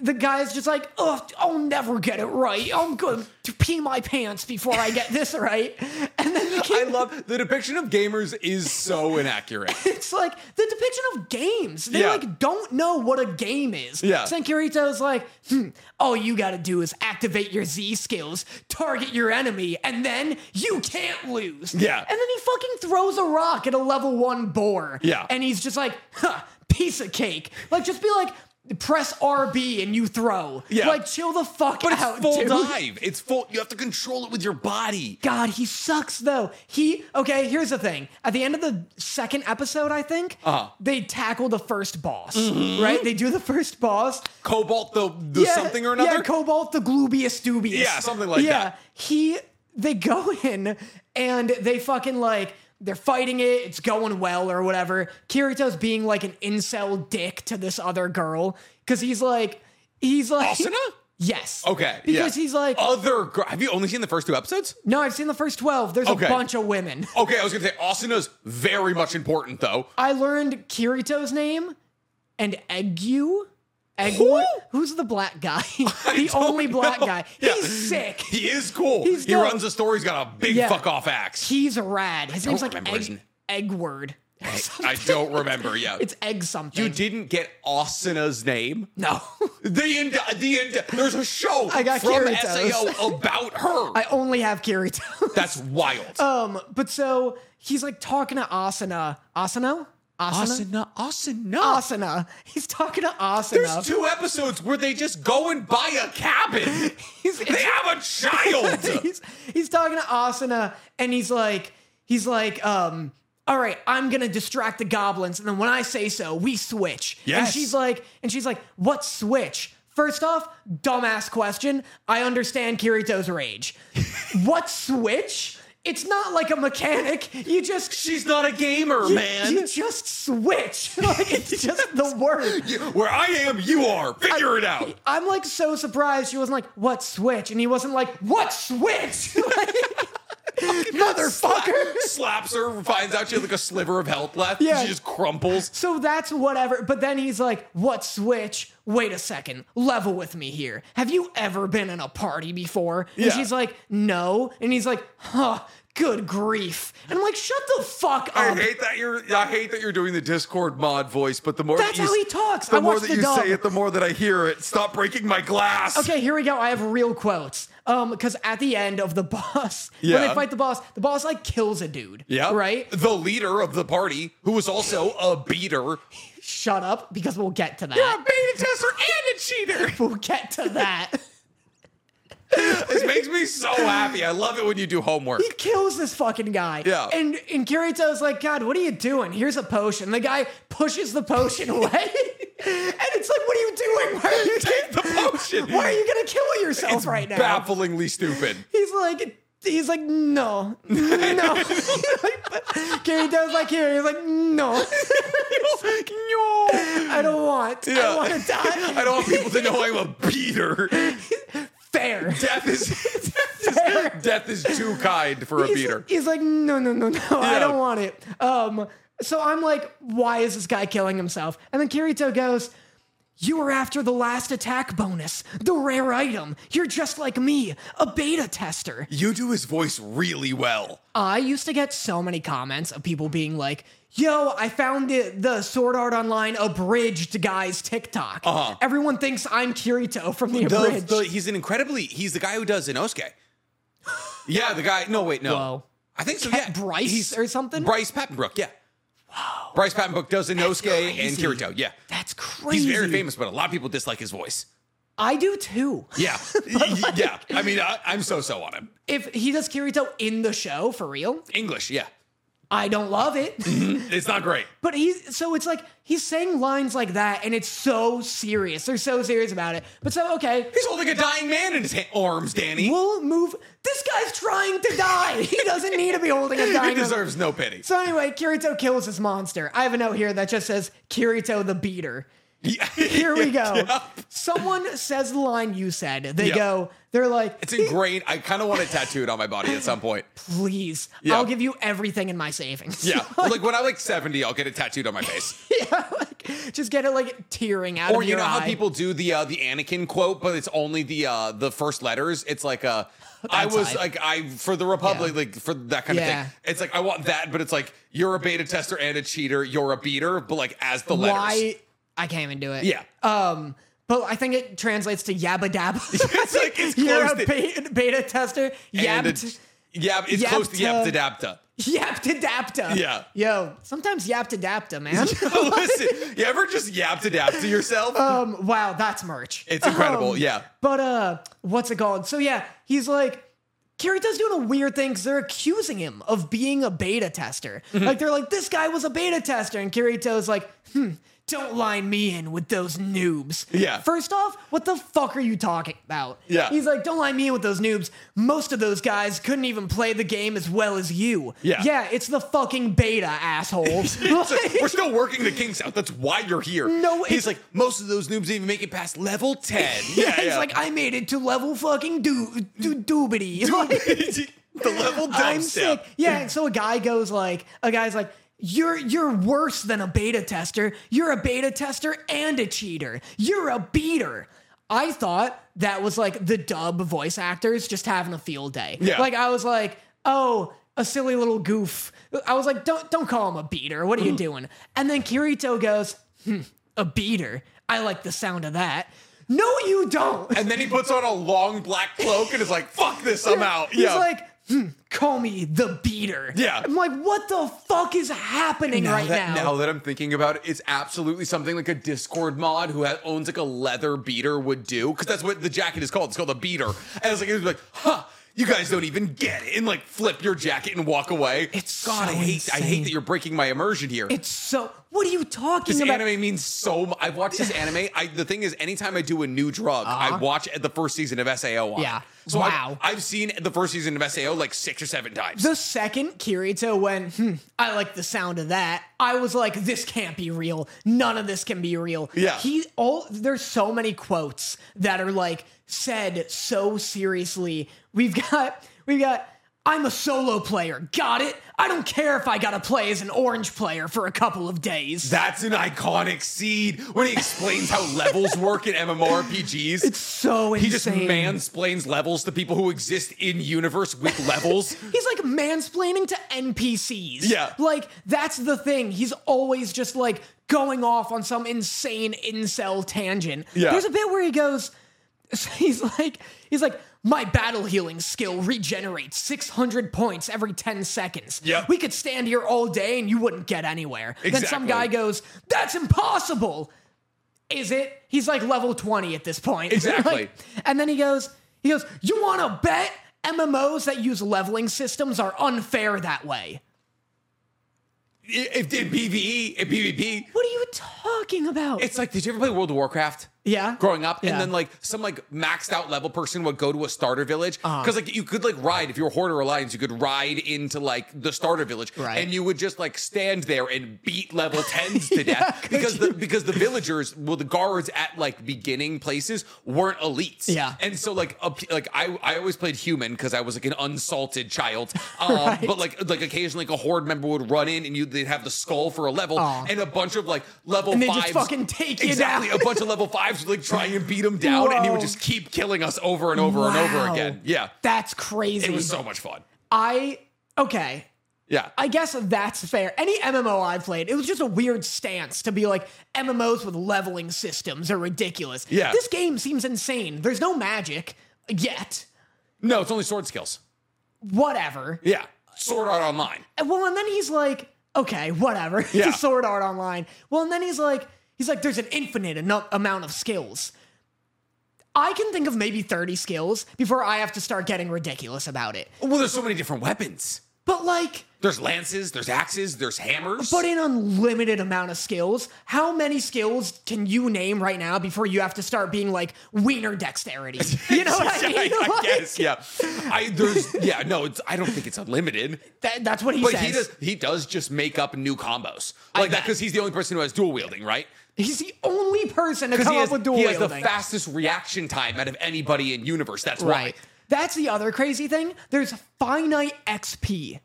S1: the guy's just like, ugh, I'll never get it right. I'm going to pee my pants before I get this right. And then the kid
S2: I love the depiction of gamers is so inaccurate.
S1: it's like the depiction of games. They
S2: Yeah.
S1: like don't know what a game is.
S2: Yeah.
S1: San Kirito's like, hmm, all you gotta do is activate your Z skills, target your enemy, and then you can't lose.
S2: Yeah.
S1: And then he fucking throws a rock at a level one boar.
S2: Yeah.
S1: And he's just like, huh, piece of cake. Like just be like, press RB and you throw.
S2: Yeah.
S1: Like chill the fuck
S2: But
S1: out.
S2: it's full
S1: dude.
S2: dive. It's full. You have to control it with your body.
S1: God, he sucks though. He okay. Here's the thing: at the end of the second episode, I think
S2: Uh-huh. Mm-hmm.
S1: they tackle the first boss. Right? They do the first boss.
S2: Cobalt the, the something or another.
S1: Yeah, Cobalt the Glubius Dubius.
S2: Yeah, something like
S1: yeah,
S2: that.
S1: He they go in and they fucking like they're fighting it. It's going well or whatever. Kirito's being like an incel dick to this other girl because he's like he's like
S2: Asuna?
S1: Yes.
S2: Okay. yeah. Oh.
S1: Because he's like
S2: other. Gr- have you only seen the first two episodes?
S1: no, I've seen the first twelve. There's
S2: Okay.
S1: a bunch of women.
S2: Okay, I was gonna say Asuna's very much important though.
S1: I learned Kirito's name and Egyu. Egyu? Who's the black guy? the only black guy.
S2: Yeah.
S1: He's sick.
S2: He is cool.
S1: He's
S2: he
S1: dope.
S2: runs a store. He's got a big
S1: Yeah.
S2: fuck off axe.
S1: He's rad. His name's like
S2: remember his
S1: Egg,
S2: n-
S1: Eggword.
S2: I don't remember. Yeah,
S1: It's Egg something.
S2: you didn't get Asuna's name.
S1: no.
S2: The end. The end. There's a show
S1: I got
S2: from
S1: Kirito's.
S2: SAO about her.
S1: I only have Kirito.
S2: That's wild.
S1: um, but so he's like talking to Asuna. Asuna? Asuna?
S2: Asuna.
S1: Asuna. He's talking to Asuna.
S2: There's two episodes where they just go and buy a cabin.
S1: He's-
S2: they have a child.
S1: he's, he's talking to Asuna and he's like, he's like, um, all right, I'm gonna distract the goblins, and then when I say so, we switch. And
S2: Yes.
S1: she's like, and she's like, what switch? First off, dumbass question. I understand Kirito's rage. what switch? it's not like a mechanic. You just
S2: She's not a gamer,
S1: you,
S2: man.
S1: you just switch. like it's just the word.
S2: You- Where I am, you are. Figure it out.
S1: I'm like so surprised she wasn't like, what switch? And he wasn't like, what switch? Like, motherfucker.
S2: Slaps her, finds out she has like a sliver of health left.
S1: Yeah.
S2: She just crumples.
S1: So that's whatever. But then he's like, what switch? Wait a second. Level with me here. Have you ever been in a party before? And
S2: Yeah.
S1: she's like, no. And he's like, huh, good grief. And I'm like, shut the fuck up.
S2: I hate that you're. I hate that you're doing the Discord mod voice, but the more
S1: That's
S2: that you,
S1: how he talks.
S2: The
S1: I
S2: more
S1: watched
S2: that
S1: the
S2: you
S1: dub.
S2: say it, the more that I hear it. Stop breaking my glass.
S1: Okay, here we go. I have real quotes. Um, because at the end of the boss, when
S2: Yeah.
S1: they fight the boss, the boss like kills a dude.
S2: Yeah.
S1: Right?
S2: The leader of the party, who was also a beater.
S1: Shut up, because we'll get to that.
S2: beta tester and a cheater.
S1: We'll get to that.
S2: This makes me so happy. I love it when you do homework.
S1: he kills this fucking guy.
S2: Yeah.
S1: And and Kirito's like, God, what are you doing? Here's a potion. The guy pushes the potion away. and it's like, what are you doing? Why are you
S2: Take the potion.
S1: Why are you gonna kill yourself
S2: It's
S1: right now?
S2: bafflingly stupid.
S1: He's like, he's like, no, no. Kirito's like, here. He's like, no.
S2: no.
S1: I don't want. I
S2: Yeah.
S1: don't want to die.
S2: I don't want people to know I'm a beater.
S1: Fair.
S2: Death is death is, death is too kind for a
S1: He's-
S2: beater.
S1: He's like, no, no, no, no.
S2: Yeah.
S1: I don't want it. Um. So I'm like, why is this guy killing himself? And then Kirito goes, "You were after the last attack bonus, the rare item. You're just like me, a beta tester."
S2: You do his voice really well.
S1: I used to get so many comments of people being like, Yo, I found the, the Sword Art Online abridged guy's TikTok.
S2: Uh-huh.
S1: Everyone thinks I'm Kirito from the
S2: The-
S1: abridged.
S2: the- he's an incredibly. He's the guy who does Inosuke. Yeah, the guy. No, wait, no.
S1: Whoa.
S2: I think so.
S1: Pat
S2: yeah,
S1: Bryce
S2: He's-
S1: or something?
S2: Bryce Pattenbrook. Yeah. Wow. Bryce Pattenbrook does Inosuke and
S1: crazy.
S2: Kirito. Yeah.
S1: That's
S2: He's
S1: crazy.
S2: very famous, but a lot of people dislike his voice.
S1: I do too.
S2: Yeah, yeah. I mean, I, I'm so so on him.
S1: If he does Kirito in the show for real,
S2: English, yeah.
S1: I don't love it.
S2: It's not great.
S1: But he's so it's like he's saying lines like that, and it's so serious. They're so serious about it. But so okay,
S2: He's holding a dying man in his ha- arms, Danny.
S1: we'll move. This guy's trying to die. He doesn't need to be holding a
S2: he
S1: dynamite.
S2: deserves no pity.
S1: So anyway, Kirito kills this monster. I have a note here that just says Kirito the Beater.
S2: Yeah.
S1: Here we go.
S2: Yeah.
S1: Someone says the line you said. They
S2: Yeah.
S1: go, they're like,
S2: It's ingrained. I kind of want it tattooed on my body at some point.
S1: please,
S2: Yeah.
S1: I'll give you everything in my savings.
S2: Yeah, like when I'm like 70, I'll get it tattooed on my face.
S1: Yeah, like, just get it like tearing out of
S2: Or you
S1: your
S2: know how
S1: eye.
S2: people do the uh, the Anakin quote, but it's only the uh, the first letters. It's like uh, I
S1: That's
S2: was
S1: hype.
S2: like I for the Republic,
S1: Yeah.
S2: like for that kind
S1: Yeah.
S2: of thing. It's like I want that, but it's like you're a beta tester and a cheater. You're a beater, but like as the letters.
S1: why I can't even do it.
S2: Yeah.
S1: Um, but I think it translates to yabba dabba.
S2: It's like it's close
S1: You're a
S2: to-
S1: beta, beta tester.
S2: And
S1: Yab
S2: it's- Yab, it's
S1: Yab
S2: close to
S1: to-
S2: Yab
S1: uh,
S2: Adapta.
S1: yaptadapta.
S2: Yeah.
S1: Yo, sometimes yaptadapta, man.
S2: Listen, you ever just Yab Adapta yourself?
S1: um, wow, that's merch.
S2: it's incredible. Oh, yeah.
S1: But uh, what's it called? So yeah, he's like, Kirito's doing a weird thing because they're accusing him of being a beta tester.
S2: Mm-hmm.
S1: Like they're like, this guy was a beta tester, and Kirito's like, hmm, don't line me in with those noobs.
S2: Yeah.
S1: First off, what the fuck are you talking about?
S2: Yeah.
S1: He's like, don't line me in with those noobs. Most of those guys couldn't even play the game as well as you.
S2: Yeah.
S1: Yeah, it's the fucking beta assholes.
S2: It's like, we're still working the kinks out. That's why you're here.
S1: No, it's-
S2: he's like most of those noobs didn't even make it past level ten.
S1: yeah, it's like I made it to level fucking doo doo doobity. Like-
S2: the level dump
S1: I'm
S2: step.
S1: sick. Yeah, and so a guy goes like, a guy's like, you're you're worse than a beta tester. You're a beta tester and a cheater. You're a beater. I thought that was like the dub voice actors just having a field day.
S2: Yeah.
S1: Like I was like, oh, a silly little goof. I was like, don't don't call him a beater. What are you doing? And then Kirito goes, hmm, a beater. I like the sound of that. No, you don't.
S2: And then he puts on a long black cloak and is like, "Fuck this, I'm out."
S1: He's
S2: yeah.
S1: like, hmm, call me the beater.
S2: Yeah.
S1: I'm like, what the fuck is happening right
S2: that,
S1: now?
S2: that I'm thinking about it, it's absolutely something like a Discord mod who ha owns like a leather beater would do because that's what the jacket is called. It's called a beater, and it's like it's like, huh, you guys don't even get it, and like flip your jacket and walk away.
S1: It's
S2: God, I
S1: so
S2: hate, I hate
S1: insane.
S2: that you're breaking my immersion here.
S1: It's so. What are you talking
S2: this
S1: about?
S2: anime means so. much. I've watched this anime. I, the thing is, anytime I do a new drug, I watch the first season of Sao on.
S1: Uh-huh.
S2: it.
S1: Yeah.
S2: So
S1: Wow.
S2: I've, I've seen the first season of SAO like six or seven times.
S1: The second Kirito went, hmm, I like the sound of that. I was like, this can't be real. None of this can be real.
S2: Yeah.
S1: He all there's so many quotes that are like said so seriously. We've got we've got I'm a solo player. Got it? I don't care if I gotta play as an orange player for a couple of days.
S2: That's an iconic seed when he explains how levels work in MMORPGs.
S1: so
S2: he just
S1: insane.
S2: mansplains levels to people who exist in universe with levels.
S1: He's like mansplaining to NPCs.
S2: Yeah.
S1: Like, that's the thing. He's always just like going off on some insane incel tangent.
S2: Yeah.
S1: There's a bit where he goes, he's like, he's like, my battle healing skill regenerates 600 points every 10 seconds.
S2: Yep.
S1: We could stand here all day and you wouldn't get anywhere. Then some
S2: Exactly.
S1: guy goes, that's impossible. Is it? He's like level 20 at this point.
S2: Exactly.
S1: Like, and then he goes, he goes, you want to bet MMOs that use leveling systems are unfair that way?
S2: If in PvE, in PvP,
S1: What are you talking about?
S2: it's like, did you ever play World of Warcraft?
S1: yeah.
S2: Growing up,
S1: Yeah.
S2: and then like some like maxed out level person would go to a starter village
S1: Uh-huh.
S2: because like you could like ride if you were Horde or Alliance, you could ride into like the starter village,
S1: Right.
S2: and you would just like stand there and beat level tens to death because the because the villagers, well, the guards at like beginning places weren't elites,
S1: Yeah.
S2: and so like up, like I I always played human because I was like an unsalted child, um, but like like occasionally like a Horde member would run in and you they'd have the skull for a level
S1: Aw.
S2: and a bunch of like level
S1: And they
S2: fives
S1: just fucking take you
S2: exactly
S1: down.
S2: a bunch of level fives would like try and beat him down, and he
S1: Whoa.
S2: would just keep killing us over and over and over
S1: Wow.
S2: again. Yeah,
S1: That's crazy.
S2: it was so much fun.
S1: I, okay.
S2: Yeah,
S1: I guess that's fair. Any MMO I played, it was just a weird stance to be like, MMOs with leveling systems are ridiculous.
S2: Yeah.
S1: This game seems insane. There's no magic yet.
S2: no, it's only sword skills.
S1: Whatever.
S2: Yeah, sword art online.
S1: Well, and then he's like, okay, whatever.
S2: Yeah.
S1: It's Sword Art Online. Well, and then he's like, he's like, there's an infinite eno- amount of skills. I can think of maybe 30 skills before I have to start getting ridiculous about it.
S2: Well, there's so many different weapons.
S1: But like,
S2: There's lances, there's axes, there's hammers.
S1: but an unlimited amount of skills. How many skills can you name right now before you have to start being like wiener dexterity? You know what I mean?
S2: I, I
S1: Like,
S2: guess, yeah. I there's yeah, no, it's I don't think it's unlimited.
S1: that- that's what he
S2: But
S1: says.
S2: he does he does just make up new combos. Like that
S1: bet.
S2: because he's the only person who has dual wielding, right?
S1: He's the only person to
S2: Because
S1: come
S2: he, has-
S1: up with dual
S2: he has the
S1: wielding.
S2: fastest reaction time out of anybody in universe. That's
S1: Right.
S2: why.
S1: That's the other crazy thing. There's finite XP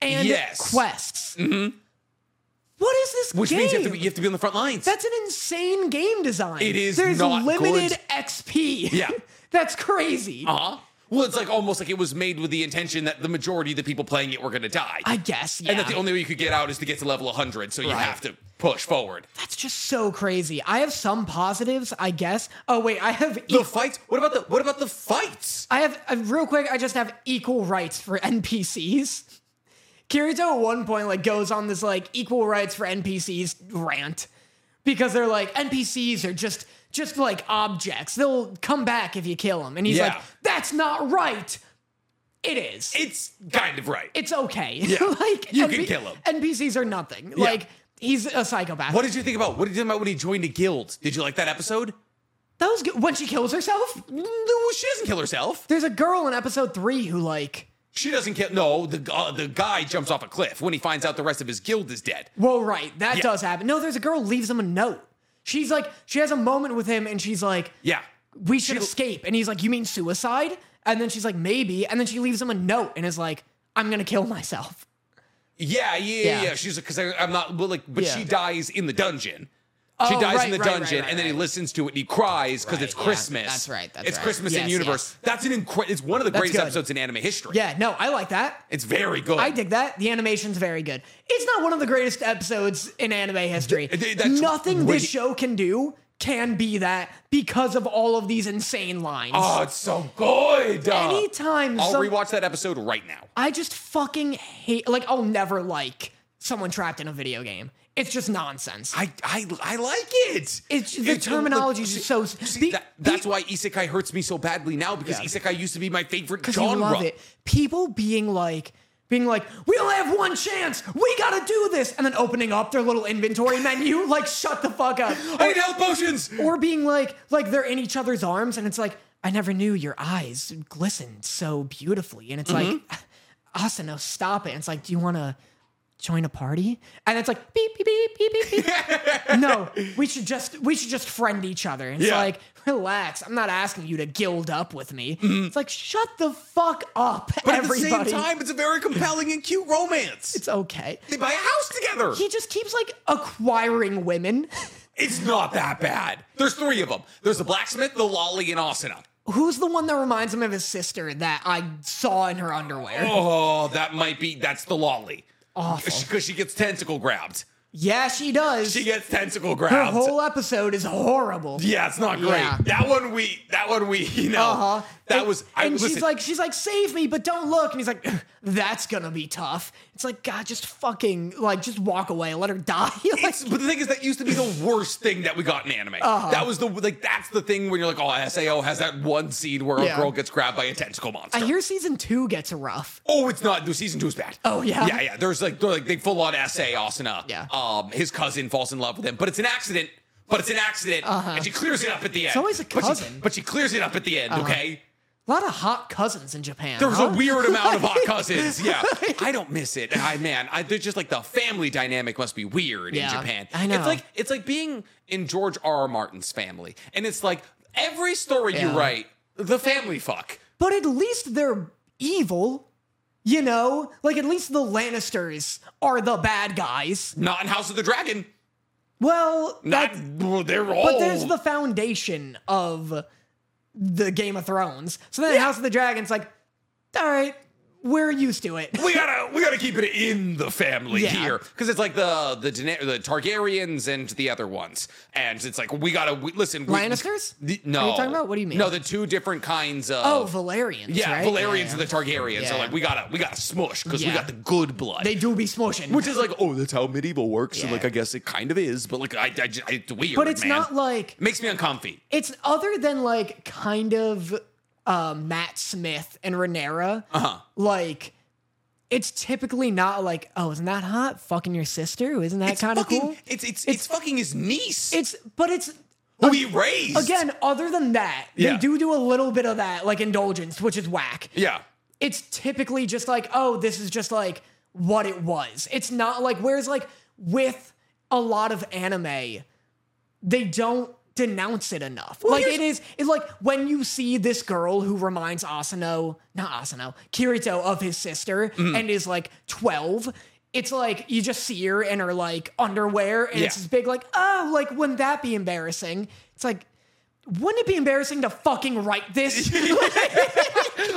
S1: and
S2: Yes.
S1: quests. Mm-hmm. is this
S2: Which
S1: game?
S2: means you have, to be, you have to be on the front lines.
S1: That's an insane game design.
S2: It is
S1: There's
S2: not
S1: limited
S2: good.
S1: XP.
S2: Yeah.
S1: That's crazy.
S2: uh-huh. Well, it's like almost like it was made with the intention that the majority of the people playing it were going to die.
S1: I guess. Yeah.
S2: And that the only way you could get out is to get to level 100, so you
S1: Right.
S2: have to push forward.
S1: That's just so crazy. I have some positives, I guess. Oh wait, I have.
S2: The fights? What about the what about the fights?
S1: I have uh, real quick. I just have equal rights for NPCs. Kirito at one point like goes on this like equal rights for NPCs rant because they're like NPCs are just just like objects. They'll come back if you kill them, and he's
S2: Yeah.
S1: like, "That's not right." It is.
S2: It's kind of right.
S1: it's okay.
S2: Yeah.
S1: like
S2: You can kill 'em.
S1: NPCs are nothing. Like he's a psychopath.
S2: what did you think about? What did you think about when he joined a guild? Did you like that episode?
S1: that was good. when she kills herself.
S2: No, she doesn't kill herself.
S1: There's a girl in episode three who like.
S2: She doesn't kill. No, the uh, the guy jumps off a cliff when he finds out the rest of his guild is dead.
S1: Well, right. That
S2: Yeah.
S1: does happen. No, there's a girl leaves him a note. She's like, she has a moment with him and she's like,
S2: Yeah,
S1: we should
S2: She-
S1: escape. And he's like, you mean suicide? And then she's like, maybe. And then she leaves him a note and is like, I'm going to kill myself.
S2: yeah, yeah,
S1: Yeah.
S2: yeah. yeah. She's because I'm not well, like, but
S1: Yeah.
S2: she dies in the dungeon. She
S1: Oh,
S2: dies
S1: right,
S2: in the
S1: right, right,
S2: dungeon,
S1: right,
S2: and then he
S1: right.
S2: listens to it and he cries because it's
S1: Right, yeah.
S2: Christmas.
S1: That's right, that's
S2: it's
S1: right.
S2: Christmas in
S1: Yes, yes.
S2: universe. That's an incredible. It's one of the greatest
S1: good.
S2: episodes in anime history.
S1: Yeah, no, I like that.
S2: it's very good.
S1: I dig that. The animation's very good. It's not one of the greatest episodes in anime history.
S2: Th- th- that's
S1: Nothing
S2: when
S1: this
S2: he-
S1: show can do can be that because of all of these insane lines.
S2: Oh, it's so good. Uh,
S1: Anytime
S2: I'll
S1: some-
S2: rewatch that episode right now.
S1: I just fucking hate. Like, I'll never like someone trapped in a video game. It's just nonsense.
S2: I I, I like it.
S1: It's the
S2: like,
S1: terminology is just so.
S2: See, that, that's why isekai hurts me so badly now because
S1: Yeah.
S2: isekai used to be my favorite
S1: because you
S2: genre.
S1: love it. People being like, being like, we only have one chance. We gotta do this, and then opening up their little inventory menu, like, shut the fuck up.
S2: I need health potions.
S1: Or being like, like they're in each other's arms, and it's like. I never knew your eyes glistened so beautifully. And it's
S2: Mm-hmm.
S1: like, Asano, stop it. And it's like, do you want to join a party? And it's like, beep, beep, beep, beep, beep, beep. no, we should just, we should just friend each other. And it's
S2: Yeah.
S1: like, relax. I'm not asking you to guild up with me. It's like, shut the fuck up,
S2: Mm-hmm. But
S1: everybody.
S2: at the same time, it's a very compelling and cute romance.
S1: it's okay.
S2: they buy a house together.
S1: He just keeps like acquiring women.
S2: It's not that bad. There's three of them. There's the blacksmith, the lolly, and Asuna.
S1: Who's the one that reminds him of his sister that I saw in her underwear?
S2: Oh, that might be. That's the lolly.
S1: Awful.
S2: Because she gets tentacle grabbed.
S1: Yeah, she does.
S2: She gets tentacle
S1: Her
S2: grabbed.
S1: whole episode is horrible.
S2: yeah, it's not great.
S1: Yeah.
S2: That one we. That one we. You know.
S1: Uh-huh.
S2: That
S1: And-
S2: was. I,
S1: And she's
S2: listen,
S1: like, she's like, save me, but don't look. And he's like, that's gonna be tough. It's like, God, just fucking like, just walk away, let her die. like, Uh-huh.
S2: It's- but the thing is, that used to be the worst thing that we got in anime. That was the like. That's the thing when you're like, oh, Sao has that one scene where
S1: Yeah.
S2: a girl gets grabbed by a tentacle monster.
S1: I hear season two gets rough.
S2: Oh, it's not. The season two is bad.
S1: Oh, yeah?
S2: yeah, yeah. There's like, they're like they full on essay Asuna.
S1: Yeah.
S2: Um, his cousin falls in love with him, but it's an accident. But it's an accident, and she clears it up at the end. It's
S1: Uh-huh. always a
S2: But she,
S1: cousin.
S2: but she clears it up at the end. Okay.
S1: A lot of hot cousins in Japan.
S2: There was a
S1: huh?
S2: weird amount of hot cousins. Yeah. I don't miss it. I man, I they're just like the family dynamic must be weird in
S1: Yeah,
S2: Japan.
S1: I know.
S2: It's like it's like being in George R. R. Martin's family. And it's like every story
S1: Yeah.
S2: you write, the family fuck.
S1: but at least they're evil. You know, like at least the Lannisters are the bad guys.
S2: Not in House of the Dragon.
S1: Well,
S2: Not
S1: that-
S2: they're all
S1: But there's the foundation of the Game of Thrones. So then House of the Dragon's like, all right, we're used to it.
S2: we gotta we gotta keep it in the family
S1: Yeah.
S2: here because it's like the the Dana- the Targaryens and the other ones, and it's like we gotta we, listen. We,
S1: Lannisters?
S2: The- no,
S1: Are you talking about? What do you mean?
S2: No, the two different kinds of
S1: Oh, Valerians.
S2: yeah,
S1: right?
S2: Valerians
S1: Yeah.
S2: and the Targaryens are
S1: Yeah.
S2: like we gotta we gotta smush because
S1: Yeah.
S2: we got the good blood.
S1: They do be smoshing.
S2: which is like, oh, that's how medieval works. And
S1: Yeah.
S2: like, I guess it kind of is, but like, I, I, I it's weird.
S1: but it's
S2: man.
S1: not like
S2: makes me uncomfy.
S1: it's other than like kind of uh, Matt Smith and Renera.
S2: Uh-huh.
S1: Like it's typically not like, oh, isn't that hot? Fucking your sister? Isn't that
S2: It's
S1: kind of
S2: fucking,
S1: cool?
S2: It's, it's it's fucking his niece
S1: It's but it's
S2: who he raised
S1: again. Other than that,
S2: Yeah.
S1: they do do a little bit of that, like indulgence, which is whack.
S2: Yeah,
S1: it's typically just like, oh, this is just like what it was. It's not like, whereas like with a lot of anime, they don't denounce it enough. like
S2: here's-
S1: it is, it's like when you see this girl who reminds Asano, not Asano, Kirito of his sister
S2: Mm-hmm.
S1: and is like 12. It's like you just see her in her like underwear and it's
S2: Yeah.
S1: this big like, oh, like wouldn't that be embarrassing? It's like, wouldn't it be embarrassing to fucking write this?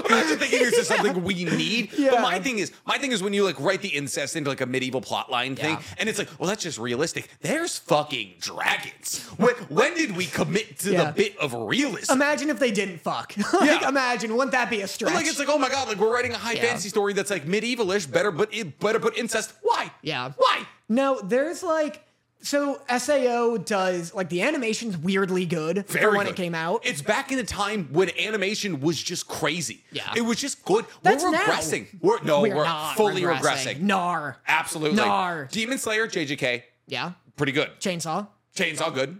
S2: Imagine thinking this is something we need.
S1: Yeah.
S2: But my thing is, my thing is when you like write the incest into like a medieval plotline thing,
S1: Yeah.
S2: and it's like, well, that's just realistic. There's fucking dragons. When when did we commit to
S1: Yeah.
S2: the bit of realism?
S1: Imagine if they didn't fuck. like,
S2: Yeah.
S1: imagine. Wouldn't that be a stretch?
S2: like it's like, oh my god, like we're writing a high
S1: Yeah.
S2: fantasy story that's like medievalish. Better, but it better put incest. Why?
S1: Yeah.
S2: Why?
S1: no, there's like. So SAO does like the animation's weirdly good for
S2: Very
S1: when
S2: good.
S1: it came out.
S2: It's back in the time when animation was just crazy.
S1: Yeah.
S2: It was just good.
S1: That's
S2: we're
S1: now.
S2: regressing. We're no, we're,
S1: not
S2: fully regressing.
S1: Gnar.
S2: Absolutely.
S1: Nar.
S2: Demon Slayer, JJK,
S1: Yeah.
S2: pretty good.
S1: Chainsaw.
S2: Chainsaw good.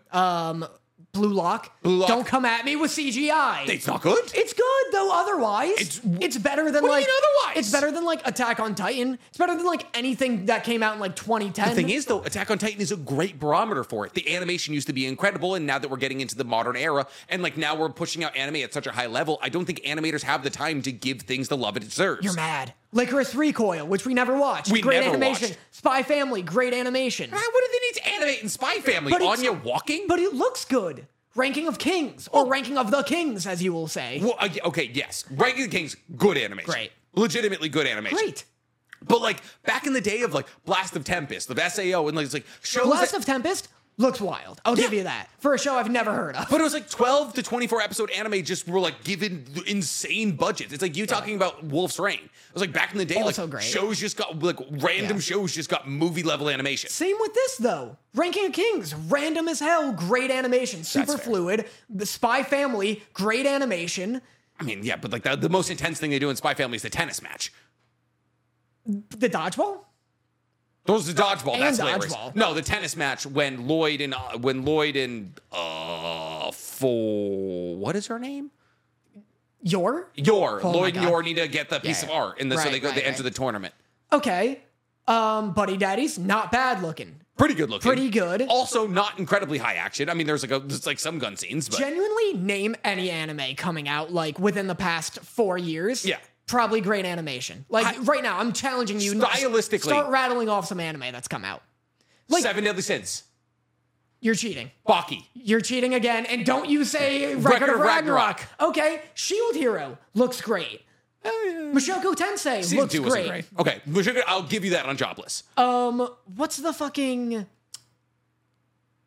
S1: Blue Lock.
S2: Blue Lock.
S1: Don't come at me with CGI.
S2: It's not good.
S1: it's good though. Otherwise, it's,
S2: It's-
S1: better than
S2: What do you
S1: like
S2: mean otherwise?
S1: It's better than like Attack on Titan. It's better than like anything that came out in like 2010.
S2: the thing is, though, Attack on Titan is a great barometer for it. The animation used to be incredible, and now that we're getting into the modern era, and like now we're pushing out anime at such a high level, I don't think animators have the time to give things the love it deserves.
S1: You're mad. Licorice Recoil, which we never watched.
S2: We
S1: great
S2: never
S1: animation.
S2: watched.
S1: Spy Family, great animation.
S2: Why would Ah, they need to animate in Spy Family?
S1: But it's-
S2: Anya walking?
S1: But it looks good. Ranking of Kings,
S2: Oh.
S1: or Ranking of the Kings, as you will say.
S2: well, uh, okay, yes. Ranking of the Kings, good animation.
S1: Great.
S2: Legitimately good animation.
S1: Great.
S2: But like back in the day of like Blast of Tempest, of SAO, and like it's like shows
S1: Blast
S2: that-
S1: of Tempest looks wild. I'll give
S2: Yeah.
S1: you that. For a show I've never heard of.
S2: But it was like 12 to 24 episode anime just were like given th- insane budgets. It's like you talking about Wolf's Rain. It was like back in the day,
S1: Also
S2: like
S1: great.
S2: shows just got like random
S1: Yeah.
S2: shows just got movie level animation.
S1: Same with this though. Ranking of Kings, random as hell, great animation, super
S2: fair.
S1: fluid. The Spy Family, great animation.
S2: I mean, yeah, but like the, the most intense thing they do in Spy Family is the tennis match.
S1: The dodgeball?
S2: Those are dodgeball.
S1: And
S2: that's hilarious.
S1: dodgeball.
S2: No, the tennis match when Lloyd and uh, when Lloyd and uh, for what is her name?
S1: Your?
S2: Yor,
S1: Oh my
S2: Lloyd and
S1: God.
S2: Yor need to get the piece
S3: Yeah,
S2: of art, and then so
S3: right,
S2: they go
S3: right,
S2: they enter
S3: right.
S2: the tournament.
S1: Okay. Um, Buddy Daddy's not bad looking.
S2: Pretty good looking.
S1: Pretty good.
S2: Also, not incredibly high action. I mean, there's like a there's like some gun scenes, but
S1: Genuinely name any anime coming out like within the past four years.
S2: Yeah.
S1: Probably great animation. Like
S2: I-
S1: right now, I'm challenging you.
S2: Stylistically.
S1: Start rattling off some anime that's come out. like-
S2: Seven Deadly Sins,
S1: You're cheating.
S2: Baki,
S1: You're cheating again. And don't you say Record,
S2: Record
S1: of
S2: of
S1: Ragnarok. Okay. Shield E Hero looks great. Mashoko Tensei
S2: Oh, Season
S1: looks
S2: two wasn't
S1: great.
S2: great. Okay, we should- I'll give you that on Jobless.
S1: Um, what's the fucking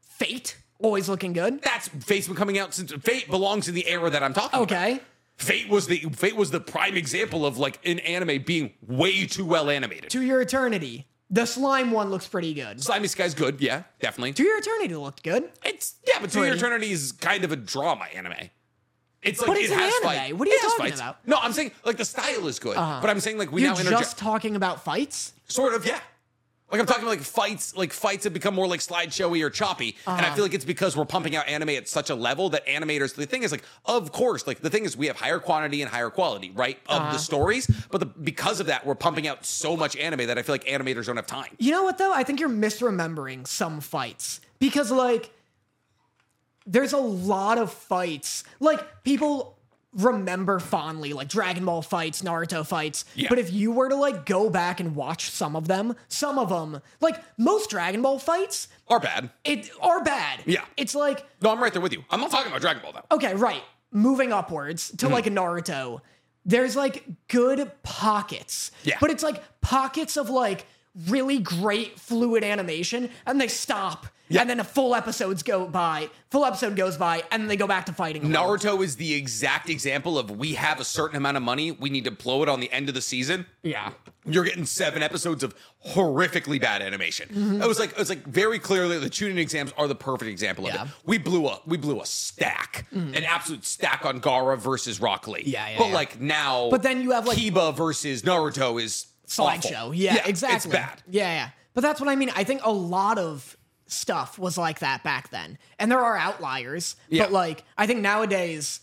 S1: Fate? Always looking good.
S2: That's Fate's been coming out since Fate belongs in the era that I'm talking. about.
S1: Okay.
S2: Fate was the Fate was the prime example of like an anime being way too well animated.
S1: To Your Eternity. The slime one looks pretty good.
S2: Slimy Sky's good, yeah, definitely.
S1: To Your Eternity looked good.
S2: It's yeah, but Two Year
S1: Pretty.
S2: Eternity is kind of a drama anime. It's like
S1: But it's
S2: it
S1: an
S2: has
S1: anime.
S2: fight-
S1: What are you
S2: it has
S1: talking
S2: fights.
S1: about? Uh-huh.
S2: No, I'm saying like the style is good, but I'm saying like we
S1: You're
S2: now interject
S1: just talking about fights?
S2: sort of yeah. Like I'm talking like fights, like fights have become more like slideshowy or choppy, and I feel like it's because we're pumping out anime at such a level that animators. The thing is, like, of course, like the thing is, we have higher quantity and higher quality, right, of the stories. But the, because of that, we're pumping out so much anime that I feel like animators don't have time.
S1: You know what though? I think you're misremembering some fights because like there's a lot of fights. Like people remember fondly like Dragon Ball fights, Naruto fights.
S2: Yeah.
S1: But if you were to like go back and watch some of them, some of them, like most Dragon Ball fights,
S2: Or bad.
S1: it are bad.
S2: Yeah.
S1: It's like
S2: No, I'm right there with you. I'm not talking about Dragon Ball though.
S1: okay, right. Moving upwards to
S2: Mm-hmm.
S1: like a Naruto, there's like good pockets.
S2: Yeah.
S1: But it's like pockets of like really great fluid animation, and they stop. And then a full episodes go by, full episode goes by, and they go back to fighting. a little.
S2: Naruto is the exact example of we have a certain amount of money, we need to blow it on the end of the season.
S1: Yeah.
S2: You're getting seven episodes of horrifically bad animation.
S1: Mm-hmm.
S2: It was like it was like very clearly the tuning exams are the perfect example of
S3: Yeah.
S2: it. We blew a we blew a stack,
S1: Mm-hmm.
S2: an absolute stack on Gara versus Rock Lee.
S3: Yeah, yeah,
S2: But
S3: yeah.
S2: like now,
S1: But then you have, like-
S2: Kiba versus Naruto is awful.
S1: slideshow. Yeah, exactly.
S2: It's bad.
S1: Yeah, yeah. But that's what I mean. I think a lot of stuff was like that back then. And there are outliers.
S2: Yeah.
S1: But like I think nowadays,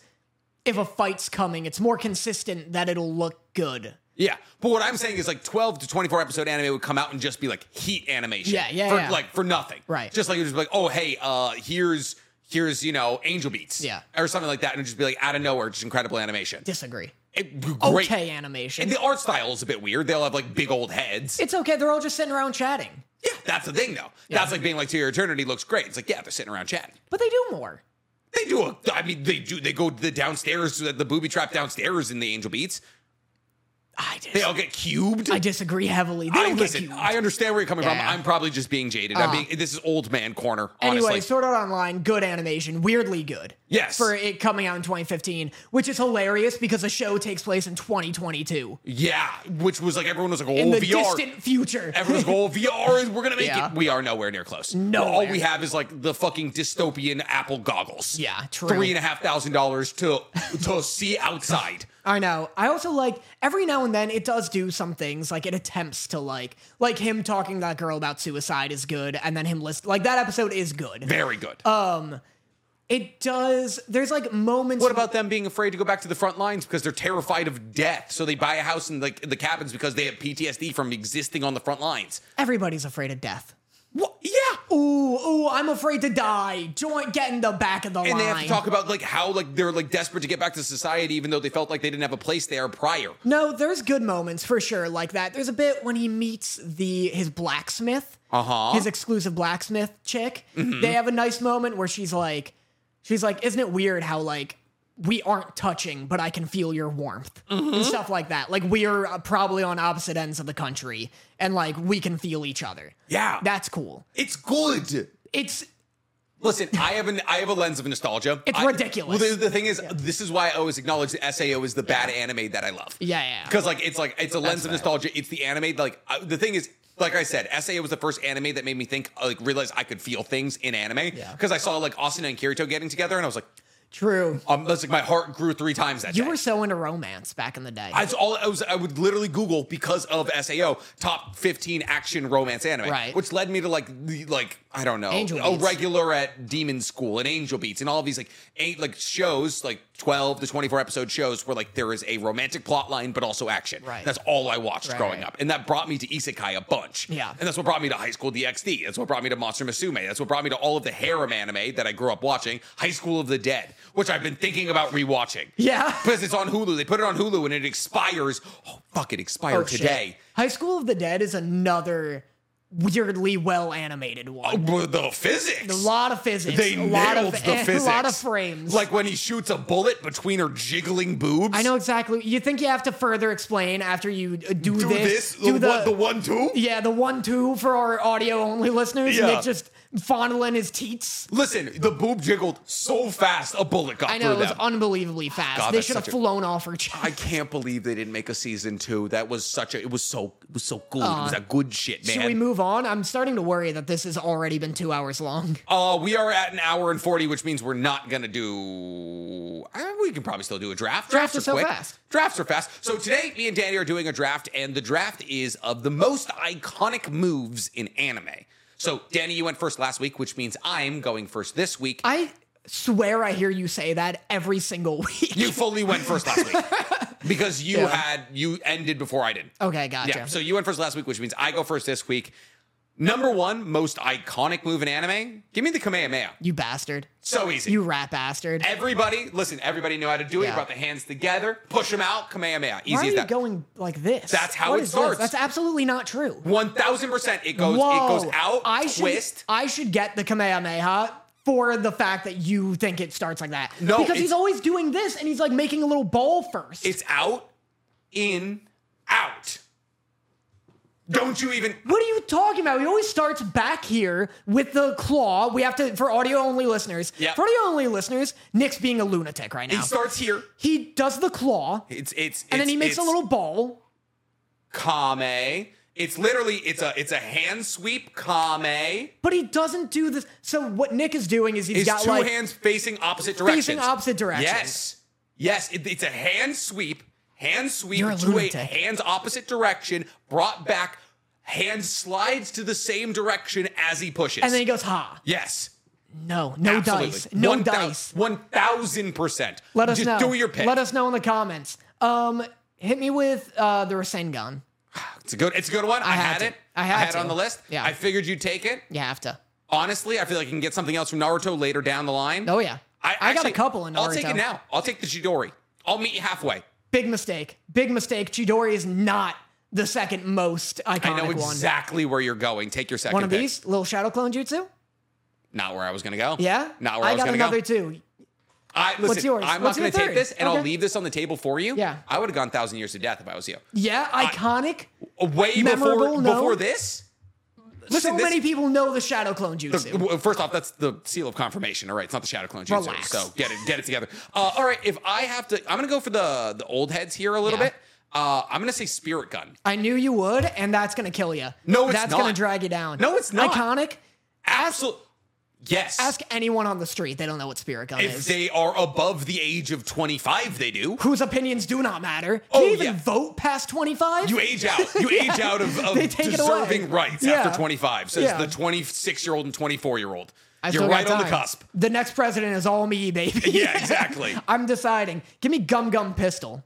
S1: if a fight's coming, it's more consistent that it'll look good.
S2: Yeah, but what I'm saying is like 12 to 24 episode anime would come out and just be like heat animation.
S1: Yeah, yeah,
S2: for,
S1: yeah.
S2: Like for nothing.
S1: Right.
S2: Just like it was like, oh hey, uh, here's here's you know Angel Beats.
S1: Yeah.
S2: or something like that, and it'd just be like out of nowhere, just incredible animation.
S1: Disagree.
S2: It, Eh, great.
S1: Okay, animation.
S2: And the art style is a bit weird. They'll have like big old heads.
S1: it's okay. They're all just sitting around chatting,
S2: yeah, that's the thing though. That's like being like to your eternity looks great. It's like yeah, they're sitting around chatting.
S1: but they do more.
S2: They do. A, I mean, they do. They go to the downstairs, the, the booby trap downstairs in the Angel Beats.
S1: I
S2: They
S1: dis-
S2: all get cubed.
S1: I disagree heavily. They
S2: I
S1: don't get
S2: listen.
S1: cute.
S2: I understand where you're coming from.
S1: Yeah. Uh-huh.
S2: I'm probably just being jaded. I'm being. This is old man corner. Honestly,
S1: Anyway, Sword Art Online, good animation, weirdly good.
S2: Yes.
S1: For it coming out in 2015, which is hilarious because the show takes place in 2022.
S2: yeah. Which was like everyone was like,
S1: in
S2: "Oh,
S1: the
S2: VR."
S1: distant future.
S2: Everyone's like, "Oh, VR is we're gonna make
S1: Yeah.
S2: it." We are nowhere near close. No,
S1: Nowhere.
S2: all we have is like the fucking dystopian Apple goggles.
S1: Yeah, true.
S2: Three and a half thousand dollars to to see outside.
S1: I know. I also like every now and then it does do some things like it attempts to like like him talking to that girl about suicide is good and then him list like that episode is good.
S2: Very good.
S1: Uh, It does there's like moments
S2: what about them being afraid to go back to the front lines because they're terrified of death? So they buy a house in like the cabins because they have PTSD from existing on the front lines.
S1: everybody's afraid of death.
S2: What? Yeah.
S1: Ooh, ooh, I'm afraid to die. Joint get in the back of the line.
S2: and they have to talk about like how like they're like desperate to get back to society even though they felt like they didn't have a place there prior
S1: No, there's good moments for sure like that. There's a bit when he meets the his blacksmith,
S2: Uh-huh. Mm-hmm.
S1: his exclusive blacksmith chick. They have a nice moment where she's like, she's like, isn't it weird how like we aren't touching, but I can feel your warmth
S2: Mm-hmm.
S1: and stuff like that. Like we are uh, probably on opposite ends of the country, and like we can feel each other.
S2: yeah
S1: That's cool.
S2: it's good
S1: It's
S2: listen i have an i have a lens of nostalgia
S1: It's
S2: I-
S1: ridiculous.
S2: well the, the thing is this is why i always acknowledge that sao is the bad anime that i love
S1: Yeah, yeah, yeah.
S2: because like it's like it's a lens of nostalgia it's the anime like I, the thing is like I said, SAO was the first anime that made uh, me think, like, realize I could feel things in anime. Because I saw, like, Asuna and Kirito getting together, and I was like,
S1: True.
S2: Um, that's like my heart grew three times that
S1: You
S2: day.
S1: were so into romance back in the day.
S2: That's all I was. I would literally Google because of Sao top fifteen action romance anime,
S1: Right.
S2: Which led me to like the like I don't know
S1: Angel
S2: a
S1: Beats.
S2: regular at Demon School and Angel Beats and all these like eight like shows like twelve to twenty four episode shows where like there is a romantic plot line but also action.
S1: Right.
S2: That's all I watched
S1: Right,
S2: growing
S1: right.
S2: up, and that brought me to Isekai a bunch.
S1: Yeah.
S2: and that's what brought me to High School DxD. That's what brought me to Monster Musume. That's what brought me to all of the harem anime that I grew up watching. High School of the Dead, which I've been thinking about rewatching.
S1: Yeah.
S2: Because it's on Hulu. They put it on Hulu and it expires. Oh, fuck, it expired
S1: Oh, shit.
S2: today.
S1: High School of the Dead is another weirdly well animated one.
S2: Oh, but the physics.
S1: a lot of physics.
S2: Oh, they
S1: a lot
S2: nailed
S1: of,
S2: the physics.
S1: A lot of frames.
S2: Like when he shoots a bullet between her jiggling boobs.
S1: I know exactly. You think you have to further explain after you uh, do,
S2: Do this.
S1: this? Do
S2: the, one, the one, two?
S1: yeah the one two for our audio only listeners.
S2: Yeah.
S1: And they just fondling his teats.
S2: Listen, the boob jiggled so fast, a bullet got
S1: I know it
S2: through
S1: was
S2: them. Ah,
S1: unbelievably fast.
S2: God,
S1: they
S2: that's
S1: should have
S2: such a-
S1: flown off her chest.
S2: I can't believe they didn't make a season two. That was such a. It was so. It was so good. it was
S1: Uh,
S2: that good shit, man.
S1: Should we move on? I'm starting to worry that this has already been two hours long.
S2: Uh, we are at an hour and 40, which means we're not going to do. Uh, we can probably still do a draft.
S1: Drafts are so
S2: quick.
S1: fast.
S2: Drafts are fast. So today, me and Danny are doing a draft, and the draft is of the most iconic moves in anime. So, Danny, you went first last week, which means I'm going first this week.
S1: I swear I hear you say that every single week.
S2: you fully went first last week because you
S1: Yeah.
S2: had you ended before I did.
S1: okay, gotcha.
S2: Yeah. So you went first last week, which means I go first this week. Number one, most iconic move in anime. Give me the Kamehameha.
S1: you bastard.
S2: So easy.
S1: You rat bastard.
S2: Everybody, listen, everybody knew how to do it. You
S1: Yeah.
S2: brought the hands together, push them out, Kamehameha. Easy
S1: Why are
S2: as
S1: you
S2: that.
S1: going like this?
S2: That's how
S1: What
S2: it
S1: is this?
S2: starts.
S1: That's absolutely not true.
S2: 1000% it goes
S1: Whoa.
S2: it goes out,
S1: I
S2: twist.
S1: Should, I should get the Kamehameha for the fact that you think it starts like that.
S2: No,
S1: Because
S2: it's-
S1: he's always doing this and he's like making a little ball first.
S2: It's out, in, out. Don't you even
S1: What are you talking about? He always starts back here with the claw. We have to for audio only listeners.
S2: Yeah.
S1: For audio only listeners, Nick's being a lunatic right now.
S2: It starts here.
S1: he does the claw
S2: It's it's, it's
S1: and then he makes a
S2: it's
S1: little ball.
S2: kame. It's literally it's a it's a hand sweep kame.
S1: But he doesn't do this. So what Nick is doing is he's
S2: It's
S1: got
S2: two
S1: like
S2: hands facing opposite directions.
S1: Facing opposite directions.
S2: Yes. Yes, it- it's a hand sweep, hand sweep
S1: You're a
S2: to a
S1: lunatic.
S2: hands opposite direction, brought back, hand slides to the same direction as he pushes.
S1: and then he goes, ha.
S2: yes.
S1: No, no
S2: absolutely.
S1: dice. No
S2: One thou-
S1: dice.
S2: 1000%.
S1: Let us
S2: Just
S1: know.
S2: do your pick.
S1: Let us know in the comments. Um hit me with uh the Rasengan.
S2: It's a good it's a good one. I,
S1: had
S2: had,
S1: to.
S2: it.
S1: I had
S2: it on
S1: to.
S2: the list.
S1: Yeah.
S2: I figured you'd take it.
S1: You have to.
S2: Honestly, I feel like I can get something else from Naruto later down the line.
S1: Oh yeah.
S2: I,
S1: got
S2: actually-
S1: a couple in Naruto.
S2: I'll take it now. I'll take the Chidori. I'll meet you halfway.
S1: Big mistake. Big mistake. Chidori is not the second most iconic
S2: I know
S1: one.
S2: exactly where you're going. Take your second
S1: One of
S2: pick.
S1: these, little shadow clone jutsu.
S2: Not where I was going to go.
S1: Yeah,
S2: Not where I, was
S1: got
S2: going to
S1: another
S2: go.
S1: two.
S2: I, listen,
S1: What's yours?
S2: I'm
S1: What's
S2: not
S1: your
S2: going to take
S1: third?
S2: this, and I'll
S1: Okay.
S2: leave this on the table for you.
S1: Yeah.
S2: I would have gone thousand years to death if I was you.
S1: Yeah, iconic.
S2: Way before
S1: Memorable, no.
S2: before this. Listen,
S1: so
S2: this-
S1: many people know the shadow clone jutsu.
S2: w- First off, that's the seal of confirmation. All right, it's not the shadow clone jutsu.
S1: Relax.
S2: So get it, get it together. Uh, all right, if I have to, I'm gonna go for the the old heads here a little
S1: Yeah.
S2: bit. Uh, I'm gonna say spirit gun.
S1: I knew you would, and that's gonna kill you.
S2: No, it's
S1: that's
S2: not.
S1: gonna drag you down.
S2: No, it's not.
S1: Iconic.
S2: Absolutely. Yes.
S1: Ask anyone on the street; they don't know what spirit gun
S2: if
S1: is.
S2: they are above the age of 25, they do.
S1: Whose opinions do not matter. Can
S2: Oh,
S1: you even
S2: yeah.
S1: vote past twenty-five?
S2: You age out. You age out of, of
S1: They take it
S2: deserving
S1: away.
S2: rights
S1: Yeah.
S2: after 25, says
S1: Yeah.
S2: the 26 year old and 24 year old.
S1: I
S2: You're
S1: still got
S2: right on the
S1: time.
S2: cusp.
S1: The next president is all me, baby.
S2: Yeah, exactly.
S1: I'm deciding. Give me gum gum pistol.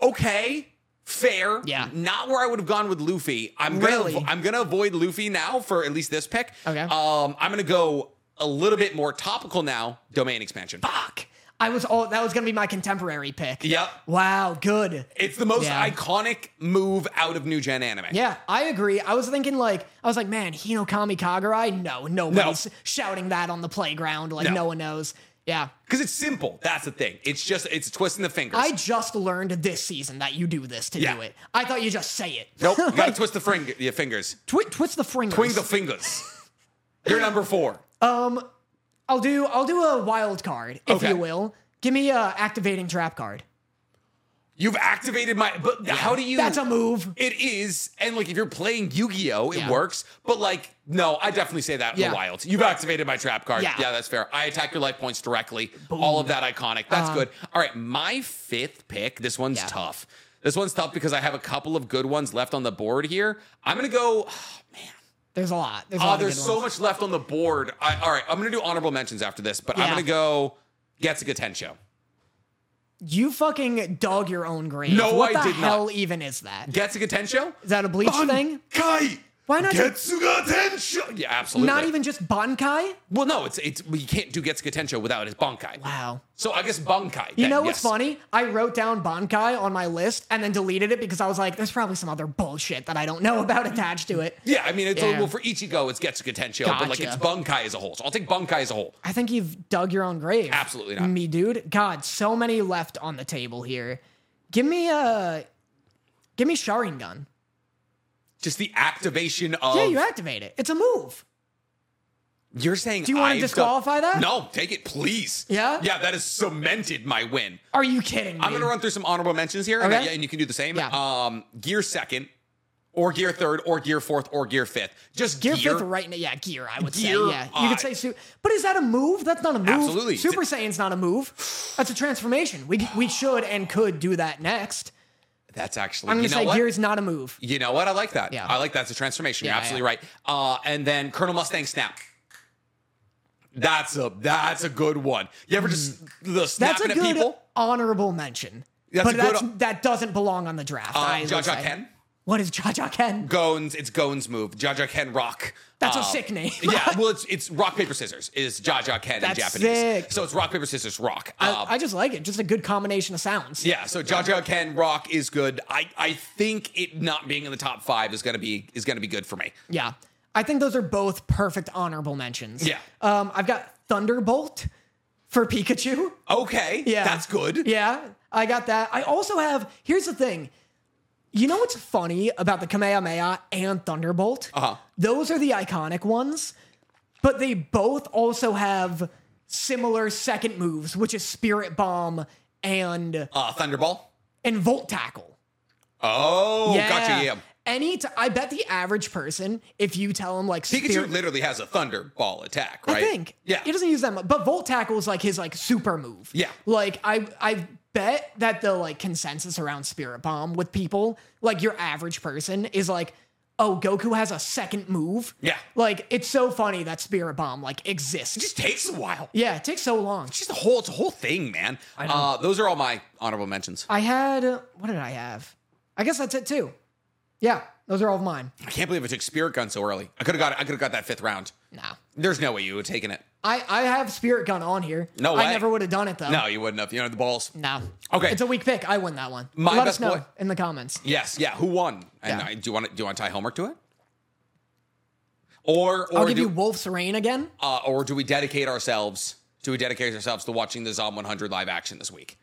S2: Okay. Fair.
S1: Yeah.
S2: Not where I would have gone with Luffy. I'm
S1: Really?
S2: gonna avo- I'm gonna avoid Luffy now for at least this pick.
S1: Okay.
S2: Um, I'm gonna go a little bit more topical now. Domain expansion.
S1: Fuck. I was all that was gonna be my contemporary pick.
S2: Yep.
S1: Wow, good.
S2: It's the most
S1: Yeah.
S2: iconic move out of new gen anime.
S1: Yeah, I agree. I was thinking like I was like, man, Hinokami Kagura. No, nobody's shouting that on the playground. Like
S2: No.
S1: no, one knows. Yeah,
S2: Because it's simple. That's the thing. It's just it's twisting the fingers.
S1: I just learned this season that you do this to
S2: Yeah.
S1: do it. I thought you just say it.
S2: nope. You gotta twist the fring- your fingers.
S1: Twi- twist the fingers.
S2: Twing the fingers. You're number four.
S1: Um, I'll do. I'll do a wild card, if
S2: Okay.
S1: you will. Give me a activating trap card.
S2: You've activated my. But how do you?
S1: That's a move.
S2: It is, and like if you're playing Yu-Gi-Oh, it
S1: Yeah.
S2: works. But like, no, I definitely say that in
S1: Yeah.
S2: the wild. You've activated my trap card.
S1: Yeah.
S2: that's fair. I attack your life points directly. All of that iconic. That's good. All right, my fifth pick. This one's
S1: Uh. Yeah.
S2: tough. This one's tough because I have a couple of good ones left on the board here. I'm gonna go.
S1: There's a lot. There's a
S2: Oh,
S1: lot
S2: there's
S1: of good
S2: so
S1: ones.
S2: much left on the board. I, all right, I'm gonna do honorable mentions after this, but I'm
S1: Yeah.
S2: gonna go Getsuka Tensho.
S1: You fucking dog your own grave.
S2: No,
S1: what
S2: I
S1: the
S2: did not.
S1: hell even is that?
S2: Getsuka Tensho.
S1: Is that a bleach thing?
S2: Kai.
S1: Why not just-
S2: Getsuga Tensho? Yeah, absolutely.
S1: Not even just Bankai?
S2: Well, no, it's it's you can't do Getsuka Tensho without his Bankai.
S1: Wow.
S2: So I guess Bankai.
S1: You know what's funny? I wrote down Bankai on my list and then deleted it because I was like, there's probably some other bullshit that I don't know about attached to it.
S2: Yeah, I mean, it's
S1: Yeah.
S2: well for Ichigo, it's Getsuka Tensho, but like
S1: Gotcha.
S2: it's Bunkai as a whole. So I'll take Bunkai as a whole.
S1: I think you've dug your own grave.
S2: Absolutely not.
S1: Me, dude. God, so many left on the table here. Give me a. Give me Sharingan.
S2: Just the activation of.
S1: Yeah, you activate it. It's a move.
S2: You're saying. Do
S1: you wanna
S2: to
S1: disqualify that?
S2: No, take it, please.
S1: Yeah?
S2: Yeah, that has cemented my win.
S1: Are you kidding me?
S2: I'm gonna run through some honorable mentions here, and,
S1: Okay.
S2: yeah, and you can do the same.
S1: Yeah.
S2: Um, gear second, or gear third, or gear fourth, or gear fifth. Just
S1: Gear, fifth right now. Yeah, gear, I would
S2: Gear
S1: say. Yeah. You
S2: I-
S1: could say su- But is that a move? That's not a move.
S2: Absolutely.
S1: Super Saiyan's not a move. That's a transformation. We we should and could do that next.
S2: That's actually.
S1: I'm gonna
S2: you know
S1: say
S2: what?
S1: gear is not a move.
S2: You know what? I like that.
S1: Yeah.
S2: I like that's a transformation. You're
S1: Yeah,
S2: absolutely
S1: yeah.
S2: right. Uh, and then Colonel Mustang Snap. That's a that's a good one. You ever just the
S1: Mm. That's
S2: snapping
S1: a
S2: at
S1: good
S2: people?
S1: honorable mention.
S2: That's a
S1: but
S2: good
S1: that's,
S2: o-
S1: that doesn't belong on the draft.
S2: Uh,
S1: I would
S2: Jaja
S1: say.
S2: Ken
S1: What is Jaja Ken?
S2: Gones. It's Gones move. Jaja Ken Rock.
S1: That's
S2: Uh,
S1: a sick name.
S2: yeah, well, it's it's rock paper scissors is Jaja Ken
S1: That's
S2: in Japanese.
S1: sick.
S2: So it's rock paper scissors rock. Uh,
S1: I, I just like it. Just a good combination of sounds.
S2: yeah, so Jaja Ken Rock is good. I I think it not being in the top five is gonna be is gonna be good for me.
S1: Yeah. I think those are both perfect honorable mentions.
S2: Yeah.
S1: Um, I've got Thunderbolt for Pikachu.
S2: Okay,
S1: Yeah.
S2: that's good.
S1: Yeah, I got that. I also have, here's the thing. You know what's funny about the Kamehameha and Thunderbolt?
S2: Uh-huh.
S1: Those are the iconic ones, but they both also have similar second moves, which is Spirit Bomb and
S2: Uh, Thunderball.
S1: and Volt Tackle.
S2: Oh, gotcha. Yeah.
S1: Any t- I bet the average person, if you tell them like
S2: Pikachu
S1: Spirit-
S2: literally has a thunderball attack, right?
S1: I think.
S2: Yeah.
S1: He doesn't use that much. But Volt Tackle is like his like super move.
S2: Yeah.
S1: Like I I bet that the like consensus around Spirit Bomb with people, like your average person, is like, oh, Goku has a second move.
S2: Yeah.
S1: Like it's so funny that Spirit Bomb like exists.
S2: it just takes a while.
S1: yeah, it takes so long.
S2: It's just a whole, it's a whole thing, man. Uh, those are all my honorable mentions.
S1: I had what did I have? I guess that's it too. Yeah, those are all of mine.
S2: I can't believe I took Spirit Gun so early. I could have got, I could have got that fifth round.
S1: Nah.
S2: There's no way you would have taken it.
S1: I, I have Spirit Gun on here.
S2: No
S1: I
S2: way.
S1: never would have done it though.
S2: No, you wouldn't have. You know the balls.
S1: No.
S2: Okay.
S1: It's a weak pick. I won that one.
S2: My
S1: Let
S2: best
S1: us know
S2: boy-
S1: in the comments.
S2: Yes, yeah. Who won? And
S1: Yeah.
S2: I, do you want to, do you want to tie homework to it? Or, or
S1: I'll give
S2: do,
S1: you Wolf's Rain again.
S2: uh, or do we dedicate ourselves? Do we dedicate ourselves to watching the Zom 100 live action this week?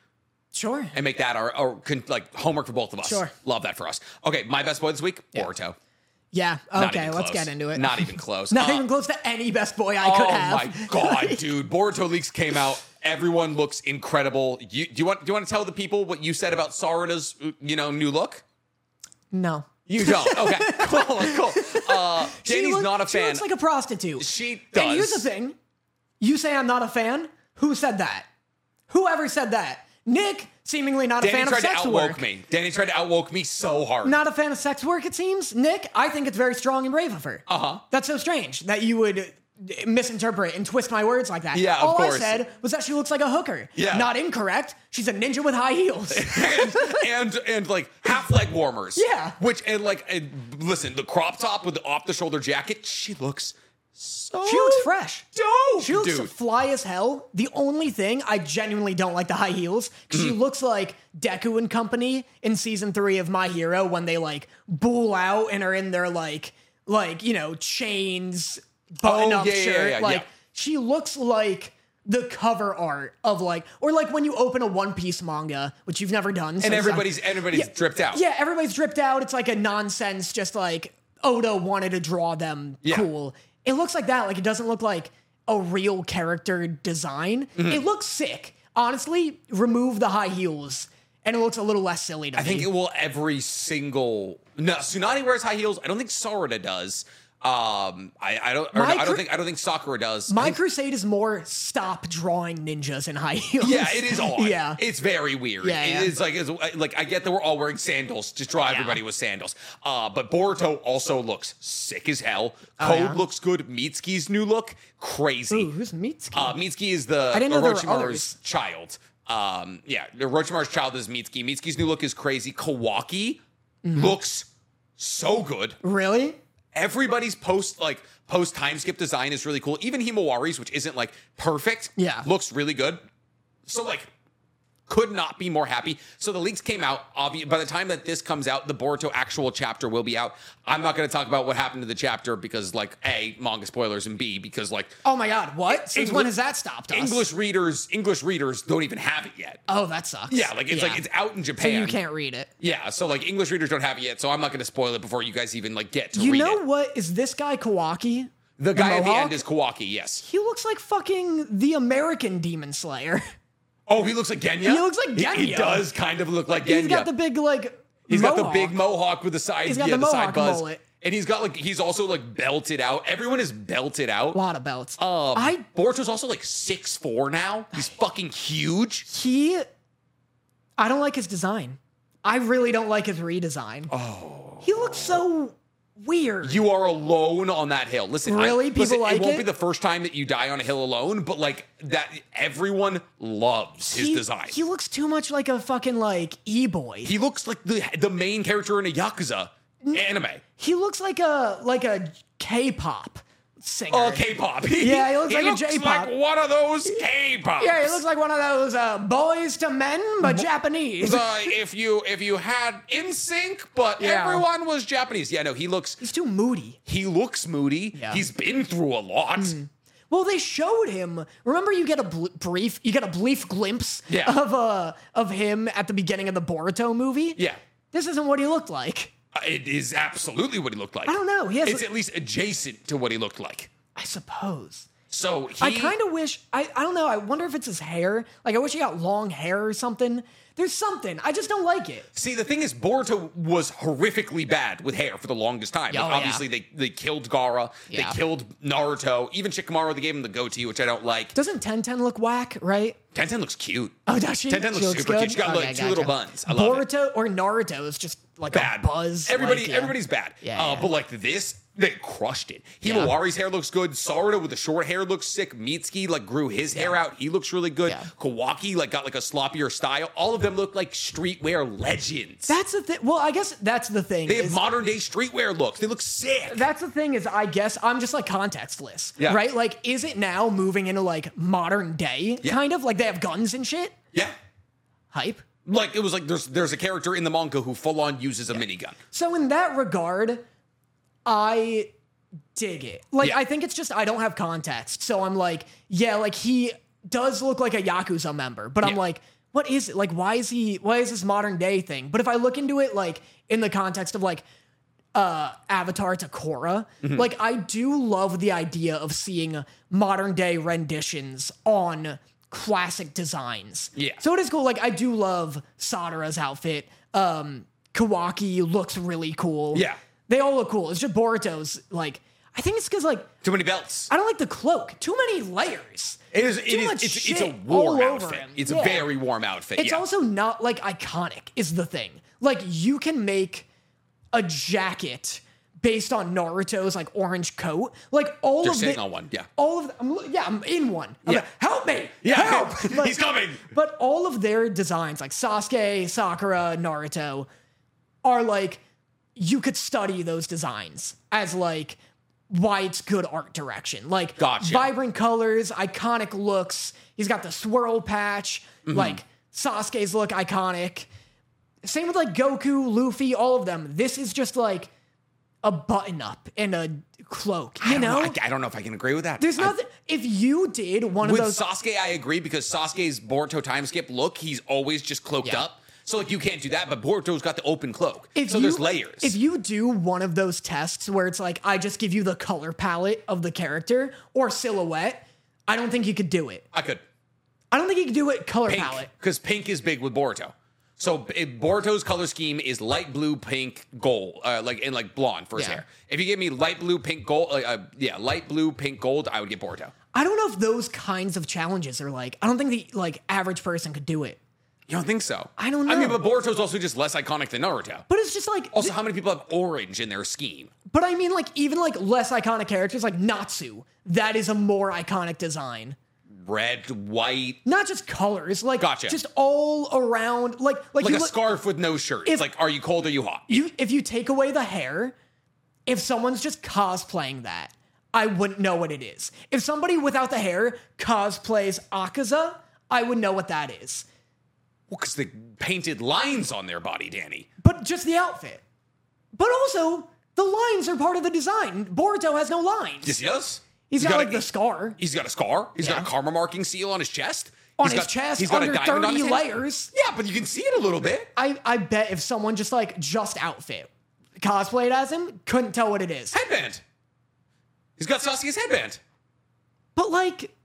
S1: Sure.
S2: and make that our, our con- like homework for both of us.
S1: Sure.
S2: love that for us. Okay, my best boy this week, Boruto.
S1: Yeah.
S2: Not
S1: Okay.
S2: even
S1: Let's
S2: close.
S1: get into it.
S2: Not even close.
S1: Not
S2: Uh,
S1: even close to any best boy I could
S2: Oh
S1: have.
S2: my god, dude! Boruto leaks came out. Everyone looks incredible. You, do you want? Do you want to tell the people what you said about Sarada's you know new look?
S1: No.
S2: You don't. Okay, cool, cool. Uh,
S1: She
S2: Danny's
S1: look-
S2: not a
S1: She
S2: fan.
S1: looks like a prostitute.
S2: She
S1: And here's the
S2: does.
S1: thing: you say I'm not a fan. Who said that? Whoever said that? Nick, seemingly not a
S2: Danny
S1: fan of
S2: tried to
S1: sex
S2: outwoke
S1: work.
S2: me. Danny tried to outwoke me so hard.
S1: Not a fan of sex work, it seems. Nick, I think it's very strong and brave of her. Uh
S2: Uh-huh.
S1: huh. That's so strange that you would misinterpret and twist my words like that.
S2: Yeah, of
S1: All
S2: course.
S1: I said was that she looks like a hooker.
S2: Yeah.
S1: Not incorrect. She's a ninja with high heels.
S2: and and and like half leg warmers.
S1: Yeah.
S2: Which and like and listen, the crop top with the off the shoulder jacket, she looks so
S1: She looks fresh.
S2: Dope,
S1: She looks
S2: Oh, dude.
S1: fly as hell. The only thing I genuinely don't like the high heels 'cause
S2: Mm-hmm.
S1: she looks like Deku and company in season three of My Hero when they like bull out and are in their like like you know chains button up
S2: Oh, yeah, yeah,
S1: shirt.
S2: yeah, yeah.
S1: like she looks like the cover art of like or like when you open a One Piece manga, which you've never done.
S2: And everybody's everybody's dripped out.
S1: Yeah, everybody's dripped out. It's like a nonsense, just like Oda wanted to draw them
S2: Yeah.
S1: cool. It looks like that. Like it doesn't look like a real
S2: Mm-hmm.
S1: character design. It looks sick. Honestly, remove the high heels and it looks a little less silly to
S2: I think
S1: me.
S2: it will every single. No, Tsunade wears high heels. I don't think Sarada does. Um, I, I don't. Or no,
S1: My
S2: I
S1: cr-
S2: don't think. I don't think Sakura does. I
S1: My
S2: think-
S1: crusade is more stop drawing ninjas in high heels.
S2: yeah, it is odd.
S1: yeah.
S2: it's very weird.
S1: Yeah, yeah.
S2: It's like it's like I get that we're all wearing sandals. Just draw everybody with sandals. Uh, but Boruto also looks sick as hell. Code
S1: Oh, yeah?
S2: looks good. Mitsuki's new look, crazy.
S1: Ooh, who's Mitsuki?
S2: Uh, Mitsuki is the
S1: didn't know there were
S2: Orochimaru's
S1: others.
S2: child. Um, yeah, Orochimaru's child is Mitsuki. Mitsuki's new look is crazy. Kawaki
S1: Mm-hmm.
S2: looks so good.
S1: really?
S2: Everybody's post like post time skip design is really cool. Even Himawari's, which isn't like perfect,
S1: Yeah.
S2: looks really good. So like, could not be more happy. So the leaks came out. Obvi- by the time that this comes out, the Boruto actual chapter will be out. I'm not going to talk about what happened to the chapter because like a manga spoilers and b because like
S1: Oh my god, what? Since
S2: Engli-
S1: when has that stopped us?
S2: English readers, English readers don't even have it yet.
S1: Oh, that sucks.
S2: Yeah, like it's like it's out in
S1: So
S2: Japan.
S1: you can't read it.
S2: Yeah, so like English readers don't have it yet. So I'm not going to spoil it before you guys even like get to
S1: You
S2: read
S1: know
S2: it.
S1: what? Is this guy Kawaki?
S2: The guy at the
S1: Mohawk?
S2: end is Kawaki. Yes.
S1: He looks like fucking the American Demon Slayer.
S2: Oh, he looks like Genya.
S1: He looks like
S2: He, he
S1: Genya.
S2: does kind of look like Genya.
S1: He's got the big like.
S2: He's got
S1: mohawk.
S2: the big mohawk with the side.
S1: He's got
S2: yeah,
S1: the
S2: side
S1: mohawk
S2: buzz.
S1: mullet.
S2: And he's got like he's also like belted out. Everyone is belted out.
S1: lot of belts.
S2: Um,
S1: I
S2: Boruto's also like six four now. He's fucking huge.
S1: he. I don't like his design. I really don't like his redesign. Oh. He looks so weird.
S2: You are alone on that hill. Listen, I-
S1: Really? People
S2: listen, it
S1: like
S2: won't
S1: it?
S2: be the first time that you die on a hill alone, but like that, everyone loves his
S1: he,
S2: design.
S1: He
S2: He,
S1: looks too much like a fucking like e boy. He,
S2: looks like the the main character in a yakuza anime.
S1: looks like a like a K-pop singer.
S2: Oh, K-pop.
S1: Yeah, he looks like a J-pop.
S2: like one of those K-pop.
S1: Yeah, he looks like one of those uh, boys to men, but Japanese.
S2: if you if you had in sync, but
S1: Yeah.
S2: everyone was Japanese. Yeah, no, he looks
S1: He's too moody.
S2: he looks moody.
S1: Yeah. Mm.
S2: He's been through a lot.
S1: Well, they showed him. Remember, you get a bl- brief, you get a brief glimpse
S2: Yeah.
S1: of uh of him at the beginning of the Boruto movie.
S2: Yeah,
S1: this isn't what he looked like.
S2: Uh, it is absolutely what he looked like.
S1: I don't know. He has,
S2: It's at least adjacent to what he looked like.
S1: I suppose.
S2: So he,
S1: I kind of wish. I I don't know. I wonder if it's his hair. Like, I wish he got long hair or something. There's something. I just don't like it.
S2: See, the thing is, Boruto was horrifically bad with hair for the longest time.
S1: Yeah,
S2: Like,
S1: oh, yeah.
S2: obviously, they, they killed Gara,
S1: Yeah.
S2: they killed Naruto, even Shikamaru, they gave him the goatee, which I don't like.
S1: Doesn't Ten Ten look whack? Right?
S2: Tenten looks cute.
S1: Oh, does she?
S2: Tenten
S1: She
S2: looks super cute.
S1: good?
S2: She got like
S1: Okay,
S2: two little
S1: gotcha.
S2: buns. I love it.
S1: Boruto or Naruto is just like
S2: Bad
S1: a buzz.
S2: Everybody,
S1: like, yeah.
S2: everybody's bad.
S1: Yeah,
S2: uh,
S1: yeah.
S2: But like this, they crushed it.
S1: Yeah.
S2: Himawari's hair looks good. Sarada with the short hair looks sick. Mitsuki like grew his hair out. He looks really good.
S1: Yeah.
S2: Kawaki like got like a sloppier style. All of them look like streetwear legends.
S1: That's the thing. Well, I guess that's the thing.
S2: they have
S1: is-
S2: modern day streetwear looks. They look sick.
S1: that's the thing is I guess I'm just like contextless,
S2: Yeah.
S1: right? Like, is it now moving into like modern day
S2: Yeah.
S1: kind of like they have guns and shit?
S2: yeah.
S1: Hype.
S2: Like it was like there's there's a character in the manga who full on uses a minigun.
S1: So in that regard, I dig it. Like,
S2: Yeah.
S1: I think it's just I don't have context, so I'm like, yeah, like he does look like a yakuza member, but I'm
S2: Yeah.
S1: like. What is it? Like, why is he, why is this modern day thing? But if I look into it, like, in the context of like uh, Avatar to Korra.
S2: Mm-hmm.
S1: Like, I do love the idea of seeing modern day renditions on classic designs.
S2: Yeah.
S1: So it is cool. Like, I do love Sadara's outfit. Um, Kawaki looks really cool.
S2: Yeah.
S1: They all look cool. It's just Boruto's, like, I think it's because, like,
S2: Too many belts.
S1: I don't like the cloak. Too many layers.
S2: It is. It
S1: Too
S2: is
S1: much
S2: it's, it's a
S1: shit
S2: warm
S1: all over
S2: outfit.
S1: him.
S2: It's a
S1: Yeah.
S2: very warm outfit.
S1: It's
S2: yeah.
S1: also not like iconic, is the thing. Like you can make a jacket based on Naruto's like orange coat. Like all
S2: They're
S1: of
S2: sitting
S1: the,
S2: on one, yeah.
S1: All of the, I'm, lo- yeah, I'm in one. I'm
S2: Yeah.
S1: like, help me.
S2: Yeah.
S1: Help.
S2: He's coming.
S1: But all of their designs, like Sasuke, Sakura, Naruto, are like you could study those designs as like why it's good art direction. Like
S2: Gotcha.
S1: vibrant colors, iconic looks. He's got the swirl patch,
S2: Mm-hmm.
S1: like Sasuke's look iconic. Same with like Goku, Luffy, all of them. This is just like a button up and a cloak, you
S2: I
S1: know?
S2: don't I, I don't know if I can agree with that.
S1: There's
S2: I-
S1: nothing if you did one of
S2: With
S1: those
S2: Sasuke, I agree because Sasuke's Boruto time skip look, he's always just cloaked
S1: Yeah.
S2: up. So like you can't do that, but Boruto's got the open cloak.
S1: if
S2: so
S1: you,
S2: there's layers.
S1: If you do one of those tests where it's like, I just give you the color palette of the character or silhouette, I don't think you could do it.
S2: I could
S1: I don't think you could do it color
S2: pink
S1: palette.
S2: because pink is big with Boruto. So it, Boruto's color scheme is light blue, pink, gold, uh, like and like blonde for his
S3: Yeah.
S2: hair. If you give me light blue, pink, gold, like, uh, yeah, light blue, pink, gold, I would get Boruto.
S1: I don't know if those kinds of challenges are like. I don't think the like average person could do it.
S2: You don't think so?
S1: I don't
S2: I mean,
S1: know.
S2: but Boruto's also just less iconic than Naruto.
S1: But it's just like.
S2: Also, how many people have orange in their scheme?
S1: but I mean, like even like less iconic characters like Natsu. That is a more iconic design.
S2: Red, white,
S1: Not just colors, like
S2: Gotcha.
S1: just all around, like like,
S2: like
S1: you
S2: a
S1: look-
S2: scarf with no shirt.
S1: If-
S2: it's like, are you cold? Are you hot?
S1: you if you take away the hair, if someone's just cosplaying that, I wouldn't know what it is. If somebody without the hair cosplays Akaza, I would know what that is.
S2: because they painted lines on their body, Danny.
S1: But just the outfit. But also, the lines are part of the design. Boruto has no lines.
S2: Yes, he does.
S1: he's got, like
S2: a,
S1: the scar
S2: He's got a scar. He's got
S1: Yeah.
S2: a karma marking seal on his chest.
S1: on
S2: He's
S1: his
S2: got-
S1: chest
S2: He's got
S1: under
S2: a diamond on
S1: 30
S2: his hand.
S1: layers.
S2: Yeah, but you can see it a little bit.
S1: I, I bet if someone just like just outfit cosplayed as him, couldn't tell what it is.
S2: Headband. He's got Sasuke's headband.
S1: But like,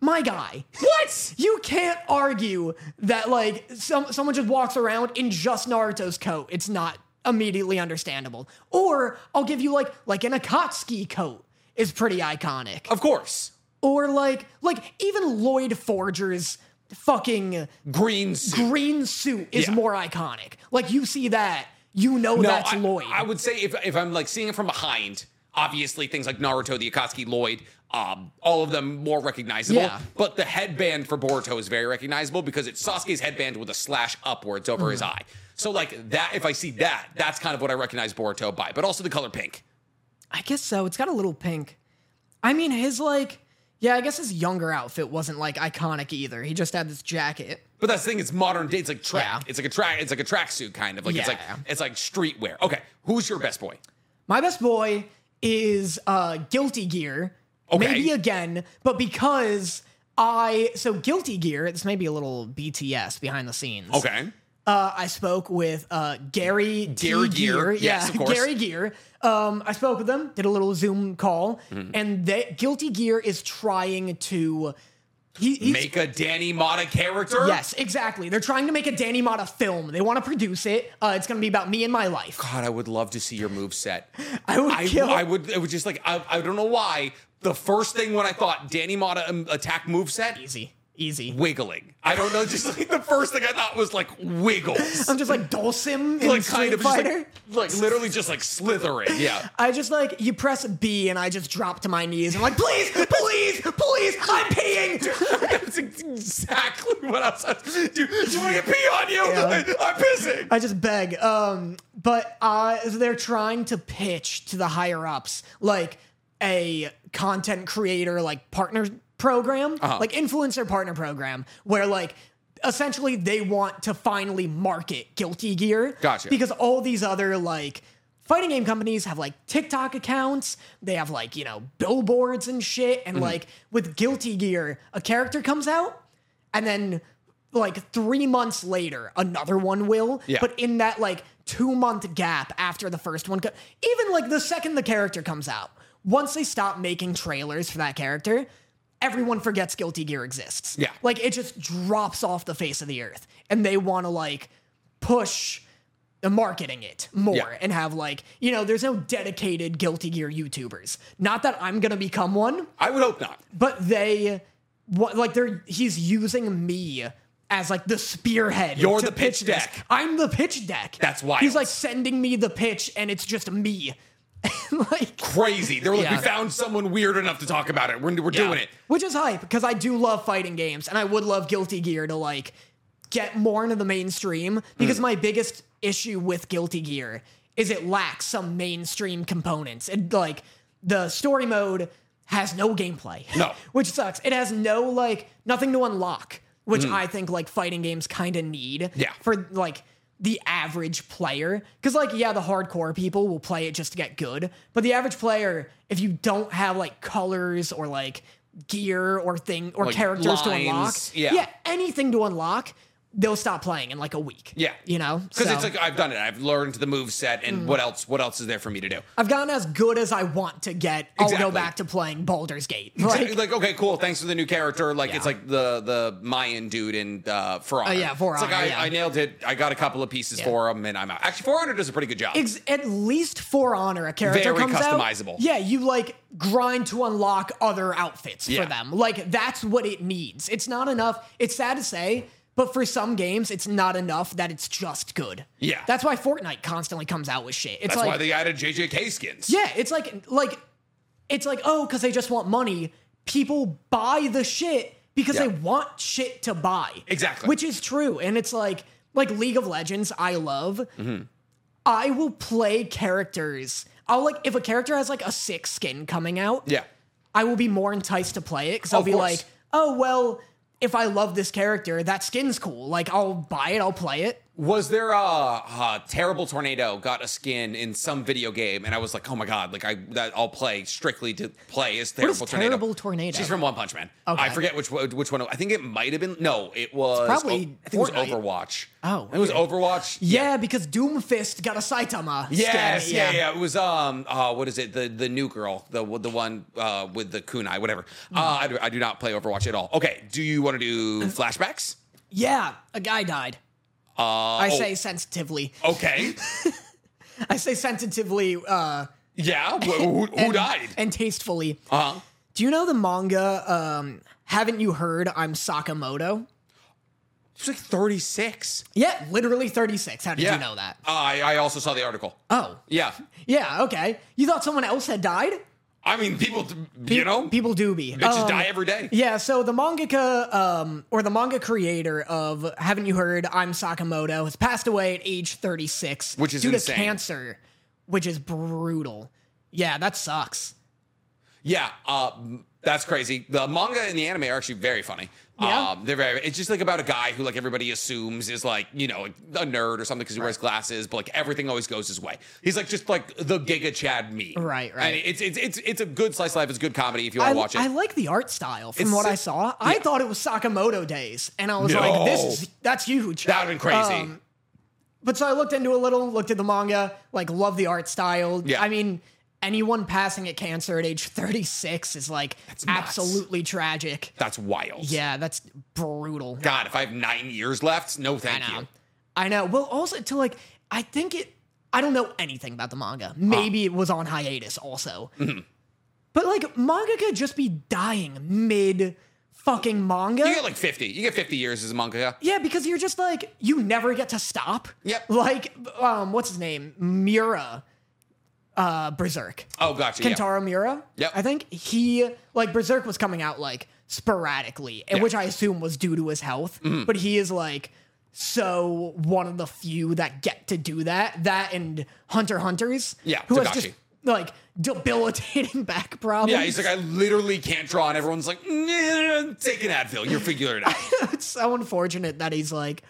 S1: my guy.
S2: What?
S1: You can't argue that like some someone just walks around in just Naruto's coat. It's not immediately understandable. Or I'll give you like like an Akatsuki coat is pretty iconic.
S2: Of course.
S1: Or like like even Lloyd Forger's fucking
S2: Green suit.
S1: green suit is
S2: Yeah.
S1: more iconic. Like you see that, you know
S2: No,
S1: that's
S2: I,
S1: Lloyd.
S2: I would say if, if I'm like seeing it from behind, obviously things like Naruto, the Akatsuki, Lloyd, um, all of them more recognizable.
S1: Yeah.
S2: But the headband for Boruto is very recognizable because it's Sasuke's headband with a slash upwards over his
S1: Mm-hmm.
S2: eye. So like that, if I see that, that's kind of what I recognize Boruto by. But also the color pink.
S1: I guess so. It's got a little pink. I mean, his like yeah, I guess his younger outfit wasn't like iconic either. He just had this jacket.
S2: But that's the thing; it's modern day. It's like track.
S1: Yeah.
S2: It's like a track. It's like a tracksuit kind of like it's like
S1: Yeah.
S2: it's like streetwear. Okay, who's your best boy?
S1: My best boy is uh Guilty Gear.
S2: Okay.
S1: Maybe again, but because I so Guilty Gear, this may be a little BTS behind the scenes.
S2: Okay,
S1: Uh, I spoke with uh, Gary T.
S2: Gary Gear, yes,
S1: yeah,
S2: of course.
S1: Gary Gear. Um, I spoke with them, did a little Zoom call,
S2: Mm-hmm.
S1: and they, Guilty Gear is trying to he, he's-
S2: make a Danny Mata character.
S1: yes, exactly. They're trying to make a Danny Mata film. They want to produce it. Uh, it's going to be about me and my life.
S2: God, I would love to see your move set.
S1: I would
S2: I,
S1: kill.
S2: I would. It was just like I, I don't know why. The first thing when I thought Danny Mata um, attack moveset,
S1: easy, easy.
S2: wiggling. I don't know. Just like the first thing I thought was like wiggles,
S1: I'm just like Dulcim in
S2: like
S1: Street
S2: kind of just
S1: Fighter.
S2: like, like literally just like slithering. Yeah.
S1: I just like you press B and I just drop to my knees. I'm like, please, please, please, I'm peeing.
S2: That's exactly what I was. Dude, do you want me to pee on you?
S1: Yeah.
S2: I, am pissing.
S1: I just beg. Um, but uh, they're trying to pitch to the higher ups like a content creator like partner program, like influencer partner program, where like essentially they want to finally market Guilty Gear.
S2: Gotcha.
S1: Because because all these other like fighting game companies have like TikTok accounts, they have like, you know, billboards and shit. And like with Guilty Gear, a character comes out and then like three months later, another one will.
S2: Yeah.
S1: But in that like two month gap after the first one, co- even like the second the character comes out, once they stop making trailers for that character, everyone forgets Guilty Gear exists.
S2: Yeah.
S1: Like it just drops off the face of the earth. And they want to like push marketing it more
S2: Yeah.
S1: and have like you know there's no dedicated guilty gear youtubers not that i'm gonna become one
S2: I would hope not.
S1: but they what like they're he's using me as like the spearhead
S2: You're
S1: to
S2: the pitch
S1: this.
S2: deck.
S1: i'm the pitch deck
S2: That's
S1: why
S2: wild.
S1: he's like sending me the pitch and it's just me like
S2: Crazy. They were like,
S1: Yeah.
S2: we found someone weird enough to talk about it. We're, we're doing it.
S1: which is hype because I do love fighting games and I would love Guilty Gear to like get more into the mainstream because
S2: Hmm.
S1: my biggest issue with Guilty Gear is it lacks some mainstream components and like the story mode has no gameplay.
S2: No.
S1: which sucks. It has no like nothing to unlock, which I think like fighting games kind of need
S2: Mm. Yeah.
S1: for like the average player cuz like yeah the hardcore people will play it just to get good but the average player if you don't have like colors or like gear or thing or
S2: Like,
S1: characters to
S2: lines,
S1: unlock
S2: yeah.
S1: anything to unlock they'll stop playing in like a week.
S2: Yeah.
S1: You know? So,
S2: Because
S1: Mm.
S2: it's like I've done it. I've learned the move set, and what else? What else is there for me to do?
S1: I've gotten as good as I want to get. I'll
S2: Exactly.
S1: go back to playing Baldur's Gate.
S2: Like,
S1: Like,
S2: okay, cool. Thanks for the new character. Like it's
S1: Yeah. Oh,
S2: like the the Mayan dude in uh, For Honor.
S1: yeah, For
S2: It's like
S1: Honor,
S2: I,
S1: yeah.
S2: I nailed it. I got a couple of pieces
S1: Yeah.
S2: for him, and I'm out. Actually, For Honor does a pretty good job.
S1: ex- at least for honor, a character
S2: Very
S1: comes out-
S2: customizable.
S1: Yeah, you like grind to unlock other outfits
S2: Yeah.
S1: for them. Like that's what it needs. It's not enough. It's sad to say, but for some games, it's not enough that it's just good.
S2: Yeah.
S1: that's why Fortnite constantly comes out with shit. It's
S2: That's
S1: like
S2: why they added JJK skins.
S1: Yeah, it's like like it's like oh, because they just want money. People buy the shit because
S2: Yeah.
S1: they want shit to buy.
S2: Exactly.
S1: which is true. And it's like like League of Legends. I love.
S2: Mm-hmm.
S1: I will play characters. I'll like if a character has like a sick skin coming out.
S2: Yeah.
S1: I will be more enticed to play it because I'll
S2: Of
S1: be
S2: course.
S1: like, oh well, if I love this character, that skin's cool. Like I'll buy it. I'll play it.
S2: Was there a, a terrible tornado got a skin in some video game, and I was like, oh my god, like I that I'll play strictly to play is terrible
S1: is
S2: tornado.
S1: Terrible Tornado?
S2: She's from One Punch Man.
S1: Okay.
S2: I forget which one- which one. I think it might have been. No, it was
S1: probably
S2: I think it was
S1: Fortnite.
S2: Overwatch.
S1: Oh,
S2: it was
S1: okay.
S2: Overwatch.
S1: Yeah, because Doomfist got a Saitama.
S2: Yes,
S1: skin.
S2: yeah, yeah, It was um, uh, what is it? The the new girl, the the one uh with the kunai, whatever.
S1: Hmm.
S2: Uh, I, do, I do not play Overwatch at all. Okay, do you want to
S1: Uh.
S2: do flashbacks?
S1: Yeah, a guy died.
S2: Uh,
S1: I
S2: oh,
S1: say sensitively.
S2: okay,
S1: I say sensitively uh,
S2: yeah. wh- Who, who
S1: and,
S2: died?
S1: and tastefully.
S2: Uh huh.
S1: Do you know the manga? Um, haven't you heard? I'm Sakamoto.
S2: She's like 36.
S1: Yeah, literally 36. How did you know that?
S2: Uh, I, I also saw the article.
S1: Oh,
S2: Yeah.
S1: yeah. Okay. You thought someone else had died?
S2: I mean, people, you know, people,
S1: people do be.
S2: bitches
S1: Um,
S2: die every day.
S1: Yeah, so the mangaka um, or the manga creator of Haven't You Heard I'm Sakamoto has passed away at age 36
S2: Which is
S1: due
S2: insane.
S1: to cancer, which is brutal. Yeah, that sucks.
S2: Yeah, uh, that's crazy. The manga and the anime are actually very funny.
S1: Yeah.
S2: Um, they're very. It's just like about a guy who like everybody assumes is like you know a nerd or something because he wears glasses, but like everything always goes his way. He's like just like the Giga Chad me.
S1: Right,
S2: And
S1: right.
S2: it's it's it's it's a good slice of life. It's good comedy if you
S1: I,
S2: want to watch it.
S1: I like the art style from
S2: It's
S1: what
S2: si-
S1: I saw. I thought it was Sakamoto days, and I was
S2: No.
S1: like, "This is that's huge."
S2: that would've been crazy.
S1: Um, but so I looked into a little, looked at the manga, like love the art style.
S2: Yeah.
S1: I mean, anyone passing at cancer at age 36 is like
S2: nuts.
S1: absolutely tragic.
S2: that's wild.
S1: Yeah, that's brutal.
S2: God, if I have nine years left, no,
S1: I
S2: thank
S1: know.
S2: you.
S1: I know. Well, also to like, I think it. I don't know anything about the manga. Maybe it was on hiatus also. But like, manga could just be dying mid fucking manga.
S2: You get like fifty. You get fifty years as a manga.
S1: yeah, because you're just like you never get to stop.
S2: Yep.
S1: Like, um, what's his name? Mura, uh, Berserk.
S2: Oh, gotcha. yeah.
S1: Kentaro Mura.
S2: Yep.
S1: I think he like Berserk was coming out like sporadically, and
S2: Yeah. Mm-hmm.
S1: which I assume was due to his health. But he is like so one of the few that get to do that. That and Hunter x Hunters.
S2: Yeah,
S1: Who
S2: Togashi.
S1: has just like debilitating back problems.
S2: Yeah, he's like, I literally can't draw, and everyone's like, "Nah, take an Advil. You're figuring it out.
S1: it's so unfortunate that he's like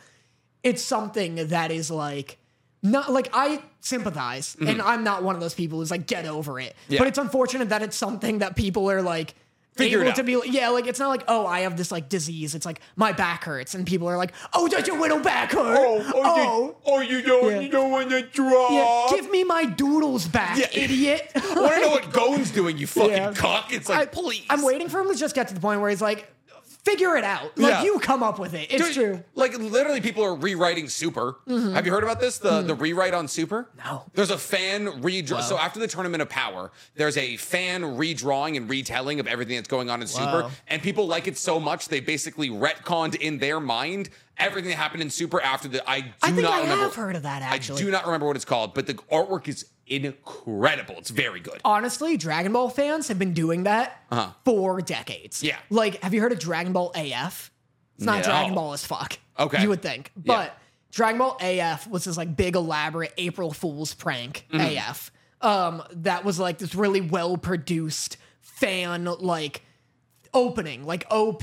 S1: it's something that is like not like I sympathize and I'm not one of those people who's like get over it.
S2: Mm-hmm. Yeah.
S1: But it's unfortunate that it's something that people are like
S2: Figure
S1: able
S2: it
S1: to be yeah, like it's not like oh I have this like disease. It's like my back hurts and people are like oh does your little back hurt?
S2: Oh, oh, you, oh, you don't,
S1: Yeah.
S2: you don't want to draw.
S1: yeah, give me my doodles back,
S2: Yeah.
S1: idiot.
S2: I want to know what Gone's doing, you fucking
S1: Yeah.
S2: cock. It's like, please.
S1: I'm waiting for him to just get to the point where he's like figure it out. Like
S2: Yeah.
S1: you come up with it. It's
S2: Dude,
S1: true. Mm-hmm.
S2: Like literally, people are rewriting Super. Have you heard about this? The the rewrite on Super.
S1: No.
S2: There's a fan redraw. So after the Tournament of Power, there's a fan redrawing and retelling of everything that's going on
S1: Wow.
S2: in Super, and people like it so much they basically retconned in their mind everything that happened in Super after the. I do
S1: I think
S2: not
S1: I
S2: remember.
S1: have heard of that actually.
S2: I do not remember what it's called, but the artwork is incredible. It's very good.
S1: Oh. honestly, Dragon Ball fans have been doing that for decades.
S2: Uh-huh. Yeah.
S1: Like, have you heard of Dragon Ball AF? It's not
S2: No.
S1: Dragon Ball as fuck.
S2: Okay.
S1: You would think.
S2: Yeah.
S1: But Dragon Ball AF was this like big elaborate April Fool's prank
S2: Mm.
S1: AF. Um, that was like this really well produced fan like opening, like OP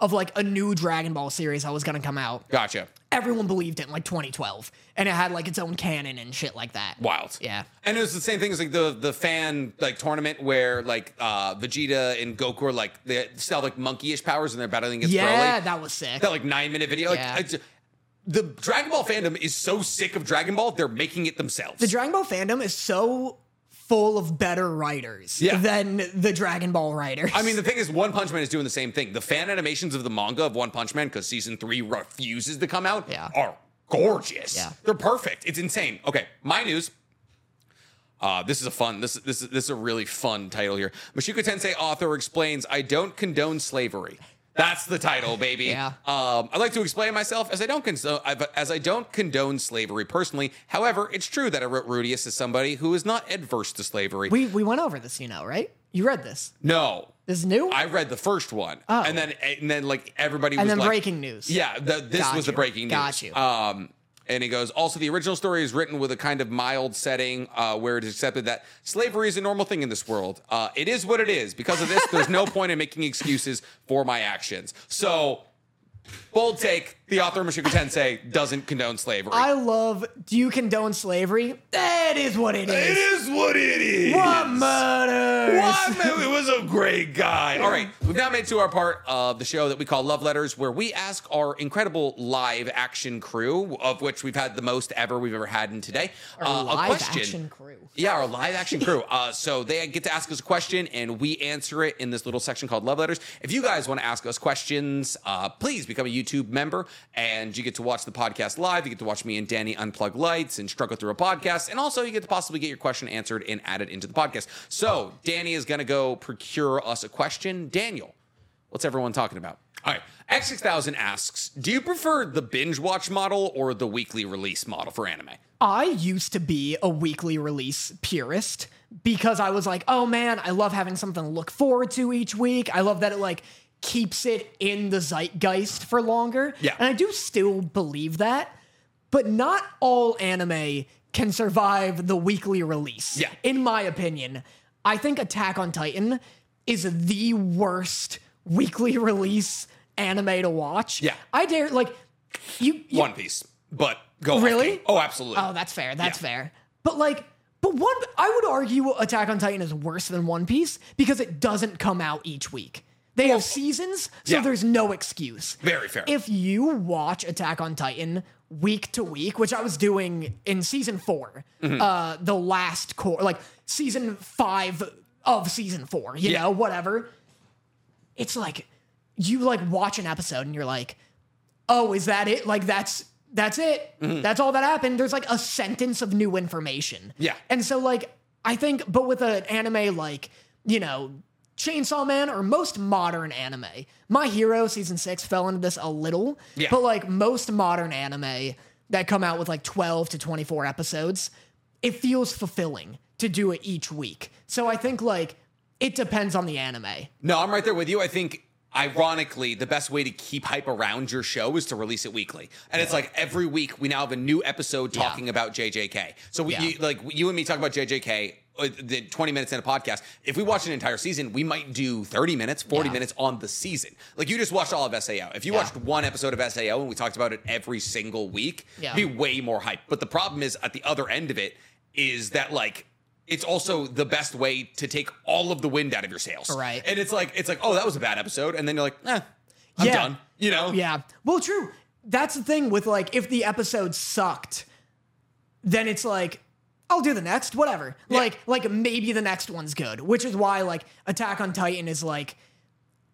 S1: of like a new Dragon Ball series that was gonna come out.
S2: Gotcha.
S1: Everyone believed it in like 2012. And it had like its own canon and shit like that.
S2: Wild.
S1: Yeah.
S2: And it was the same thing as like the the fan like tournament where like uh Vegeta and Goku are like they still have like monkeyish powers and they're battling against
S1: Yeah,
S2: Broly.
S1: that was sick.
S2: That like nine minute video. Like
S1: Yeah.
S2: it's- the Dragon Ball fandom is so sick of Dragon Ball, they're making it themselves.
S1: The Dragon Ball fandom is so full of better writers
S2: Yeah.
S1: than the Dragon Ball writers.
S2: I mean, the thing is, One Punch Man is doing the same thing. The fan animations of the manga of One Punch Man, because season three refuses to come out,
S1: Yeah.
S2: are gorgeous.
S1: Yeah.
S2: They're perfect. It's insane. Okay, my news. Uh, this is a fun. This this this is a really fun title here. Mashiko Tensei author explains: I don't condone slavery. That's the title, baby.
S1: Yeah.
S2: Um, I'd like to explain myself as I don't condone as I don't condone slavery personally. However, it's true that I wrote Rudius as somebody who is not adverse to slavery.
S1: we we went over this, you know, right? You read this.
S2: no,
S1: This is new?
S2: I read the first one,
S1: Oh.
S2: and then and then like everybody
S1: and
S2: was
S1: then
S2: like,
S1: breaking news.
S2: Yeah, the, this
S1: Got
S2: was the
S1: you.
S2: breaking news.
S1: Got you.
S2: Um, and he goes. Also, the original story is written with a kind of mild setting uh, where it is accepted that slavery is a normal thing in this world. Uh, it is what it is. Because of this, there's no point in making excuses for my actions. So, bold take: the author of Mashiko Tensei doesn't condone slavery.
S1: I love do you condone slavery? That is what it
S2: it
S1: is.
S2: is what it is.
S1: What matters?
S2: What? Man, it was a great guy. All right, we've now made it to our part of the show that we call Love Letters, where we ask our incredible live action crew, of which we've had the most ever we've ever had in today, uh,
S1: live
S2: a question.
S1: action crew.
S2: Yeah, our live action crew. Uh, so they get to ask us a question, and we answer it in this little section called Love Letters. If you guys want to ask us questions, uh, please become a YouTube member, and you get to watch the podcast live. You get to watch me and Danny unplug lights and struggle through a podcast, and also you get to possibly get your question answered and added into the podcast. So Danny is going to go procure us a question. Daniel, what's everyone talking about? All right. X6000 asks Do you prefer the binge watch model or the weekly release model for anime?
S1: I used to be a weekly release purist because I was like, oh man, I love having something to look forward to each week. I love that it like keeps it in the zeitgeist for longer.
S2: Yeah.
S1: And I do still believe that, but not all anime can survive the weekly release.
S2: Yeah.
S1: In my opinion, I think Attack on Titan is the worst weekly release anime to watch.
S2: Yeah.
S1: I dare like you, you
S2: One Piece, but go off
S1: Really?
S2: game. Oh, absolutely.
S1: Oh, that's fair. That's
S2: Yeah.
S1: fair. But like, but one, I would argue Attack on Titan is worse than One Piece because it doesn't come out each week. They have seasons, so
S2: yeah.
S1: there's no excuse.
S2: Very fair.
S1: If you watch Attack on Titan week to week, which I was doing in season 4
S2: Mm-hmm.
S1: uh, the last core, like season five of season four, you
S2: Yeah.
S1: know, whatever. It's like you like watch an episode and you're like, oh, is that it? Like that's that's it.
S2: Mm-hmm.
S1: That's all that happened. There's like a sentence of new information.
S2: Yeah.
S1: And so like I think but with an anime like, you know, Chainsaw Man or most modern anime. My Hero season 6 fell into this a little,
S2: Yeah.
S1: but like most modern anime that come out with like 12 to 24 episodes, it feels fulfilling to do it each week. So I think like it depends on the anime.
S2: no, I'm right there with you. I think ironically, the best way to keep hype around your show is to release it weekly. And it's like every week we now have a new episode talking about JJK. So we
S1: Yeah.
S2: you, like you and me talk about JJK uh, the 20 minutes in a podcast. If we watch an entire season, we might do 30 minutes, 40
S1: Yeah.
S2: minutes on the season. Like you just watched all of SAO. If you
S1: Yeah.
S2: watched one episode of SAO and we talked about it every single week,
S1: Yeah.
S2: it'd be way more hype. But the problem is at the other end of it is that like it's also the best way to take all of the wind out of your sails.
S1: Right.
S2: And it's like it's like, oh, that was a bad episode, and then you're like, eh, I'm
S1: Yeah.
S2: done. You know?
S1: Oh, Yeah. Well, true. That's the thing with like if the episode sucked, then it's like I'll do the next, whatever. Like like maybe the next one's good, which is why like Attack on Titan is like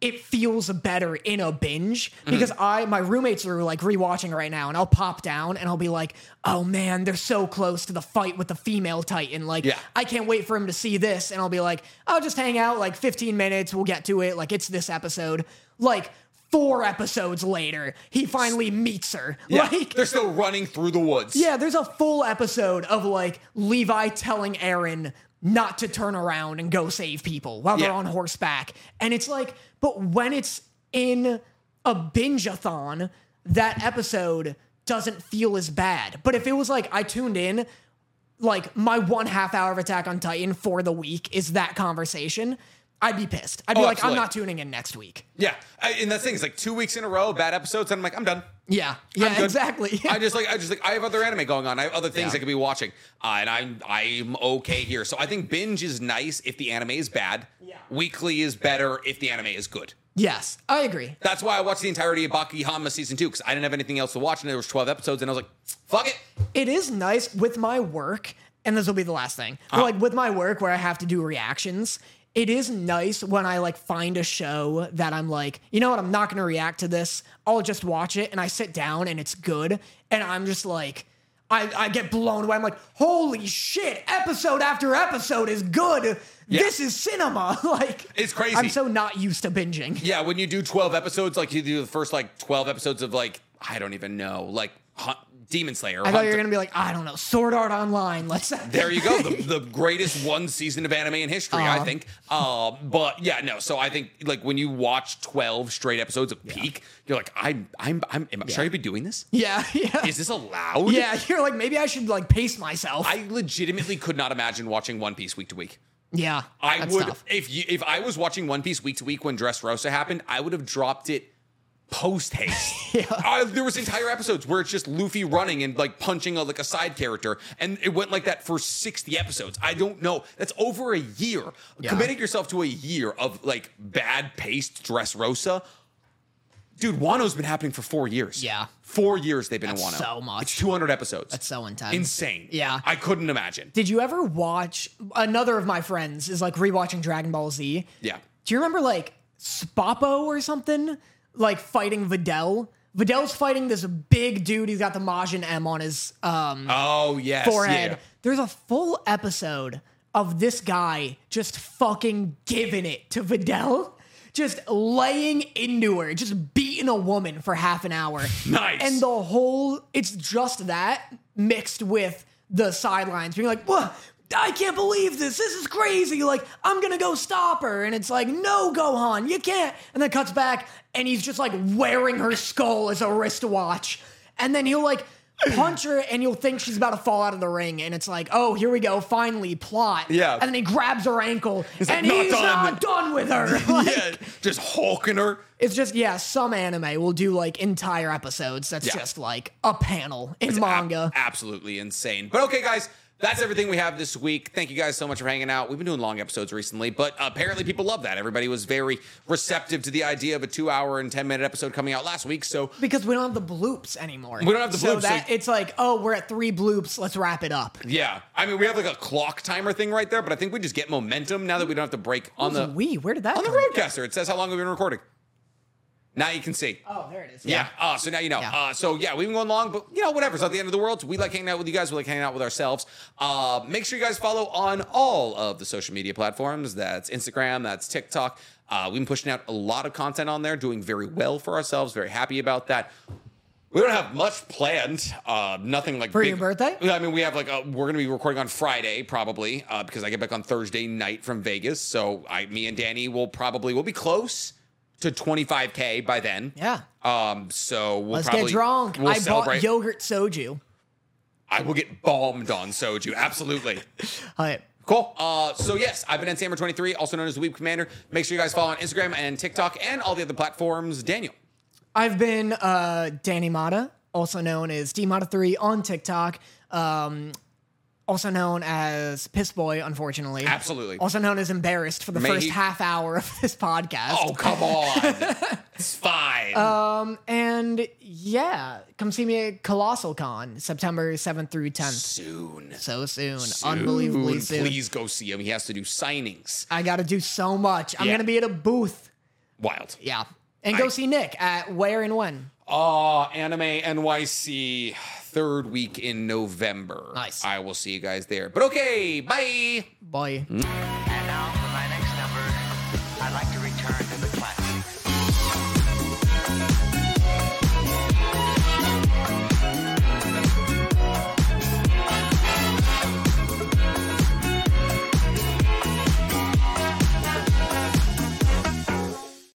S1: it feels better in a binge
S2: Mm-hmm.
S1: because I my roommates are like rewatching right now and I'll pop down and I'll be like, "Oh man, they're so close to the fight with the female titan. Like
S2: Yeah.
S1: I can't wait for him to see this." And I'll be like, "I'll just hang out like 15 minutes, we'll get to it. Like it's this episode." Like 4 episodes later, he finally meets her.
S2: Yeah.
S1: Like
S2: They're still running through the woods.
S1: yeah, there's a full episode of like Levi telling Aaron not to turn around and go save people while they're
S2: Yeah.
S1: on horseback. And it's like, but when it's in a binge-a-thon, that episode doesn't feel as bad. But if it was like I tuned in, like my one half hour of Attack on Titan for the week is that conversation, I'd be pissed. I'd be
S2: Oh,
S1: like,
S2: absolutely.
S1: I'm not tuning in next week.
S2: Yeah. I, and that's the thing, it's like two weeks in a row, bad episodes, and I'm like, I'm done.
S1: Yeah.
S2: I'm
S1: Yeah,
S2: good.
S1: exactly.
S2: I just like I just like I have other anime going on. I have other things
S1: Yeah.
S2: I could be watching, uh, and I'm I'm okay here. So I think binge is nice if the anime is bad.
S1: Yeah.
S2: Weekly is better if the anime is good.
S1: Yes, I agree.
S2: That's why I watched the entirety of Baki Hama season two because I didn't have anything else to watch, and there was twelve episodes, and I was like, "Fuck it."
S1: It is nice with my work, and this will be the last thing.
S2: Oh.
S1: But, Like with my work where I have to do reactions, it is nice when I like find a show that I'm like, you know what, I'm not gonna react to this. I'll just watch it and I sit down and it's good, and I'm just like I, I get blown away. I'm like, holy shit, episode after episode is good. This is cinema. like
S2: It's crazy.
S1: I'm so not used to binging.
S2: Yeah, when you do 12 episodes, like you do the first like 12 episodes of like, I don't even know, like Hun- Demon Slayer. or
S1: I thought you
S2: Hunter-
S1: were gonna be like, I don't know, Sword Art Online. Let's
S2: there you go. The, the greatest one season of anime in history, I
S1: Uh-huh.
S2: think. Uh, but yeah, no. So I think like when you watch 12 straight episodes of Peak, you're like, I'm, I'm, I'm, am, should I be doing this?
S1: Yeah, yeah.
S2: Is this allowed?
S1: Yeah, you're like, maybe I should like pace myself.
S2: I legitimately could not imagine watching One Piece week to week.
S1: yeah.
S2: I
S1: that's
S2: would
S1: tough.
S2: if you if I was watching One Piece week to week when Dressrosa happened, I would have dropped it post haste. I- there was entire episodes where it's just Luffy running and like punching a, like a side character, and it went like that for sixty episodes. I don't know. That's over a year.
S1: Yeah.
S2: Committing yourself to a year of like bad paced Dressrosa. Dude, Wano's been happening for four years.
S1: Yeah.
S2: four years they've been in
S1: That's
S2: Wano.
S1: so much.
S2: It's two hundred episodes. That's
S1: so intense.
S2: Insane.
S1: Yeah.
S2: I couldn't imagine.
S1: Did you ever watch another of my friends is like rewatching Dragon Ball Z?
S2: Yeah.
S1: Do you remember like Spappo or something? Like fighting Videl? Videl's fighting this big dude. He's got the Majin M on his um,
S2: Oh yes. yeah.
S1: forehead. There's a full episode of this guy just fucking giving it to Videl. Just laying into her, just beating a woman for half an hour.
S2: Nice.
S1: And the whole, it's just that mixed with the sidelines being like, what? I can't believe this. This is crazy. Like, I'm going to go stop her. And it's like, no, Gohan, you can't. And then cuts back and he's just like wearing her skull as a wristwatch. And then he'll like punch her and you'll think she's about to fall out of the ring. And it's like, oh, here we go. Finally, plot.
S2: Yeah.
S1: And then he grabs her ankle
S2: like,
S1: and
S2: "Not
S1: he's
S2: done."
S1: not done with her. Like,
S2: yeah, just hulking her.
S1: It's just yeah, some anime will do like entire episodes. That's
S2: Yeah.
S1: just like a panel in
S2: It's ab-
S1: manga.
S2: absolutely insane. But okay, guys, that's everything we have this week. Thank you guys so much for hanging out. We've been doing long episodes recently, but apparently people love that. Everybody was very receptive to the idea of a two hour and 10 minute episode coming out last week. So
S1: because we don't have the bloops anymore.
S2: We don't have the
S1: So
S2: bloops,
S1: that
S2: so-
S1: it's like, oh, we're at three bloops. Let's wrap it up.
S2: yeah, I mean, we have like a clock timer thing right there, but I think we just get momentum now that we don't have to break on the,
S1: we. Where did that?
S2: on the
S1: come from?
S2: roadcaster. It says how long we've been recording. Now you can see.
S1: Oh, there it is.
S2: Yeah. Uh, so now you know.
S1: Yeah.
S2: Uh, so yeah, we've been going long, but you know, whatever. It's not the end of the world. We like hanging out with you guys. We like hanging out with ourselves. Uh, make sure you guys follow on all of the social media platforms. That's Instagram. That's TikTok. Uh, we've been pushing out a lot of content on there, doing very well for ourselves. Very happy about that. We don't have much planned. Uh, nothing like
S1: For your birthday?
S2: Yeah, I mean, we have like a, we're gonna be recording on Friday probably uh, because I get back on Thursday night from Vegas. So I, me and Danny will probably will be close to 25k by then.
S1: Yeah.
S2: Um, so we'll
S1: Let's
S2: probably
S1: get drunk.
S2: We'll
S1: I
S2: celebrate.
S1: bought yogurt soju.
S2: I will get bombed on soju. Absolutely.
S1: All right.
S2: Cool. Uh, so yes, I've been at Sammer23, also known as the Weep Commander. Make sure you guys follow on Instagram and TikTok and all the other platforms. Daniel.
S1: I've been uh, Danny Mata, also known as DMata3 on TikTok, um, also known as Piss Boy, unfortunately.
S2: Absolutely.
S1: Also known as Embarrassed for the
S2: May
S1: first
S2: he-
S1: half hour of this podcast.
S2: Oh come on. it's fine.
S1: Uh, And yeah, come see me at Colossal Con September 7th through 10th.
S2: soon.
S1: So soon. Unbelievably soon.
S2: Please go see him. He has to do signings.
S1: I got to do so much. I'm
S2: Yeah.
S1: going to be at a booth.
S2: Wild.
S1: Yeah. And go
S2: I-
S1: see Nick at Where and When.
S2: Ah, Anime NYC, third week in November.
S1: Nice.
S2: I will see you guys there. But okay, bye.
S1: Bye.
S3: And now for my next number, I'd like to return to the classics.